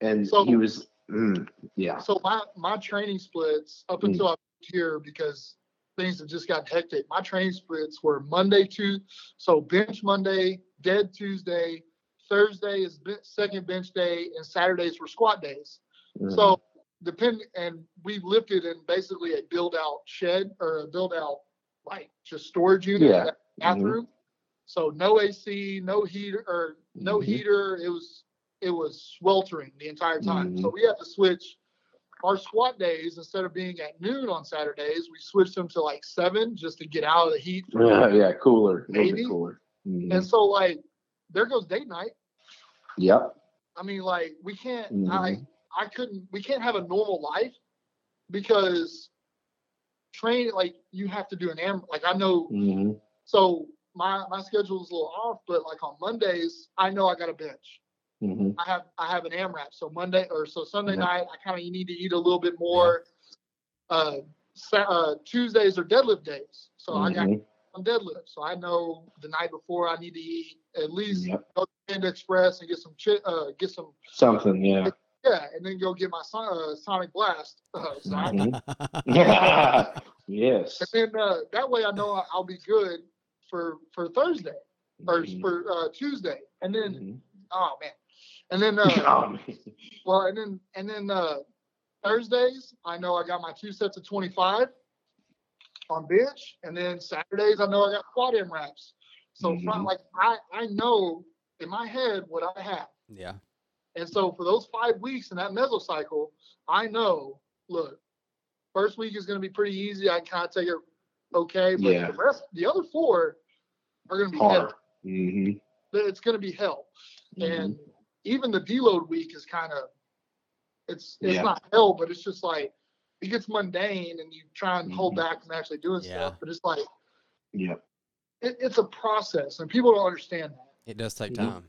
[SPEAKER 3] and
[SPEAKER 2] So-
[SPEAKER 3] he was mm, yeah
[SPEAKER 2] So my my training splits up
[SPEAKER 3] Mm.
[SPEAKER 2] until I moved here because things have just gotten hectic. My training splits were Monday to so bench Monday, dead Tuesday, Thursday is ben- second bench day, and Saturdays were squat days.
[SPEAKER 3] Mm.
[SPEAKER 2] So depend and we lifted in basically a build out shed or a build out like just storage unit
[SPEAKER 3] Yeah.
[SPEAKER 2] that
[SPEAKER 3] Mhm.
[SPEAKER 2] bathroom. So no AC, no heater or no
[SPEAKER 3] Mhm.
[SPEAKER 2] heater. It was it was sweltering the entire time. So
[SPEAKER 3] Mhm.
[SPEAKER 2] we had to switch our squat days instead of being at noon on Saturdays, we switched them to like seven just to get out of the heat.
[SPEAKER 3] yeah, yeah cooler a little
[SPEAKER 2] Maybe.
[SPEAKER 3] bit cooler Mhm.
[SPEAKER 2] And so like there goes date night.
[SPEAKER 3] yep
[SPEAKER 2] I mean, like we can't.
[SPEAKER 3] Mhm.
[SPEAKER 2] I I couldn't. We can't have a normal life because train like you have to do an am. Like I know.
[SPEAKER 3] Mhm.
[SPEAKER 2] So my my schedule's a little off, but like on Mondays, I know I got a bench.
[SPEAKER 3] Mhm.
[SPEAKER 2] I have I have an AMRAP. So Monday or so Sunday
[SPEAKER 3] Yeah.
[SPEAKER 2] night, I kind of need to eat a little bit more. Uh, Sa- uh, Tuesdays are deadlift days, so I got
[SPEAKER 3] Mhm.
[SPEAKER 2] some deadlifts. So I know the night before I need to eat at least
[SPEAKER 3] Yep.
[SPEAKER 2] go to Panda Express and get some chi- uh, get some
[SPEAKER 3] something yeah
[SPEAKER 2] yeah, and then go get my son, uh, Sonic Blast. Uh, so I-
[SPEAKER 3] Mhm. yes
[SPEAKER 2] and then uh, that way I know I- I'll be good for for Thursday or
[SPEAKER 3] Mhm.
[SPEAKER 2] for uh, Tuesday. And then
[SPEAKER 3] Mhm.
[SPEAKER 2] oh man, and then uh,
[SPEAKER 3] Oh, man.
[SPEAKER 2] well, and then and then uh, Thursdays I know I got my two sets of twenty five on bench, and then Saturdays I know I got quad M wraps. So fri-
[SPEAKER 3] Mhm.
[SPEAKER 2] like I I know in my head what I have.
[SPEAKER 1] yeah,
[SPEAKER 2] And so for those five weeks in that mesocycle, I know, look, first week is going to be pretty easy. I can kind of take it okay. But
[SPEAKER 3] Yeah.
[SPEAKER 2] the rest, the other four are going to be
[SPEAKER 3] hard
[SPEAKER 2] hell.
[SPEAKER 3] Mhm.
[SPEAKER 2] It's going to be hell.
[SPEAKER 3] Mhm.
[SPEAKER 2] And even the deload week is kind of, it's it's
[SPEAKER 3] Yeah.
[SPEAKER 2] not hell, but it's just like it gets mundane and you try and hold
[SPEAKER 3] Mhm.
[SPEAKER 2] back from actually doing
[SPEAKER 1] Yeah.
[SPEAKER 2] stuff. But it's like,
[SPEAKER 3] yeah
[SPEAKER 2] it, it's a process and people don't understand that. oh,
[SPEAKER 1] it does take
[SPEAKER 3] Mhm.
[SPEAKER 1] time.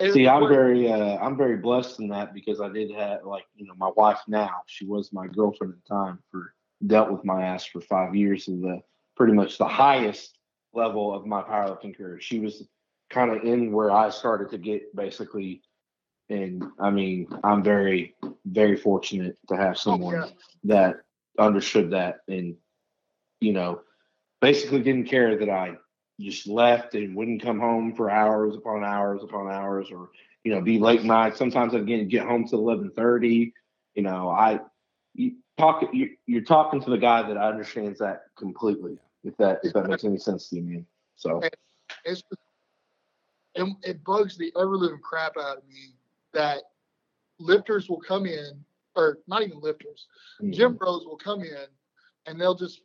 [SPEAKER 2] It-
[SPEAKER 3] See, I'm
[SPEAKER 2] what-
[SPEAKER 3] very, uh, I'm very blessed in that because I did have, like, you know, my wife now, she was my girlfriend at the time for dealt with my ass for five years in the pretty much the highest level of my powerlifting career. She was kind of in where I started to get basically, and I mean, I'm very, very fortunate to have someone
[SPEAKER 2] Oh, yeah.
[SPEAKER 3] that understood that and, you know, basically didn't care that I just left and wouldn't come home for hours upon hours upon hours or you know be late night sometimes i'd get, get home till 11.30 you know i you talk you, you're talking to the guy that understands that completely if that if that makes any sense to you man so
[SPEAKER 2] it's just- it, it bugs the ever living crap out of me that lifters will come in, or not even lifters,
[SPEAKER 3] Hmm.
[SPEAKER 2] gym bros will come in and they'll just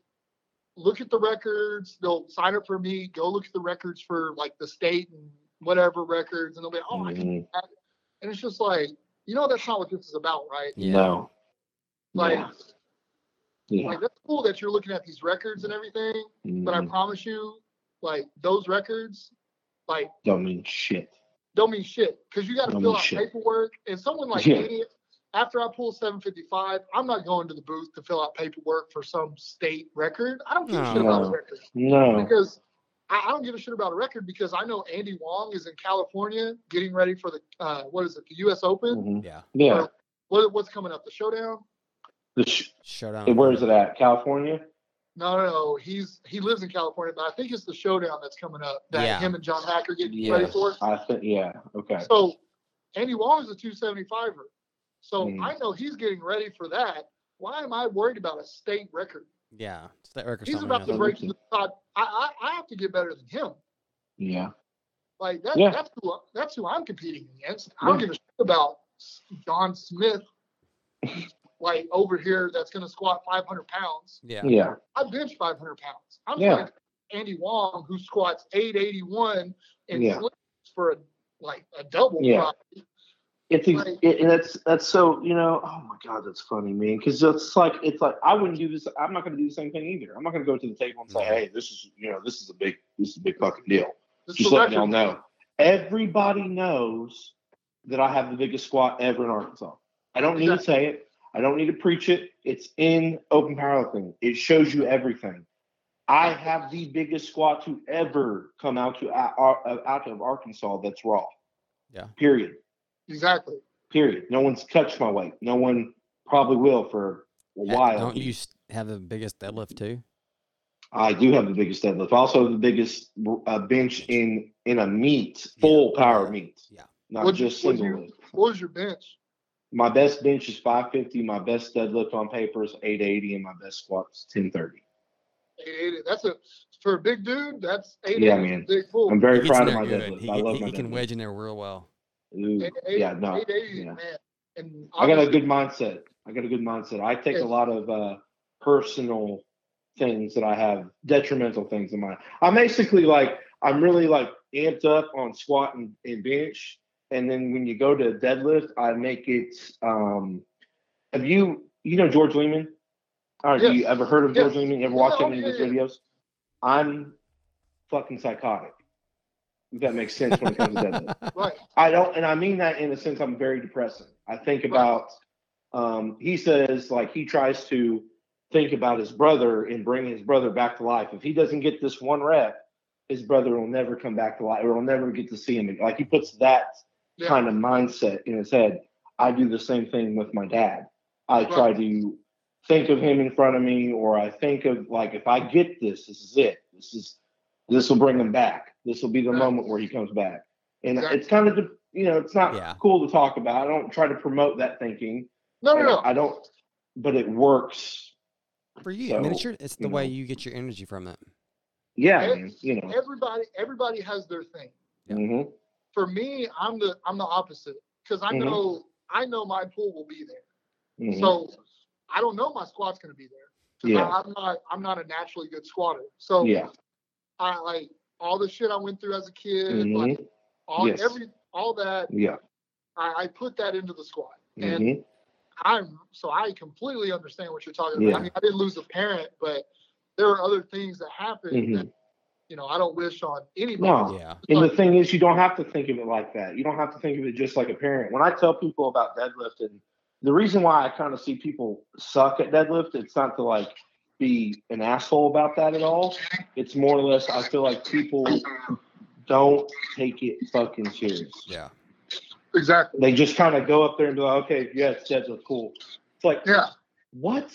[SPEAKER 2] look at the records. They'll sign up for me, go look at the records
[SPEAKER 3] Hmm.
[SPEAKER 2] for like the state and whatever records, and they'll be, oh, I can.
[SPEAKER 3] Mhm.
[SPEAKER 2] And it's just like, you know that's not what this is about, right?
[SPEAKER 1] Yeah.
[SPEAKER 3] No.
[SPEAKER 2] Like,
[SPEAKER 3] Yeah. Yeah.
[SPEAKER 2] like that's cool that you're looking at these records and everything, but I
[SPEAKER 3] Mm,
[SPEAKER 2] promise you, like those records, like
[SPEAKER 3] don't mean shit.
[SPEAKER 2] don't mean shit because you got to
[SPEAKER 3] Don't
[SPEAKER 2] fill
[SPEAKER 3] mean
[SPEAKER 2] out
[SPEAKER 3] shit.
[SPEAKER 2] paperwork. And someone like
[SPEAKER 3] Yeah.
[SPEAKER 2] idiot, after I pull 755, I'm not going to the booth to fill out paperwork for some state record. I don't give a shit about
[SPEAKER 3] No.
[SPEAKER 2] a record
[SPEAKER 3] No.
[SPEAKER 2] because I, I don't give a shit about a record because I know Andy Wong is in California getting ready for the uh, what is it, the U.S. Open?
[SPEAKER 3] Mhm.
[SPEAKER 1] Yeah.
[SPEAKER 3] Yeah.
[SPEAKER 2] What, what's coming up? The Showdown?
[SPEAKER 3] The sh-
[SPEAKER 1] Showdown.
[SPEAKER 3] where is it at? California?
[SPEAKER 2] No, no, no. He's he lives in California, but I think it's the Showdown that's coming up that
[SPEAKER 1] Yeah.
[SPEAKER 2] him and John Hacker getting ready
[SPEAKER 3] Yes.
[SPEAKER 2] for.
[SPEAKER 3] I think. Yeah. Okay.
[SPEAKER 2] So Andy Wong is a 275er. So
[SPEAKER 3] Mm.
[SPEAKER 2] I know he's getting ready for that. Why am I worried about a state record?
[SPEAKER 1] Yeah. It's that record.
[SPEAKER 2] He's about to
[SPEAKER 3] else.
[SPEAKER 2] break to the top. I, I I have to get better than him.
[SPEAKER 3] Yeah.
[SPEAKER 2] Like that,
[SPEAKER 3] Yeah.
[SPEAKER 2] that's who I- that's who I'm competing against. I don't
[SPEAKER 3] Yeah.
[SPEAKER 2] give a shit about S- John Smith, like over here that's going to squat 500 pounds.
[SPEAKER 1] Yeah.
[SPEAKER 3] Yeah.
[SPEAKER 2] I bench 500 pounds. I'm
[SPEAKER 3] Yeah.
[SPEAKER 2] yeah. Andy Wong who squats 881 and
[SPEAKER 3] Yeah.
[SPEAKER 2] slings for a like a double.
[SPEAKER 3] Yeah.
[SPEAKER 2] probably.
[SPEAKER 3] It's ex-
[SPEAKER 2] Like-
[SPEAKER 3] it, and that's that's so you know oh my god that's funny man because it's like it's like I wouldn't do this I'm not going to do the same thing either I'm not going to go to the table and say
[SPEAKER 1] No.
[SPEAKER 3] hey this is you know this is a big this is a big fucking deal
[SPEAKER 2] This is
[SPEAKER 3] just
[SPEAKER 2] a
[SPEAKER 3] letting y'all
[SPEAKER 2] record.
[SPEAKER 3] know everybody knows that I have the biggest squat ever in Arkansas I don't need to say it I don't need to preach it it's in open powerlifting it shows you everything I have the biggest squat to ever come out to out out of Arkansas that's raw
[SPEAKER 1] Yeah.
[SPEAKER 3] period
[SPEAKER 2] Exactly.
[SPEAKER 3] period. No one's touched my weight. No one probably will for a
[SPEAKER 1] Yeah,
[SPEAKER 3] while.
[SPEAKER 1] Don't you s- have the biggest deadlift too?
[SPEAKER 3] I do have the biggest deadlift. Also, the biggest uh, bench in in a meet, full
[SPEAKER 1] Yeah.
[SPEAKER 3] power meet.
[SPEAKER 1] Yeah.
[SPEAKER 3] Not
[SPEAKER 2] Would you-
[SPEAKER 3] just
[SPEAKER 2] would
[SPEAKER 3] single
[SPEAKER 2] you-
[SPEAKER 3] lift.
[SPEAKER 2] What was your bench?
[SPEAKER 3] My best bench is 550. My best deadlift on paper is 880, and my best squats 1030.
[SPEAKER 2] 880. That's a for a big dude. That's 880.
[SPEAKER 3] Yeah, man.
[SPEAKER 2] Big pull.
[SPEAKER 3] I'm
[SPEAKER 1] He
[SPEAKER 3] very
[SPEAKER 1] gets in
[SPEAKER 3] proud of
[SPEAKER 1] there
[SPEAKER 3] my
[SPEAKER 1] good.
[SPEAKER 3] deadlift.
[SPEAKER 1] He,
[SPEAKER 3] I
[SPEAKER 1] he-
[SPEAKER 3] love
[SPEAKER 1] he
[SPEAKER 3] my
[SPEAKER 1] can
[SPEAKER 3] deadlift.
[SPEAKER 1] wedge in there real well.
[SPEAKER 3] Ooh,
[SPEAKER 2] 880,
[SPEAKER 3] yeah, no,
[SPEAKER 2] 880,
[SPEAKER 3] yeah.
[SPEAKER 2] man. And
[SPEAKER 3] I got a
[SPEAKER 2] obviously-
[SPEAKER 3] good mindset. I got a good mindset. I take
[SPEAKER 2] Yeah.
[SPEAKER 3] a lot of uh, personal things that I have, detrimental things in mind. I'm basically like, I'm really like amped up on squat and, and bench. And then when you go to deadlift, I make it. Um, have you, you know, George Lehman? Or
[SPEAKER 2] Yes.
[SPEAKER 3] do you ever heard of George
[SPEAKER 2] Yes.
[SPEAKER 3] Lehman? You ever
[SPEAKER 2] Yeah,
[SPEAKER 3] watched
[SPEAKER 2] oh,
[SPEAKER 3] any of his
[SPEAKER 2] yeah, yeah.
[SPEAKER 3] videos? I'm fucking psychotic. If that makes sense when it comes to deadlift.
[SPEAKER 2] right.
[SPEAKER 3] I don't, and I mean that in a sense. I'm very depressing. I think about. Um, he says like he tries to think about his brother and bring his brother back to life. If he doesn't get this one rep, his brother will never come back to life, or will never get to see him. Like he puts that
[SPEAKER 2] Yeah.
[SPEAKER 3] kind of mindset in his head. I do the same thing with my dad. I
[SPEAKER 2] Right.
[SPEAKER 3] try to think of him in front of me, or I think of like if I get this, this is it. This is this will bring him back. This will be the
[SPEAKER 2] Right.
[SPEAKER 3] moment where he comes back. And
[SPEAKER 2] Exactly.
[SPEAKER 3] it's kind of the- you know it's not
[SPEAKER 1] Yeah.
[SPEAKER 3] cool to talk about. I don't try to promote that thinking.
[SPEAKER 2] No, no,
[SPEAKER 3] And
[SPEAKER 2] no.
[SPEAKER 3] I don't, but it works.
[SPEAKER 1] For you, I mean, it's
[SPEAKER 3] So,
[SPEAKER 1] your, it's the
[SPEAKER 3] you
[SPEAKER 1] way
[SPEAKER 3] know.
[SPEAKER 1] you get your energy from it.
[SPEAKER 3] Yeah, I
[SPEAKER 2] Ev-
[SPEAKER 3] mean, you know.
[SPEAKER 2] Everybody, everybody has their thing.
[SPEAKER 1] yeah.
[SPEAKER 3] Mhm.
[SPEAKER 2] For me, I'm the I'm the opposite because I
[SPEAKER 3] Mhm.
[SPEAKER 2] know I know my pull will be there.
[SPEAKER 3] Mhm.
[SPEAKER 2] So I don't know my squat's going to be there.
[SPEAKER 3] Yeah.
[SPEAKER 2] I, am not I'm not a naturally good squatter. So
[SPEAKER 3] yeah.
[SPEAKER 2] I like all the shit I went through as a kid, like
[SPEAKER 3] Mhm.
[SPEAKER 2] all
[SPEAKER 3] Yes.
[SPEAKER 2] every all that
[SPEAKER 3] Yeah.
[SPEAKER 2] I, I put that into the squat. And
[SPEAKER 3] Mhm.
[SPEAKER 2] I'm so I completely understand what you're talking about.
[SPEAKER 3] Yeah.
[SPEAKER 2] I mean, I didn't lose a parent, but there are other things that happen that you know I don't wish on anybody.
[SPEAKER 3] Mm-hmm. No.
[SPEAKER 1] Yeah.
[SPEAKER 3] And the thing is, you don't have to think of it like that. You don't have to think of it just like a parent. When I tell people about deadlifting, the reason why I kind of see people suck at deadlift, it's not to like be an asshole about that at all. It's more or less, I feel like people don't take it fucking serious.
[SPEAKER 1] Yeah.
[SPEAKER 2] Exactly.
[SPEAKER 3] They just kind of go up there and be like, okay, yeah, it's deadlift, cool. It's like,
[SPEAKER 2] Yeah.
[SPEAKER 3] what?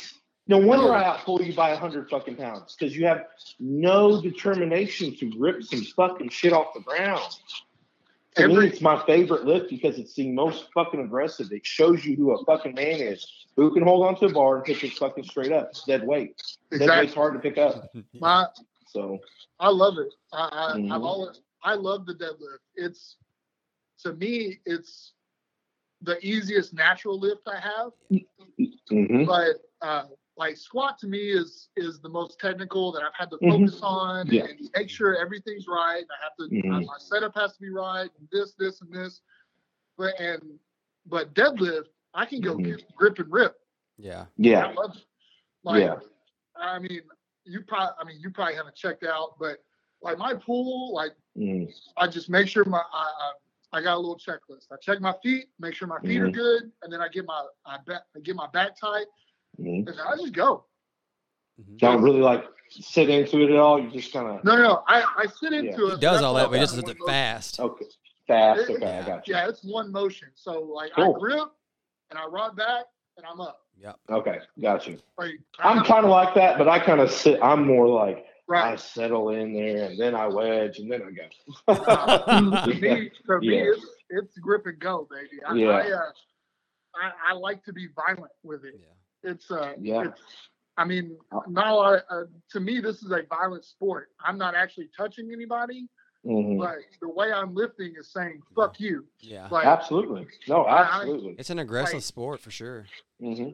[SPEAKER 3] No wonder I outpull you by a hundred fucking pounds because you have no determination to rip some fucking shit off the ground. To me,
[SPEAKER 2] Every-
[SPEAKER 3] it's my favorite lift because it's the most fucking aggressive. It shows you who a fucking man is, who can hold onto a bar and pick it fucking straight up. It's dead weight. Dead weight's
[SPEAKER 2] Exactly.
[SPEAKER 3] hard to pick up.
[SPEAKER 2] My
[SPEAKER 3] So
[SPEAKER 2] I love it. I, I I've
[SPEAKER 3] Mhm.
[SPEAKER 2] always I love the deadlift. It's to me it's the easiest natural lift I have.
[SPEAKER 3] mhm.
[SPEAKER 2] but uh, like squat to me is is the most technical that I've had to
[SPEAKER 3] Mhm.
[SPEAKER 2] focus on
[SPEAKER 3] Yeah.
[SPEAKER 2] and make sure everything's right. I have to
[SPEAKER 3] Mhm.
[SPEAKER 2] my setup has to be right and this this and this, but and But deadlift, I can go
[SPEAKER 3] Mhm.
[SPEAKER 2] get grip and rip.
[SPEAKER 1] Yeah.
[SPEAKER 2] I
[SPEAKER 3] Yeah.
[SPEAKER 2] love, like,
[SPEAKER 3] Yeah.
[SPEAKER 2] I mean, you probably, I mean, you probably haven't checked out, but like my pool, like
[SPEAKER 3] Mm.
[SPEAKER 2] I just make sure my, I, I, I got a little checklist. I check my feet, make sure my feet are
[SPEAKER 3] Mhm.
[SPEAKER 2] good, and then I get my, I, back, I get my back tight,
[SPEAKER 3] Mm.
[SPEAKER 2] and then I just go.
[SPEAKER 1] Mhm.
[SPEAKER 3] Don't really like sit into it at all. You just kind of
[SPEAKER 2] No, no, no, I, I sit into
[SPEAKER 3] Yeah.
[SPEAKER 2] it.
[SPEAKER 1] He does
[SPEAKER 2] That's
[SPEAKER 1] all
[SPEAKER 2] why
[SPEAKER 1] that, but
[SPEAKER 2] I
[SPEAKER 1] he just
[SPEAKER 2] got
[SPEAKER 1] does it
[SPEAKER 2] one motion.
[SPEAKER 1] fast.
[SPEAKER 3] okay fast.
[SPEAKER 2] Yeah.
[SPEAKER 3] Okay, I got you.
[SPEAKER 2] Yeah, it's one motion. So like
[SPEAKER 3] Cool.
[SPEAKER 2] I grip and I rod back and I'm up.
[SPEAKER 1] Yep.
[SPEAKER 3] Okay, got you.
[SPEAKER 2] Like
[SPEAKER 3] I'm kind of like that, but I kind of sit. I'm more like I
[SPEAKER 2] right.
[SPEAKER 3] settle in there and then I wedge and then I go.
[SPEAKER 2] Uh, for me, for me,
[SPEAKER 3] Yeah.
[SPEAKER 2] it's, it's grip and go, baby. I,
[SPEAKER 3] Yeah.
[SPEAKER 2] I, uh, I, I like to be violent with it.
[SPEAKER 1] Yeah.
[SPEAKER 2] It's uh,
[SPEAKER 3] Yeah.
[SPEAKER 2] it's, I mean, not a lot. Of, uh, to me, this is a violent sport. I'm not actually touching anybody,
[SPEAKER 3] Mhm.
[SPEAKER 2] but the way I'm lifting is saying "fuck you."
[SPEAKER 1] Yeah.
[SPEAKER 2] Like,
[SPEAKER 3] Absolutely. No,
[SPEAKER 2] I- I-
[SPEAKER 3] absolutely.
[SPEAKER 1] It's an aggressive
[SPEAKER 2] Like-
[SPEAKER 1] sport for sure.
[SPEAKER 3] hmm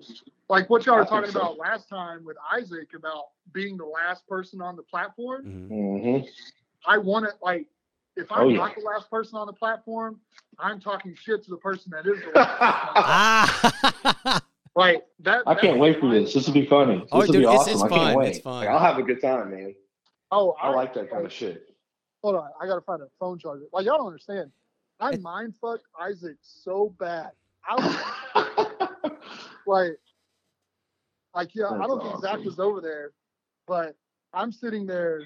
[SPEAKER 2] like what y'all
[SPEAKER 3] I
[SPEAKER 2] were
[SPEAKER 3] think
[SPEAKER 2] talking
[SPEAKER 3] so.
[SPEAKER 2] about last time with Isaac about being the last person on the platform.
[SPEAKER 1] Mhm.
[SPEAKER 3] hmm
[SPEAKER 2] I want it like if I'm
[SPEAKER 3] Oh, yeah.
[SPEAKER 2] not the last person on the platform, I'm talking shit to the person that is the last.
[SPEAKER 1] Ah.
[SPEAKER 2] like that.
[SPEAKER 3] I can't
[SPEAKER 2] that's
[SPEAKER 3] wait for
[SPEAKER 2] my-
[SPEAKER 3] this. This will be funny.
[SPEAKER 1] Oh,
[SPEAKER 3] this will
[SPEAKER 1] dude,
[SPEAKER 3] be
[SPEAKER 1] it's-
[SPEAKER 3] awesome.
[SPEAKER 1] it's
[SPEAKER 3] I can't
[SPEAKER 1] fun.
[SPEAKER 3] wait.
[SPEAKER 1] It's fun.
[SPEAKER 3] Like, I'll have a good time, man.
[SPEAKER 2] Oh,
[SPEAKER 3] I like that kind of shit.
[SPEAKER 2] Hold on, I gotta find a phone charger. Like y'all don't understand. I
[SPEAKER 1] It-
[SPEAKER 2] mind fucked Isaac so bad. I was like, like yeah, I
[SPEAKER 3] That's
[SPEAKER 2] don't think Zach
[SPEAKER 3] awesome.
[SPEAKER 2] was over there, but I'm sitting there.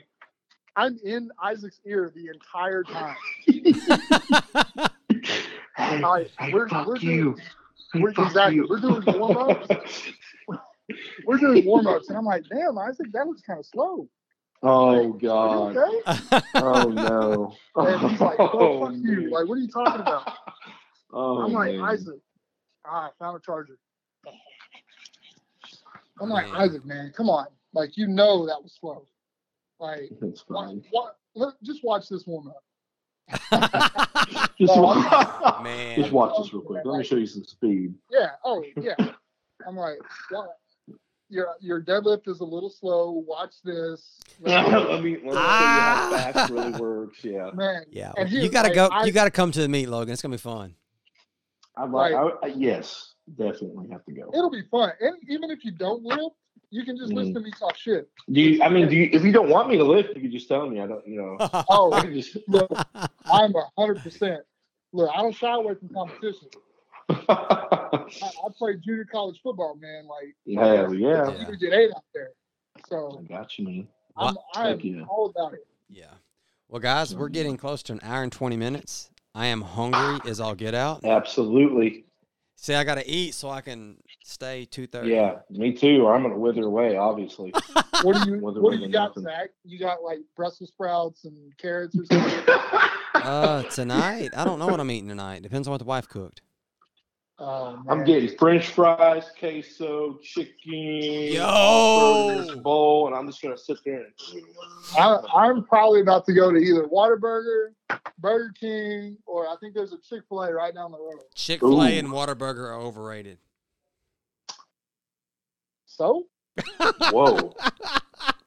[SPEAKER 2] I'm in Isaac's ear the entire time.
[SPEAKER 3] Hey,
[SPEAKER 2] Like,
[SPEAKER 3] hey,
[SPEAKER 2] we're,
[SPEAKER 3] fuck
[SPEAKER 2] we're doing
[SPEAKER 3] you. Hey,
[SPEAKER 2] we're-
[SPEAKER 3] fuck
[SPEAKER 2] exactly,
[SPEAKER 3] you.
[SPEAKER 2] we're doing warm-ups. we're doing warm ups, and I'm like, damn, Isaac, that looks kind of slow.
[SPEAKER 3] oh
[SPEAKER 2] Are
[SPEAKER 3] god.
[SPEAKER 2] you okay?
[SPEAKER 3] Oh no.
[SPEAKER 2] And he's like, oh, fuck
[SPEAKER 3] man.
[SPEAKER 2] you. Like, what are you talking about?
[SPEAKER 3] Oh,
[SPEAKER 2] I'm like,
[SPEAKER 3] man.
[SPEAKER 2] Isaac, ah, I found a charger. I'm like,
[SPEAKER 1] Man.
[SPEAKER 2] Isaac, man, come on. Like, you know that was slow. Like,
[SPEAKER 3] That's
[SPEAKER 2] what,
[SPEAKER 3] fine.
[SPEAKER 2] what, let, just watch this warm up.
[SPEAKER 3] Just,
[SPEAKER 2] Oh,
[SPEAKER 3] wa-
[SPEAKER 1] Man.
[SPEAKER 3] just watch this real quick. Let me show you some speed.
[SPEAKER 2] Yeah. Oh, yeah. I'm like, what? Your, your deadlift is a little slow. Watch this.
[SPEAKER 3] let me let me show you how
[SPEAKER 1] Ah.
[SPEAKER 3] fast really works. Yeah.
[SPEAKER 2] Man,
[SPEAKER 1] yeah.
[SPEAKER 2] And he
[SPEAKER 1] You
[SPEAKER 2] was
[SPEAKER 1] gotta
[SPEAKER 2] like,
[SPEAKER 1] go.
[SPEAKER 2] I-
[SPEAKER 1] You gotta come to the meet, Logan. It's gonna be fun.
[SPEAKER 3] I'd like,
[SPEAKER 2] Right.
[SPEAKER 3] I, I, yes, definitely have to go.
[SPEAKER 2] it'll be fun. And even if you don't lift, you can just
[SPEAKER 3] Mhm.
[SPEAKER 2] listen to me talk shit.
[SPEAKER 3] Do you? I mean, do you? If you don't want me to lift, you can just tell me. I don't. You know. I
[SPEAKER 2] Oh,
[SPEAKER 3] can just.
[SPEAKER 2] look, I'm a hundred percent. Look, I don't shy away from competition. I, I played junior college football, man. Like
[SPEAKER 3] Hell yeah!
[SPEAKER 1] Yeah.
[SPEAKER 2] you could get eight out there.
[SPEAKER 3] I
[SPEAKER 2] So
[SPEAKER 3] got you, man.
[SPEAKER 2] I'm, I am
[SPEAKER 3] Thank you.
[SPEAKER 2] all about it.
[SPEAKER 1] Yeah. Well, guys, we're getting close to an hour and 20 minutes. I am hungry as all get out.
[SPEAKER 3] Absolutely.
[SPEAKER 1] See, I got to eat so I can stay 2.30.
[SPEAKER 3] Yeah, me too. Or I'm gonna wither away, obviously.
[SPEAKER 2] What do you
[SPEAKER 3] Whether
[SPEAKER 2] What
[SPEAKER 3] we
[SPEAKER 2] do you
[SPEAKER 3] can
[SPEAKER 2] got,
[SPEAKER 3] happen.
[SPEAKER 2] Zach? You got like Brussels sprouts and carrots or something?
[SPEAKER 1] Uh, tonight, I don't know what I'm eating tonight. Depends on what the wife cooked.
[SPEAKER 2] Oh, man.
[SPEAKER 3] I'm getting French fries, queso, chicken,
[SPEAKER 1] Yo!
[SPEAKER 3] burgers, bowl, and I'm just gonna sit there. And...
[SPEAKER 2] I, I'm probably about to go to either Whataburger, Burger King, or I think there's a Chick Fil A right down the road.
[SPEAKER 1] Chick fil A
[SPEAKER 3] Ooh.
[SPEAKER 1] and Whataburger are overrated.
[SPEAKER 2] So
[SPEAKER 3] Whoa! I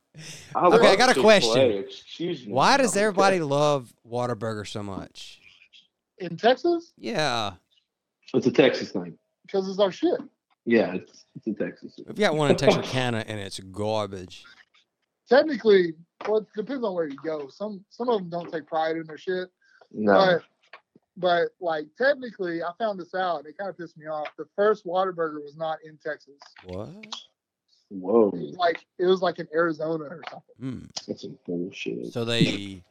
[SPEAKER 1] Okay, I
[SPEAKER 3] love
[SPEAKER 1] got a
[SPEAKER 3] Chick-fil-A.
[SPEAKER 1] question.
[SPEAKER 3] Excuse me.
[SPEAKER 1] Why does
[SPEAKER 3] Okay.
[SPEAKER 1] everybody love Whataburger so much?
[SPEAKER 2] in Texas,
[SPEAKER 1] Yeah.
[SPEAKER 3] It's a Texas thing.
[SPEAKER 2] because it's our shit.
[SPEAKER 3] Yeah, it's, it's a Texas. Thing.
[SPEAKER 1] We've got one in Texarkana and it's garbage.
[SPEAKER 2] Technically, well, it depends on where you go. Some some of them don't take pride in their shit,
[SPEAKER 3] No.
[SPEAKER 2] but but like technically, I found this out. It kind of pissed me off. The first Whataburger was not in Texas.
[SPEAKER 1] What?
[SPEAKER 3] Whoa,
[SPEAKER 2] It was like it was like in Arizona or something.
[SPEAKER 1] Hmm.
[SPEAKER 3] that's some bullshit.
[SPEAKER 1] So they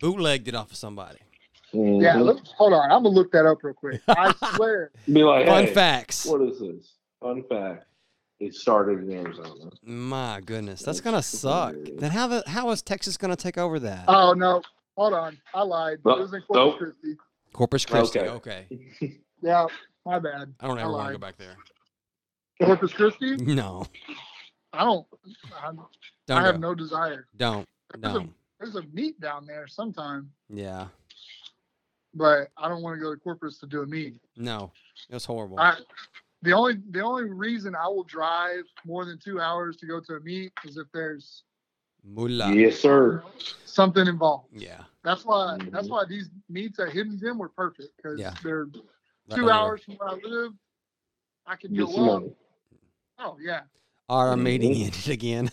[SPEAKER 1] bootlegged it off of somebody.
[SPEAKER 3] Mhm.
[SPEAKER 2] Yeah, let, hold on. I'm gonna look that up real quick. I swear.
[SPEAKER 3] Be like,
[SPEAKER 1] Fun
[SPEAKER 3] hey,
[SPEAKER 1] facts.
[SPEAKER 3] What is this? Fun fact. It started in Arizona.
[SPEAKER 1] My goodness, that's
[SPEAKER 3] That's
[SPEAKER 1] gonna suck.
[SPEAKER 3] hilarious.
[SPEAKER 1] Then how the, how is Texas gonna take over that?
[SPEAKER 2] Oh no, hold on. I lied. It
[SPEAKER 3] Well,
[SPEAKER 2] was in Corpus
[SPEAKER 3] nope.
[SPEAKER 2] Christi.
[SPEAKER 1] Corpus Christi. Okay.
[SPEAKER 3] okay.
[SPEAKER 2] Yeah, my bad.
[SPEAKER 1] I don't
[SPEAKER 2] I
[SPEAKER 1] ever want to
[SPEAKER 2] lied.
[SPEAKER 1] go back there.
[SPEAKER 2] Corpus Christi?
[SPEAKER 1] No,
[SPEAKER 2] I don't. I'm,
[SPEAKER 1] don't
[SPEAKER 2] I
[SPEAKER 1] go.
[SPEAKER 2] have no desire.
[SPEAKER 1] don't
[SPEAKER 2] There's a,
[SPEAKER 1] don't.
[SPEAKER 2] there's a meet down there sometime,
[SPEAKER 1] Yeah,
[SPEAKER 2] but I don't want to go to Corpus to do a meet.
[SPEAKER 1] no, it was horrible.
[SPEAKER 2] I, the only the only reason I will drive more than two hours to go to a meet is if there's
[SPEAKER 1] Mullah. Yeah.
[SPEAKER 3] Yes, sir.
[SPEAKER 2] something involved.
[SPEAKER 1] yeah,
[SPEAKER 2] That's why that's why these meets at Hidden Gym were perfect because
[SPEAKER 1] Yeah.
[SPEAKER 2] they're
[SPEAKER 1] That
[SPEAKER 2] two
[SPEAKER 1] area.
[SPEAKER 2] hours from where I live. I could
[SPEAKER 3] Get
[SPEAKER 2] go
[SPEAKER 3] some
[SPEAKER 2] up.
[SPEAKER 3] money.
[SPEAKER 2] Oh yeah.
[SPEAKER 1] Our
[SPEAKER 2] Mm-hmm.
[SPEAKER 3] Mhm.
[SPEAKER 1] meeting ended again.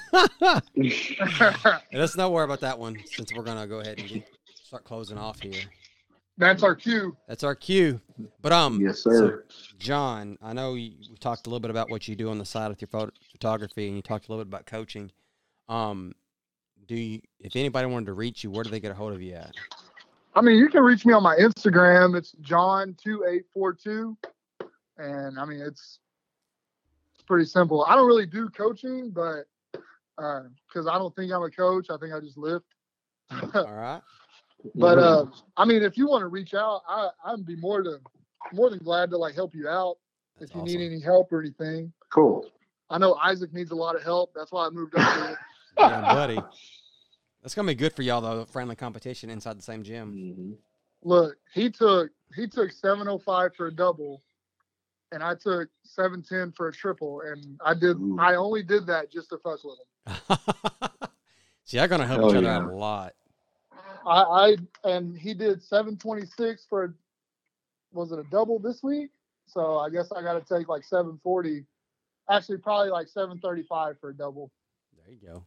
[SPEAKER 1] Let's not worry about that one since we're gonna go ahead and get, start closing off here.
[SPEAKER 2] That's our cue.
[SPEAKER 1] That's our cue. But um,
[SPEAKER 3] yes,
[SPEAKER 1] so,
[SPEAKER 3] sir.
[SPEAKER 1] John, I know you we talked a little bit about what you do on the side with your photo- photography, and you talked a little bit about coaching. Um, do you, if anybody wanted to reach you, where do they get a hold of you at?
[SPEAKER 2] I mean, you can reach me on my Instagram. It's John two eight four two, and I mean it's it's pretty simple. I don't really do coaching, but because I don't think I'm a coach, I think I just lift.
[SPEAKER 1] All right,
[SPEAKER 2] but
[SPEAKER 3] Mhm.
[SPEAKER 2] uh,
[SPEAKER 1] Mm-hmm.
[SPEAKER 2] I mean, if you want to reach out, I I'd be more to more than glad to like help you out
[SPEAKER 1] That's
[SPEAKER 2] if you
[SPEAKER 1] awesome.
[SPEAKER 2] need any help or anything.
[SPEAKER 3] cool.
[SPEAKER 2] I know Isaac needs a lot of help. That's why I moved up here.
[SPEAKER 1] yeah, buddy. That's gonna be good for y'all though. Friendly competition inside the same gym.
[SPEAKER 3] Mhm.
[SPEAKER 2] Look, he took he took 705 for a double, and I took 710 for a triple, and I did
[SPEAKER 3] Ooh.
[SPEAKER 2] I only did that just to fuss with him.
[SPEAKER 1] See, y'all gonna help
[SPEAKER 3] Hell
[SPEAKER 1] each other
[SPEAKER 3] yeah.
[SPEAKER 1] out a lot.
[SPEAKER 2] I, I and he did 726 for a- was it a double this week? So I guess I got to take like 740, actually probably like 735 for a double.
[SPEAKER 1] There you go.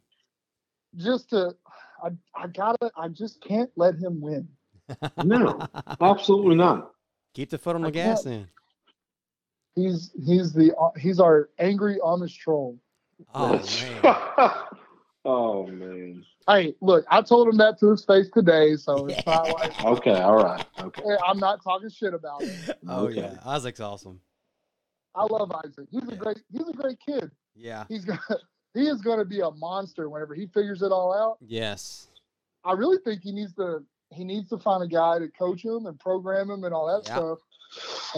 [SPEAKER 2] Just to I I gotta I just can't let him win.
[SPEAKER 3] Mm-hmm. No, absolutely not.
[SPEAKER 1] Keep the foot on the
[SPEAKER 2] I
[SPEAKER 1] gas then.
[SPEAKER 2] He's he's the he's our angry Amish troll.
[SPEAKER 1] Oh man.
[SPEAKER 3] man. oh man.
[SPEAKER 2] Hey, look, I told him that to his face today, so it's not
[SPEAKER 1] Yeah.
[SPEAKER 2] like
[SPEAKER 3] Okay. All right. Okay.
[SPEAKER 2] eh, I'm not talking shit about it.
[SPEAKER 1] Oh
[SPEAKER 3] Okay.
[SPEAKER 1] yeah. Isaac's awesome.
[SPEAKER 2] I love Isaac. He's a great he's a great kid.
[SPEAKER 1] Yeah.
[SPEAKER 2] He's gonna he is gonna be a monster whenever he figures it all out.
[SPEAKER 1] Yes.
[SPEAKER 2] I really think he needs to he needs to find a guy to coach him and program him and all that
[SPEAKER 1] Yeah.
[SPEAKER 2] stuff.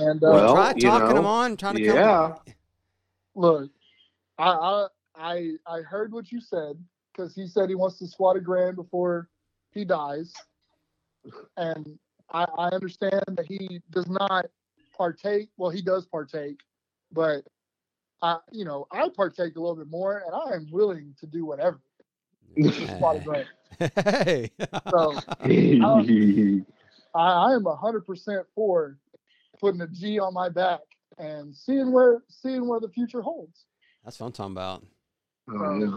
[SPEAKER 2] And uh,
[SPEAKER 3] Well,
[SPEAKER 1] Try
[SPEAKER 3] you
[SPEAKER 1] talking
[SPEAKER 3] know,
[SPEAKER 1] him on, trying to
[SPEAKER 3] yeah.
[SPEAKER 1] come.
[SPEAKER 2] look, I I I, I heard what you said because he said he wants to squat a grand before he dies, and I, I understand that he does not partake. Well, he does partake, but I you know I partake a little bit more, and I am willing to do whatever to squat a
[SPEAKER 1] Yeah.
[SPEAKER 2] grand.
[SPEAKER 1] Hey.
[SPEAKER 2] So
[SPEAKER 3] Mhm.
[SPEAKER 2] I, I am hundred percent for putting a G on my back and seeing where seeing where the future holds.
[SPEAKER 1] That's what I'm talking about.
[SPEAKER 3] Oh, yeah.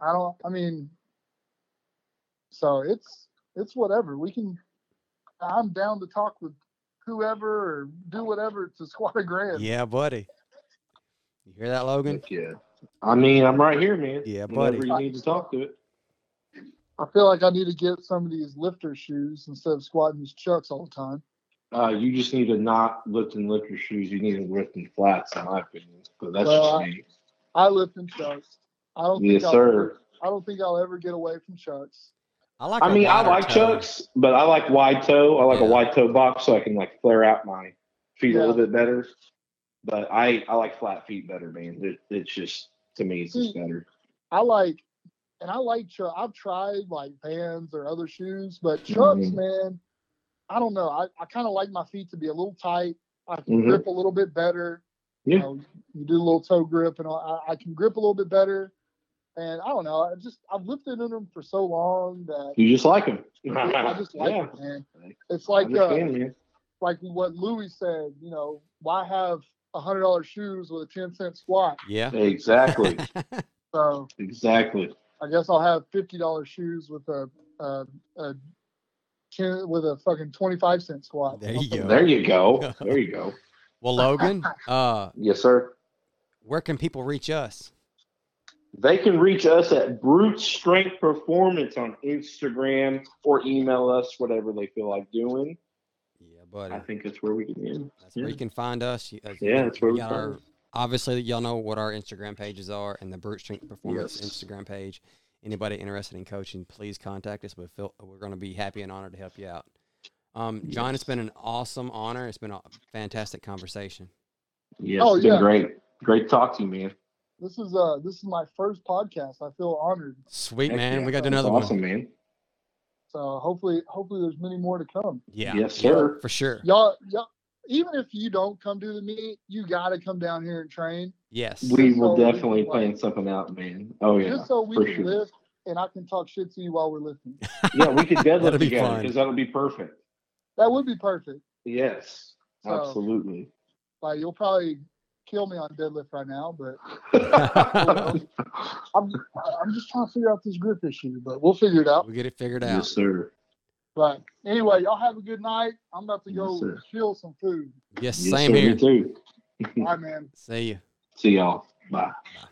[SPEAKER 2] I don't. I mean, so it's it's whatever. We can. I'm down to talk with whoever or do whatever to squat a grand.
[SPEAKER 1] Yeah, buddy. You hear that, Logan?
[SPEAKER 3] Heck yeah. I mean, I'm right here, man.
[SPEAKER 1] Yeah, buddy.
[SPEAKER 3] Whenever you need to talk to it.
[SPEAKER 2] I feel like I need to get some of these lifter shoes instead of squatting these chucks all the time.
[SPEAKER 3] Uh, you just need to not lift and lift your shoes. You need to lift and flats, in my opinion. But that's
[SPEAKER 2] Well,
[SPEAKER 3] just me.
[SPEAKER 2] I lift in chucks. I don't
[SPEAKER 3] Yes,
[SPEAKER 2] think I'll
[SPEAKER 3] sir.
[SPEAKER 2] Ever, I don't think I'll ever get away from chucks.
[SPEAKER 1] I like.
[SPEAKER 3] I
[SPEAKER 1] a
[SPEAKER 3] mean, I
[SPEAKER 1] wider
[SPEAKER 3] like
[SPEAKER 1] toe.
[SPEAKER 3] chucks, but I like wide toe. I like
[SPEAKER 1] Yeah.
[SPEAKER 3] a wide toe box so I can like flare out my feet a
[SPEAKER 2] Yeah.
[SPEAKER 3] little bit better. But I, I like flat feet better, man. It, it's just to me, it's just
[SPEAKER 2] See,
[SPEAKER 3] better.
[SPEAKER 2] I like, and I like chuck. I've tried like Vans or other shoes, but chucks,
[SPEAKER 3] Mhm.
[SPEAKER 2] man, I don't know. I, I kind of like my feet to be a little tight. I can
[SPEAKER 3] Mhm.
[SPEAKER 2] grip a little bit better.
[SPEAKER 3] Yeah.
[SPEAKER 2] You know, you do a little toe grip, and all, I, I can grip a little bit better. And I don't know. I just I've lifted in them for so long that
[SPEAKER 3] You just like them.
[SPEAKER 2] I just like
[SPEAKER 3] yeah.
[SPEAKER 2] it, man.
[SPEAKER 3] Like,
[SPEAKER 2] It's
[SPEAKER 3] I
[SPEAKER 2] like uh,
[SPEAKER 3] understand, man.
[SPEAKER 2] like what Louis said. You know, why have a hundred dollar shoes with a ten cent squat?
[SPEAKER 1] Yeah.
[SPEAKER 3] Exactly.
[SPEAKER 2] So
[SPEAKER 3] exactly.
[SPEAKER 2] I guess I'll have fifty dollars shoes with a, a, a ten, with a fucking twenty five cent squat.
[SPEAKER 1] There you go.
[SPEAKER 3] There you go. There you go.
[SPEAKER 1] Well, Logan, uh,
[SPEAKER 3] Yes, sir.
[SPEAKER 1] where can people reach us?
[SPEAKER 3] They can reach us at Brute Strength Performance on Instagram or email us, whatever they feel like doing.
[SPEAKER 1] Yeah, buddy.
[SPEAKER 3] I think that's where we can end.
[SPEAKER 1] That's where
[SPEAKER 3] yeah.
[SPEAKER 1] you can find us. You- uh,
[SPEAKER 3] Yeah, that's where
[SPEAKER 1] we
[SPEAKER 3] we
[SPEAKER 1] got
[SPEAKER 3] find
[SPEAKER 1] our.
[SPEAKER 3] us.
[SPEAKER 1] Obviously, y'all know what our Instagram pages are and the Brute Strength Performance
[SPEAKER 3] Yes.
[SPEAKER 1] Instagram page. Anybody interested in coaching, please contact us. We feel we're going to be happy and honored to help you out. Um, John, it's been an awesome honor. It's been a fantastic conversation.
[SPEAKER 3] Yes,
[SPEAKER 2] Oh,
[SPEAKER 3] it's been
[SPEAKER 2] yeah.
[SPEAKER 3] great. Great talk to you, man.
[SPEAKER 2] This is uh this is my first podcast. I feel honored.
[SPEAKER 1] Sweet
[SPEAKER 3] Heck
[SPEAKER 1] man,
[SPEAKER 3] yeah.
[SPEAKER 1] we got to do
[SPEAKER 3] That's
[SPEAKER 1] another
[SPEAKER 3] awesome,
[SPEAKER 1] one.
[SPEAKER 3] man.
[SPEAKER 2] So hopefully hopefully there's many more to come.
[SPEAKER 1] Yeah,
[SPEAKER 3] Yes, sir.
[SPEAKER 1] for sure.
[SPEAKER 2] Y'all y'all even if you don't come to the meet, you gotta come down here and train
[SPEAKER 1] Yes,
[SPEAKER 3] We
[SPEAKER 2] Just
[SPEAKER 3] will
[SPEAKER 2] so we
[SPEAKER 3] definitely
[SPEAKER 2] can, like-
[SPEAKER 3] plan something out, man. Oh yeah,
[SPEAKER 2] just so we
[SPEAKER 3] for
[SPEAKER 2] can
[SPEAKER 3] sure.
[SPEAKER 2] lift and I can talk shit to you while we're lifting.
[SPEAKER 3] yeah, we could
[SPEAKER 1] That'll
[SPEAKER 3] deadlift
[SPEAKER 1] be
[SPEAKER 3] together
[SPEAKER 1] fun.
[SPEAKER 3] because that'll be perfect.
[SPEAKER 2] That would be perfect.
[SPEAKER 3] Yes.
[SPEAKER 2] So,
[SPEAKER 3] Absolutely.
[SPEAKER 2] Like you'll probably kill me on deadlift right now, but I'm I'm just trying to figure out this grip issue, but we'll figure it out.
[SPEAKER 1] We'll get it figured out.
[SPEAKER 3] yes, sir.
[SPEAKER 2] But anyway, y'all have a good night. I'm about to
[SPEAKER 3] Yes,
[SPEAKER 2] go
[SPEAKER 3] sir.
[SPEAKER 2] kill some food.
[SPEAKER 1] Yes,
[SPEAKER 3] Yes,
[SPEAKER 1] same
[SPEAKER 3] sir. Me
[SPEAKER 1] here.
[SPEAKER 3] too.
[SPEAKER 2] All right, man.
[SPEAKER 1] See you.
[SPEAKER 3] See y'all. Bye.
[SPEAKER 1] Bye.